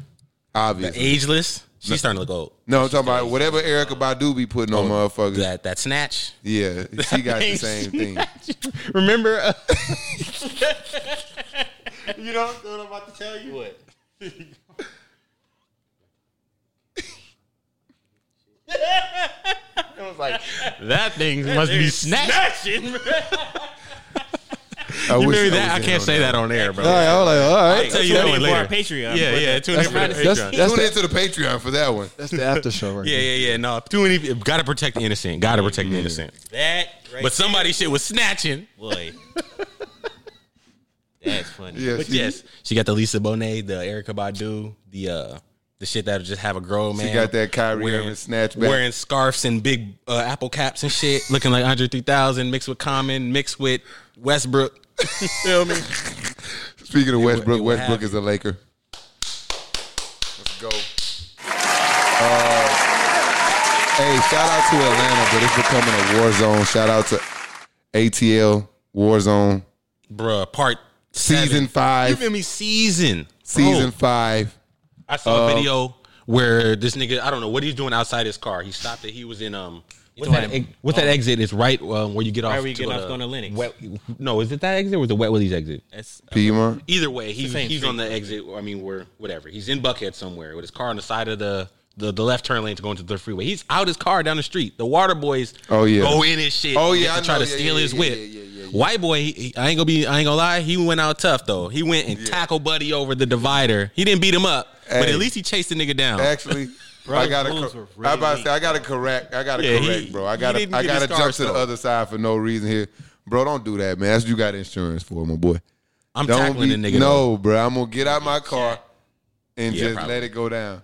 S3: Obviously.
S4: Ageless. She's starting to look old.
S3: No, I'm talking about whatever Erica Badu be putting on motherfuckers.
S4: Oh, That that snatch.
S3: Yeah, she got the same thing.
S4: Remember? Uh,
S1: You know what I'm about to tell you? What?
S4: that thing must be snatched.
S3: I
S4: You
S3: wish
S4: remember
S3: I
S4: that? I
S3: was in
S4: can't
S3: on
S4: say that on air, bro.
S2: All right, I was like, all right.
S4: Tell you that
S1: Tune
S4: one
S1: in for
S4: later.
S1: our Patreon.
S4: Yeah,
S1: but
S4: yeah. Tune in for the
S2: That's,
S4: Patreon.
S2: that's,
S3: Tune
S2: the,
S3: into the Patreon for that one.
S2: that's the after show right
S4: Yeah,
S2: there.
S4: yeah, yeah. No, too many. Gotta protect the innocent. Gotta protect the innocent.
S1: That right
S4: But somebody shit was snatching.
S1: boy. That's funny.
S3: Yeah,
S4: But
S3: she,
S4: yes, she got the Lisa Bonet, the Erica Badu, the uh, the shit that'll just have a grown man.
S3: she got that Kyrie Irving snatch back.
S4: wearing scarves and big uh, apple caps and shit, looking like Andre 3000, mixed with Common, mixed with Westbrook. Feel me?
S3: Speaking of
S4: it
S3: Westbrook,
S4: will
S3: Westbrook
S4: happen.
S3: is a Laker. Let's go. Uh, hey, shout out to Atlanta, but it's becoming a war zone. Shout out to ATL Warzone
S4: Bruh, part
S3: season
S4: seven. You
S3: five.
S4: feel me? Season.
S3: season
S4: Bro,
S3: five.
S4: I saw a video where this nigga, I don't know what he's doing outside his car. He stopped it. He was in, um, What's that, ex- what's that exit? It's right um, where you get off.
S1: oh. where you
S4: to
S1: get
S4: go
S1: off
S4: to
S1: going to Lenox.
S4: Wet- no, is it that exit or was it Wet Willie's exit?
S1: That's
S3: Piedmont.
S4: Either way, he,
S1: the same
S4: he's
S1: street.
S4: on the exit. I mean, we're whatever. He's in Buckhead somewhere with his car on the side of the the, the left turn lane to go into the freeway. He's out his car down the street. The water boys.
S3: Oh, yeah.
S4: go in his shit.
S3: Oh,
S4: just
S3: yeah,
S4: to
S3: I
S4: try
S3: know.
S4: to
S3: Yeah,
S4: steal
S3: yeah,
S4: his
S3: yeah,
S4: whip.
S3: yeah, yeah, yeah, yeah.
S4: White boy. He, he- I ain't gonna be. I ain't gonna lie. He went out tough though. He went and tackled Buddy over the divider. He didn't beat him up, but
S3: Hey.
S4: at least he chased the nigga down.
S3: Actually, I
S1: Bro,
S3: gotta.
S1: moves
S3: cor-
S1: were
S3: I
S1: really
S3: about to say
S1: weak,
S3: I gotta correct. I gotta
S4: Yeah, he-
S3: correct, bro. I
S4: he
S3: gotta.
S4: didn't
S3: I
S4: get
S3: gotta
S4: his
S3: jump
S4: scars,
S3: to the
S4: though.
S3: other side for no reason here, bro. Don't do that, man. That's what you got insurance for, my boy.
S4: I'm
S3: Don't
S4: tackling
S3: be,
S4: the nigga. though.
S3: No, bro. I'm gonna get out my car and
S4: Yeah,
S3: just
S4: probably.
S3: let it go down.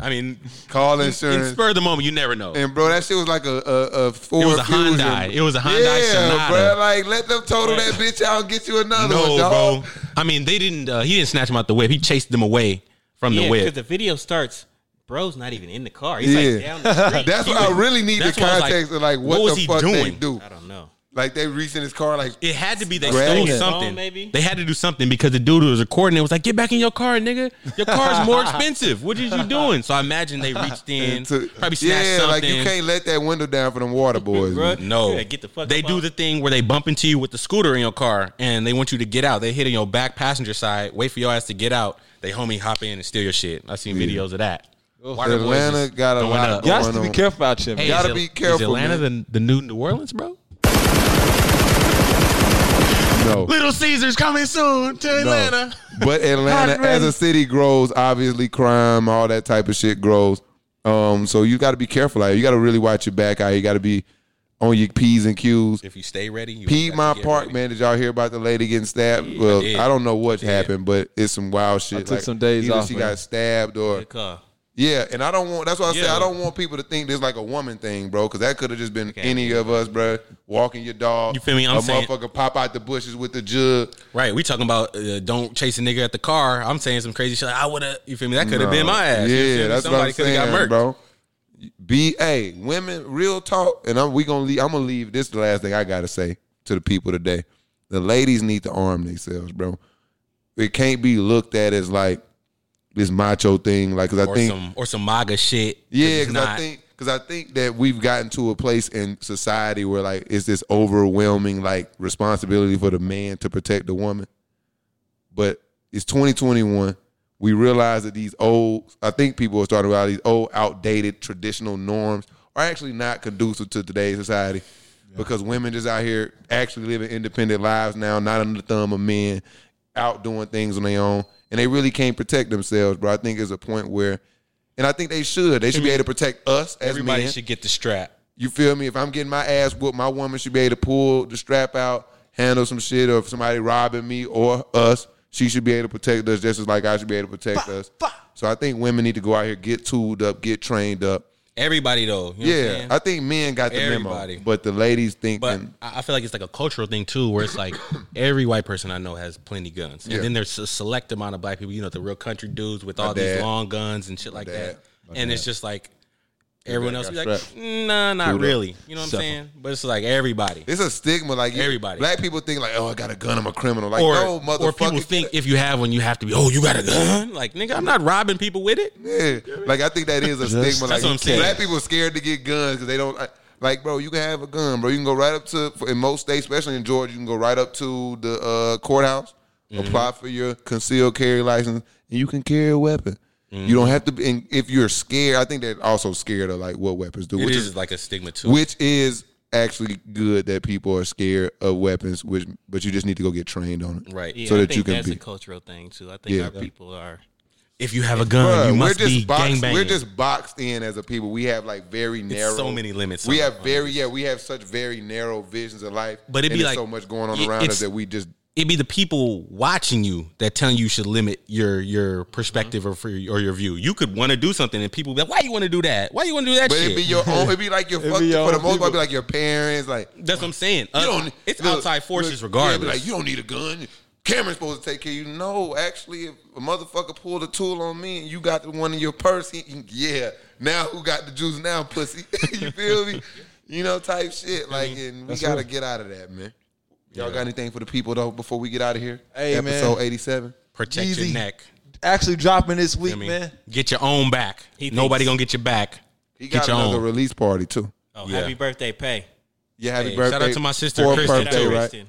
S4: I mean,
S3: Call
S4: in
S3: insurance.
S4: spur of the moment, you never know.
S3: And bro, that shit was like a a, a Ford.
S4: It was a
S3: Fusion.
S4: Hyundai. It was a Hyundai
S3: Yeah,
S4: Sonata.
S3: bro. Like let them total that bitch out and get you another
S4: No,
S3: one, dog.
S4: bro. I mean, they didn't. Uh, he didn't snatch him out the whip. He chased them away from
S1: yeah,
S4: the
S1: because
S4: whip.
S1: the video starts. Bro's not even in the car. He's
S3: Yeah.
S1: like down the street.
S3: That's what I really need the
S4: that's why I was like,
S3: context of like what,
S4: what was
S3: the
S4: he
S3: fuck they
S4: doing?
S3: do.
S1: I don't know.
S3: Like they reached in his car, like
S4: It had to be they
S3: Grabbing
S4: stole
S3: it.
S4: something.
S1: Phone, maybe?
S4: They had to do something because the dude who was recording it was like, "Get back in your car, nigga. Your car is more expensive. What is you doing?" So I imagine they reached in,
S3: to-
S4: probably snatched
S3: yeah, like
S4: something.
S3: you can't let that window down for them water boys.
S1: Bro,
S3: man.
S4: no,
S1: Yeah, get the fuck
S4: they
S1: up
S4: do
S1: off-
S4: the thing where they bump into you with the scooter in your car, and they want you to get out. They hit on your back passenger side, wait for your ass to get out. They homie hop in and steal your shit. I've seen videos of that. Water boys
S3: Atlanta
S4: is
S3: got a
S4: throwing
S3: lot
S4: up.
S3: going
S2: Y'all should be
S3: on.
S2: careful out here, man.
S4: Hey,
S3: Gotta
S4: is
S3: be
S4: Al-
S3: careful,
S4: Is Atlanta the, the new New Orleans, bro?
S3: No.
S4: Little Caesars coming soon to
S3: No.
S4: Atlanta.
S3: But Atlanta, as a city grows, obviously crime, all that type of shit grows. Um, so you got to be careful. Like you got to really watch your back. Out. You got to be on your p's and q's.
S4: If you stay ready, you
S3: Piedmont
S4: get
S3: Park,
S4: ready.
S3: man. Did y'all hear about the lady getting stabbed? well,
S4: did.
S3: I don't know what happened, but it's some wild shit.
S2: took some days
S3: either
S2: off,
S3: She
S2: man.
S3: got stabbed, or
S1: the car.
S3: yeah. And I don't want. That's why I say
S4: Yeah.
S3: I don't want people to think this like a woman thing, bro. Because that could have just been any of us, bro. Walking your dog.
S4: You feel me? I'm
S3: a
S4: saying-
S3: motherfucker pop out the bushes with the jug.
S4: Right, we talking about uh, don't chase a nigga at the car. I'm saying some crazy shit. Like, I would have. You feel me? That could have been my ass. You feel
S3: Yeah,
S4: me?
S3: that's
S4: Somebody
S3: what I'm
S4: coulda
S3: saying,
S4: got murked.
S3: bro. Be hey, women, real talk, and I'm we gonna leave. I'm gonna leave this the last thing I gotta say to the people today. The ladies need to arm themselves, bro. It can't be looked at as like this macho thing, like because I
S4: Or
S3: think
S4: some or some MAGA shit.
S3: yeah,
S4: it's
S3: because I
S4: not-
S3: think because I think that we've gotten to a place in society where like it's this overwhelming like responsibility for the man to protect the woman. But it's 2021. We realize that these old, I think people are starting to realize these old, outdated traditional norms are actually not conducive to today's society. Because women just out here actually living independent lives now, not under the thumb of men, out doing things on their own, and they really can't protect themselves, bro. I think there's a point where And I think they should. They should be able to protect us as
S4: Everybody
S3: men.
S4: should get the strap.
S3: You feel me? If I'm getting my ass whooped, my woman should be able to pull the strap out, handle some shit, or if somebody robbing me or us, she should be able to protect us just as like I should be able to protect us. So I think women need to go out here, get tooled up, get trained up.
S4: Everybody though. You know What I'm
S3: Yeah,
S4: saying?
S3: I think men got the
S4: Everybody.
S3: memo, but the ladies think.
S4: But
S3: and-
S4: I I feel like it's like a cultural thing too, where it's like every white person I know has plenty guns, and
S3: Yeah.
S4: then there's a select amount of black people, you know, the real country dudes with all
S3: dad.
S4: these long guns and shit like
S3: dad.
S4: that, and it's just like everyone else
S3: got
S4: be like,
S3: strapped.
S4: nah, not really, you know what I'm saying? But it's like everybody,
S3: it's a stigma, like you-
S4: Everybody.
S3: Black people think like, "Oh, I got a gun, I'm a criminal." Like,
S4: or
S3: no,
S4: or people
S3: motherfucker.
S4: think if you have one, you have to be, oh, you got a gun, like nigga, I'm not robbing people with it.
S3: Yeah, like I think that is a stigma. Like
S4: That's what I'm saying.
S3: black people scared to get guns because they don't like- like, bro. You can have a gun, bro. You can go right up to in most states, especially in Georgia, you can go right up to the uh, courthouse,
S4: Mm-hmm.
S3: apply for your concealed carry license, and you can carry a weapon. You
S4: Mm-hmm.
S3: don't have to. be And if you're scared, I think they're also scared of like what weapons do,
S4: It
S3: which
S4: is
S3: is
S4: like a stigma too.
S3: which is actually good that people are scared of weapons, which but you just need to go get trained on it,
S4: Right.
S3: So
S1: I
S3: that
S1: think
S3: you can
S1: that's
S3: be.
S1: a cultural thing too. I think
S3: Yeah.
S1: our people are
S4: if you have a gun,
S3: Bruh,
S4: you must
S3: we're just
S4: be
S3: boxed,
S4: gangbanging.
S3: We're just boxed in as a people. We have like very narrow.
S4: so many limits
S3: We
S4: on-
S3: have
S4: on
S3: very yeah. We have such very narrow visions of life.
S4: But it'd
S3: and
S4: be
S3: there's
S4: like-
S3: so much going on
S4: it-
S3: around us
S4: it's-
S3: that we just
S4: it'd be the people watching you that telling you should limit your your perspective
S3: Mm-hmm.
S4: or for, or your view. You could want to do something, and people be like, "Why you want to do that? Why you want to do that?"
S3: But
S4: shit?
S3: it'd be your own. It'd be like your
S2: It'd
S3: fuck.
S2: be your
S3: For the
S2: own
S3: most part, it'd be
S2: people.
S3: like your parents. Like
S4: That's what I'm saying. Uh,
S3: you don't.
S4: it's
S3: look,
S4: outside forces,
S3: look, yeah, it'd be
S4: regardless.
S3: like you don't need a gun. Cameron's supposed to take care of you. No, actually, if a motherfucker pulled a tool on me and you got the one in your purse, he, he- yeah. Now who got the juice now, pussy? you feel me? You know, type
S4: Mm-hmm.
S3: shit. Like, and we
S2: That's
S3: gotta
S2: real.
S3: get out of that, man. Y'all got anything for the people though? Before we get out of here,
S2: Hey, man.
S3: episode eighty-seven.
S4: Protect
S2: Yeezy.
S4: your neck.
S2: Actually dropping this week,
S4: I mean,
S2: man.
S4: get your own back.
S1: thinks-
S4: Nobody gonna get your back.
S3: He
S4: Get
S3: got
S4: your
S3: another
S4: own.
S3: release party too.
S1: oh
S4: Yeah.
S1: happy birthday pay.
S3: Yeah, happy
S4: Hey, shout
S3: birthday!
S4: out to my sister,
S3: Fourth
S4: Kristen,
S1: Shout out
S3: birthday,
S1: to
S3: right? uh,
S1: Kristen.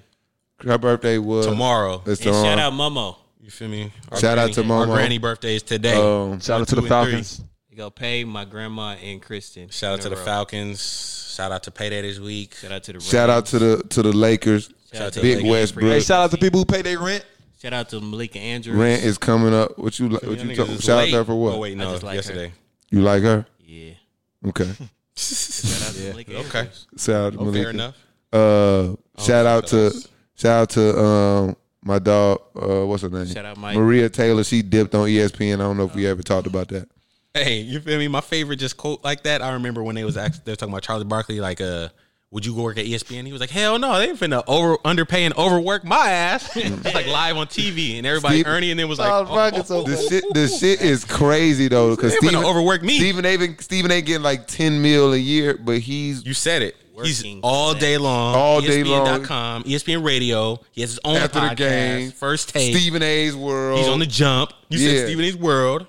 S3: Her birthday was
S4: Tomorrow.
S3: It's
S1: And shout
S3: tomorrow.
S1: out Momo.
S4: You feel me? Our
S3: Uh, Shout out
S4: granny-
S3: to
S4: Our
S3: Momo.
S4: granny birthday is today.
S3: Um,
S2: Shout out to
S4: two,
S2: the
S4: and
S2: Falcons.
S1: You go pay my grandma and Kristen.
S4: Shout
S1: in
S4: out to
S1: a
S4: the
S1: row.
S4: Falcons. Shout out to Payday this week.
S1: Shout out to the
S3: Shout out to the to the Lakers.
S1: Shout out to
S3: Big
S1: Lakers.
S3: Westbrook.
S2: Hey, shout out to people who pay their rent.
S1: shout out to Malika Andrews.
S3: Rent is coming up. What you
S4: Y'all
S3: what you
S4: niggas
S3: talking?
S4: is
S3: Shout out
S4: late.
S3: to her for what?
S4: Oh wait, no,
S1: just like her.
S4: yesterday.
S3: You like her?
S1: Yeah.
S3: Okay.
S1: Shout out to Malika
S4: Okay.
S1: Andrews.
S3: Shout out to Malika.
S4: Oh, Fair enough. Oh,
S3: Uh, shout out to shout out to um my dog. Uh, what's her name?
S1: Shout out Mike.
S3: Maria Taylor. She dipped on E ESPN. I don't know if
S4: Oh.
S3: we ever talked about that.
S4: Hey, you feel me? My favorite just quote like that. I remember when they was asked, they were talking about Charlie Barkley, like, uh, would you go work at ESPN? He was like, hell no, they finna over underpay and overwork my ass. it's like live on TV, and everybody
S3: Steve-
S4: Ernie, and then was like,
S2: Oh,
S4: oh,
S2: fuck, it's
S3: The
S2: over.
S3: shit, the shit is crazy though, because
S4: they finna
S3: Stephen
S4: overwork me.
S3: Stephen A. been- Stephen A. getting like ten mil a year, but he's
S4: you said it. He's
S1: Working
S4: all day long, E
S3: All day long.
S4: ESPN.com, ESPN Radio. He has his own
S3: After the
S4: podcast,
S3: game.
S4: First take.
S3: Stephen A's world.
S4: He's on the jump. You
S3: Yeah.
S4: said Stephen A's World.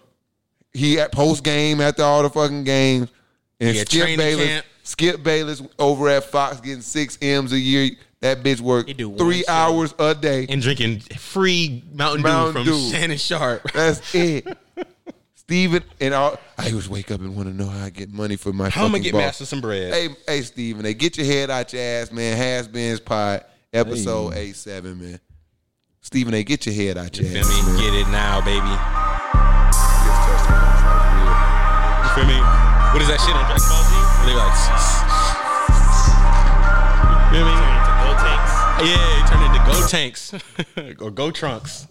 S3: He at post game after all the fucking games. And
S4: Yeah,
S3: Skip
S4: training
S3: Bayless,
S4: camp.
S3: Skip Bayless over at Fox getting six M's a year. That bitch work
S1: He do one
S3: three
S1: show.
S3: hours a day.
S4: And drinking free Mountain,
S3: Mountain
S4: Dew from
S3: Dew.
S4: Shannon Sharp.
S3: That's it. Steven and all, I always wake up and want to know how I get money for my.
S4: How am I
S3: fucking
S4: get
S3: boss.
S4: master some bread?
S3: Hey, hey, Steven, they get your head out your ass, man. Has Been's Pod, episode eight seven, man. Steven, they get your head out your
S4: You
S3: ass,
S4: feel me?
S3: man.
S4: Get it now, baby.
S3: Get
S4: You feel me? What is that shit on Dragon Ball Z? Where they like, you feel me?
S1: Go Tanks.
S4: Yeah, it turned into Go Tanks or Go Trunks.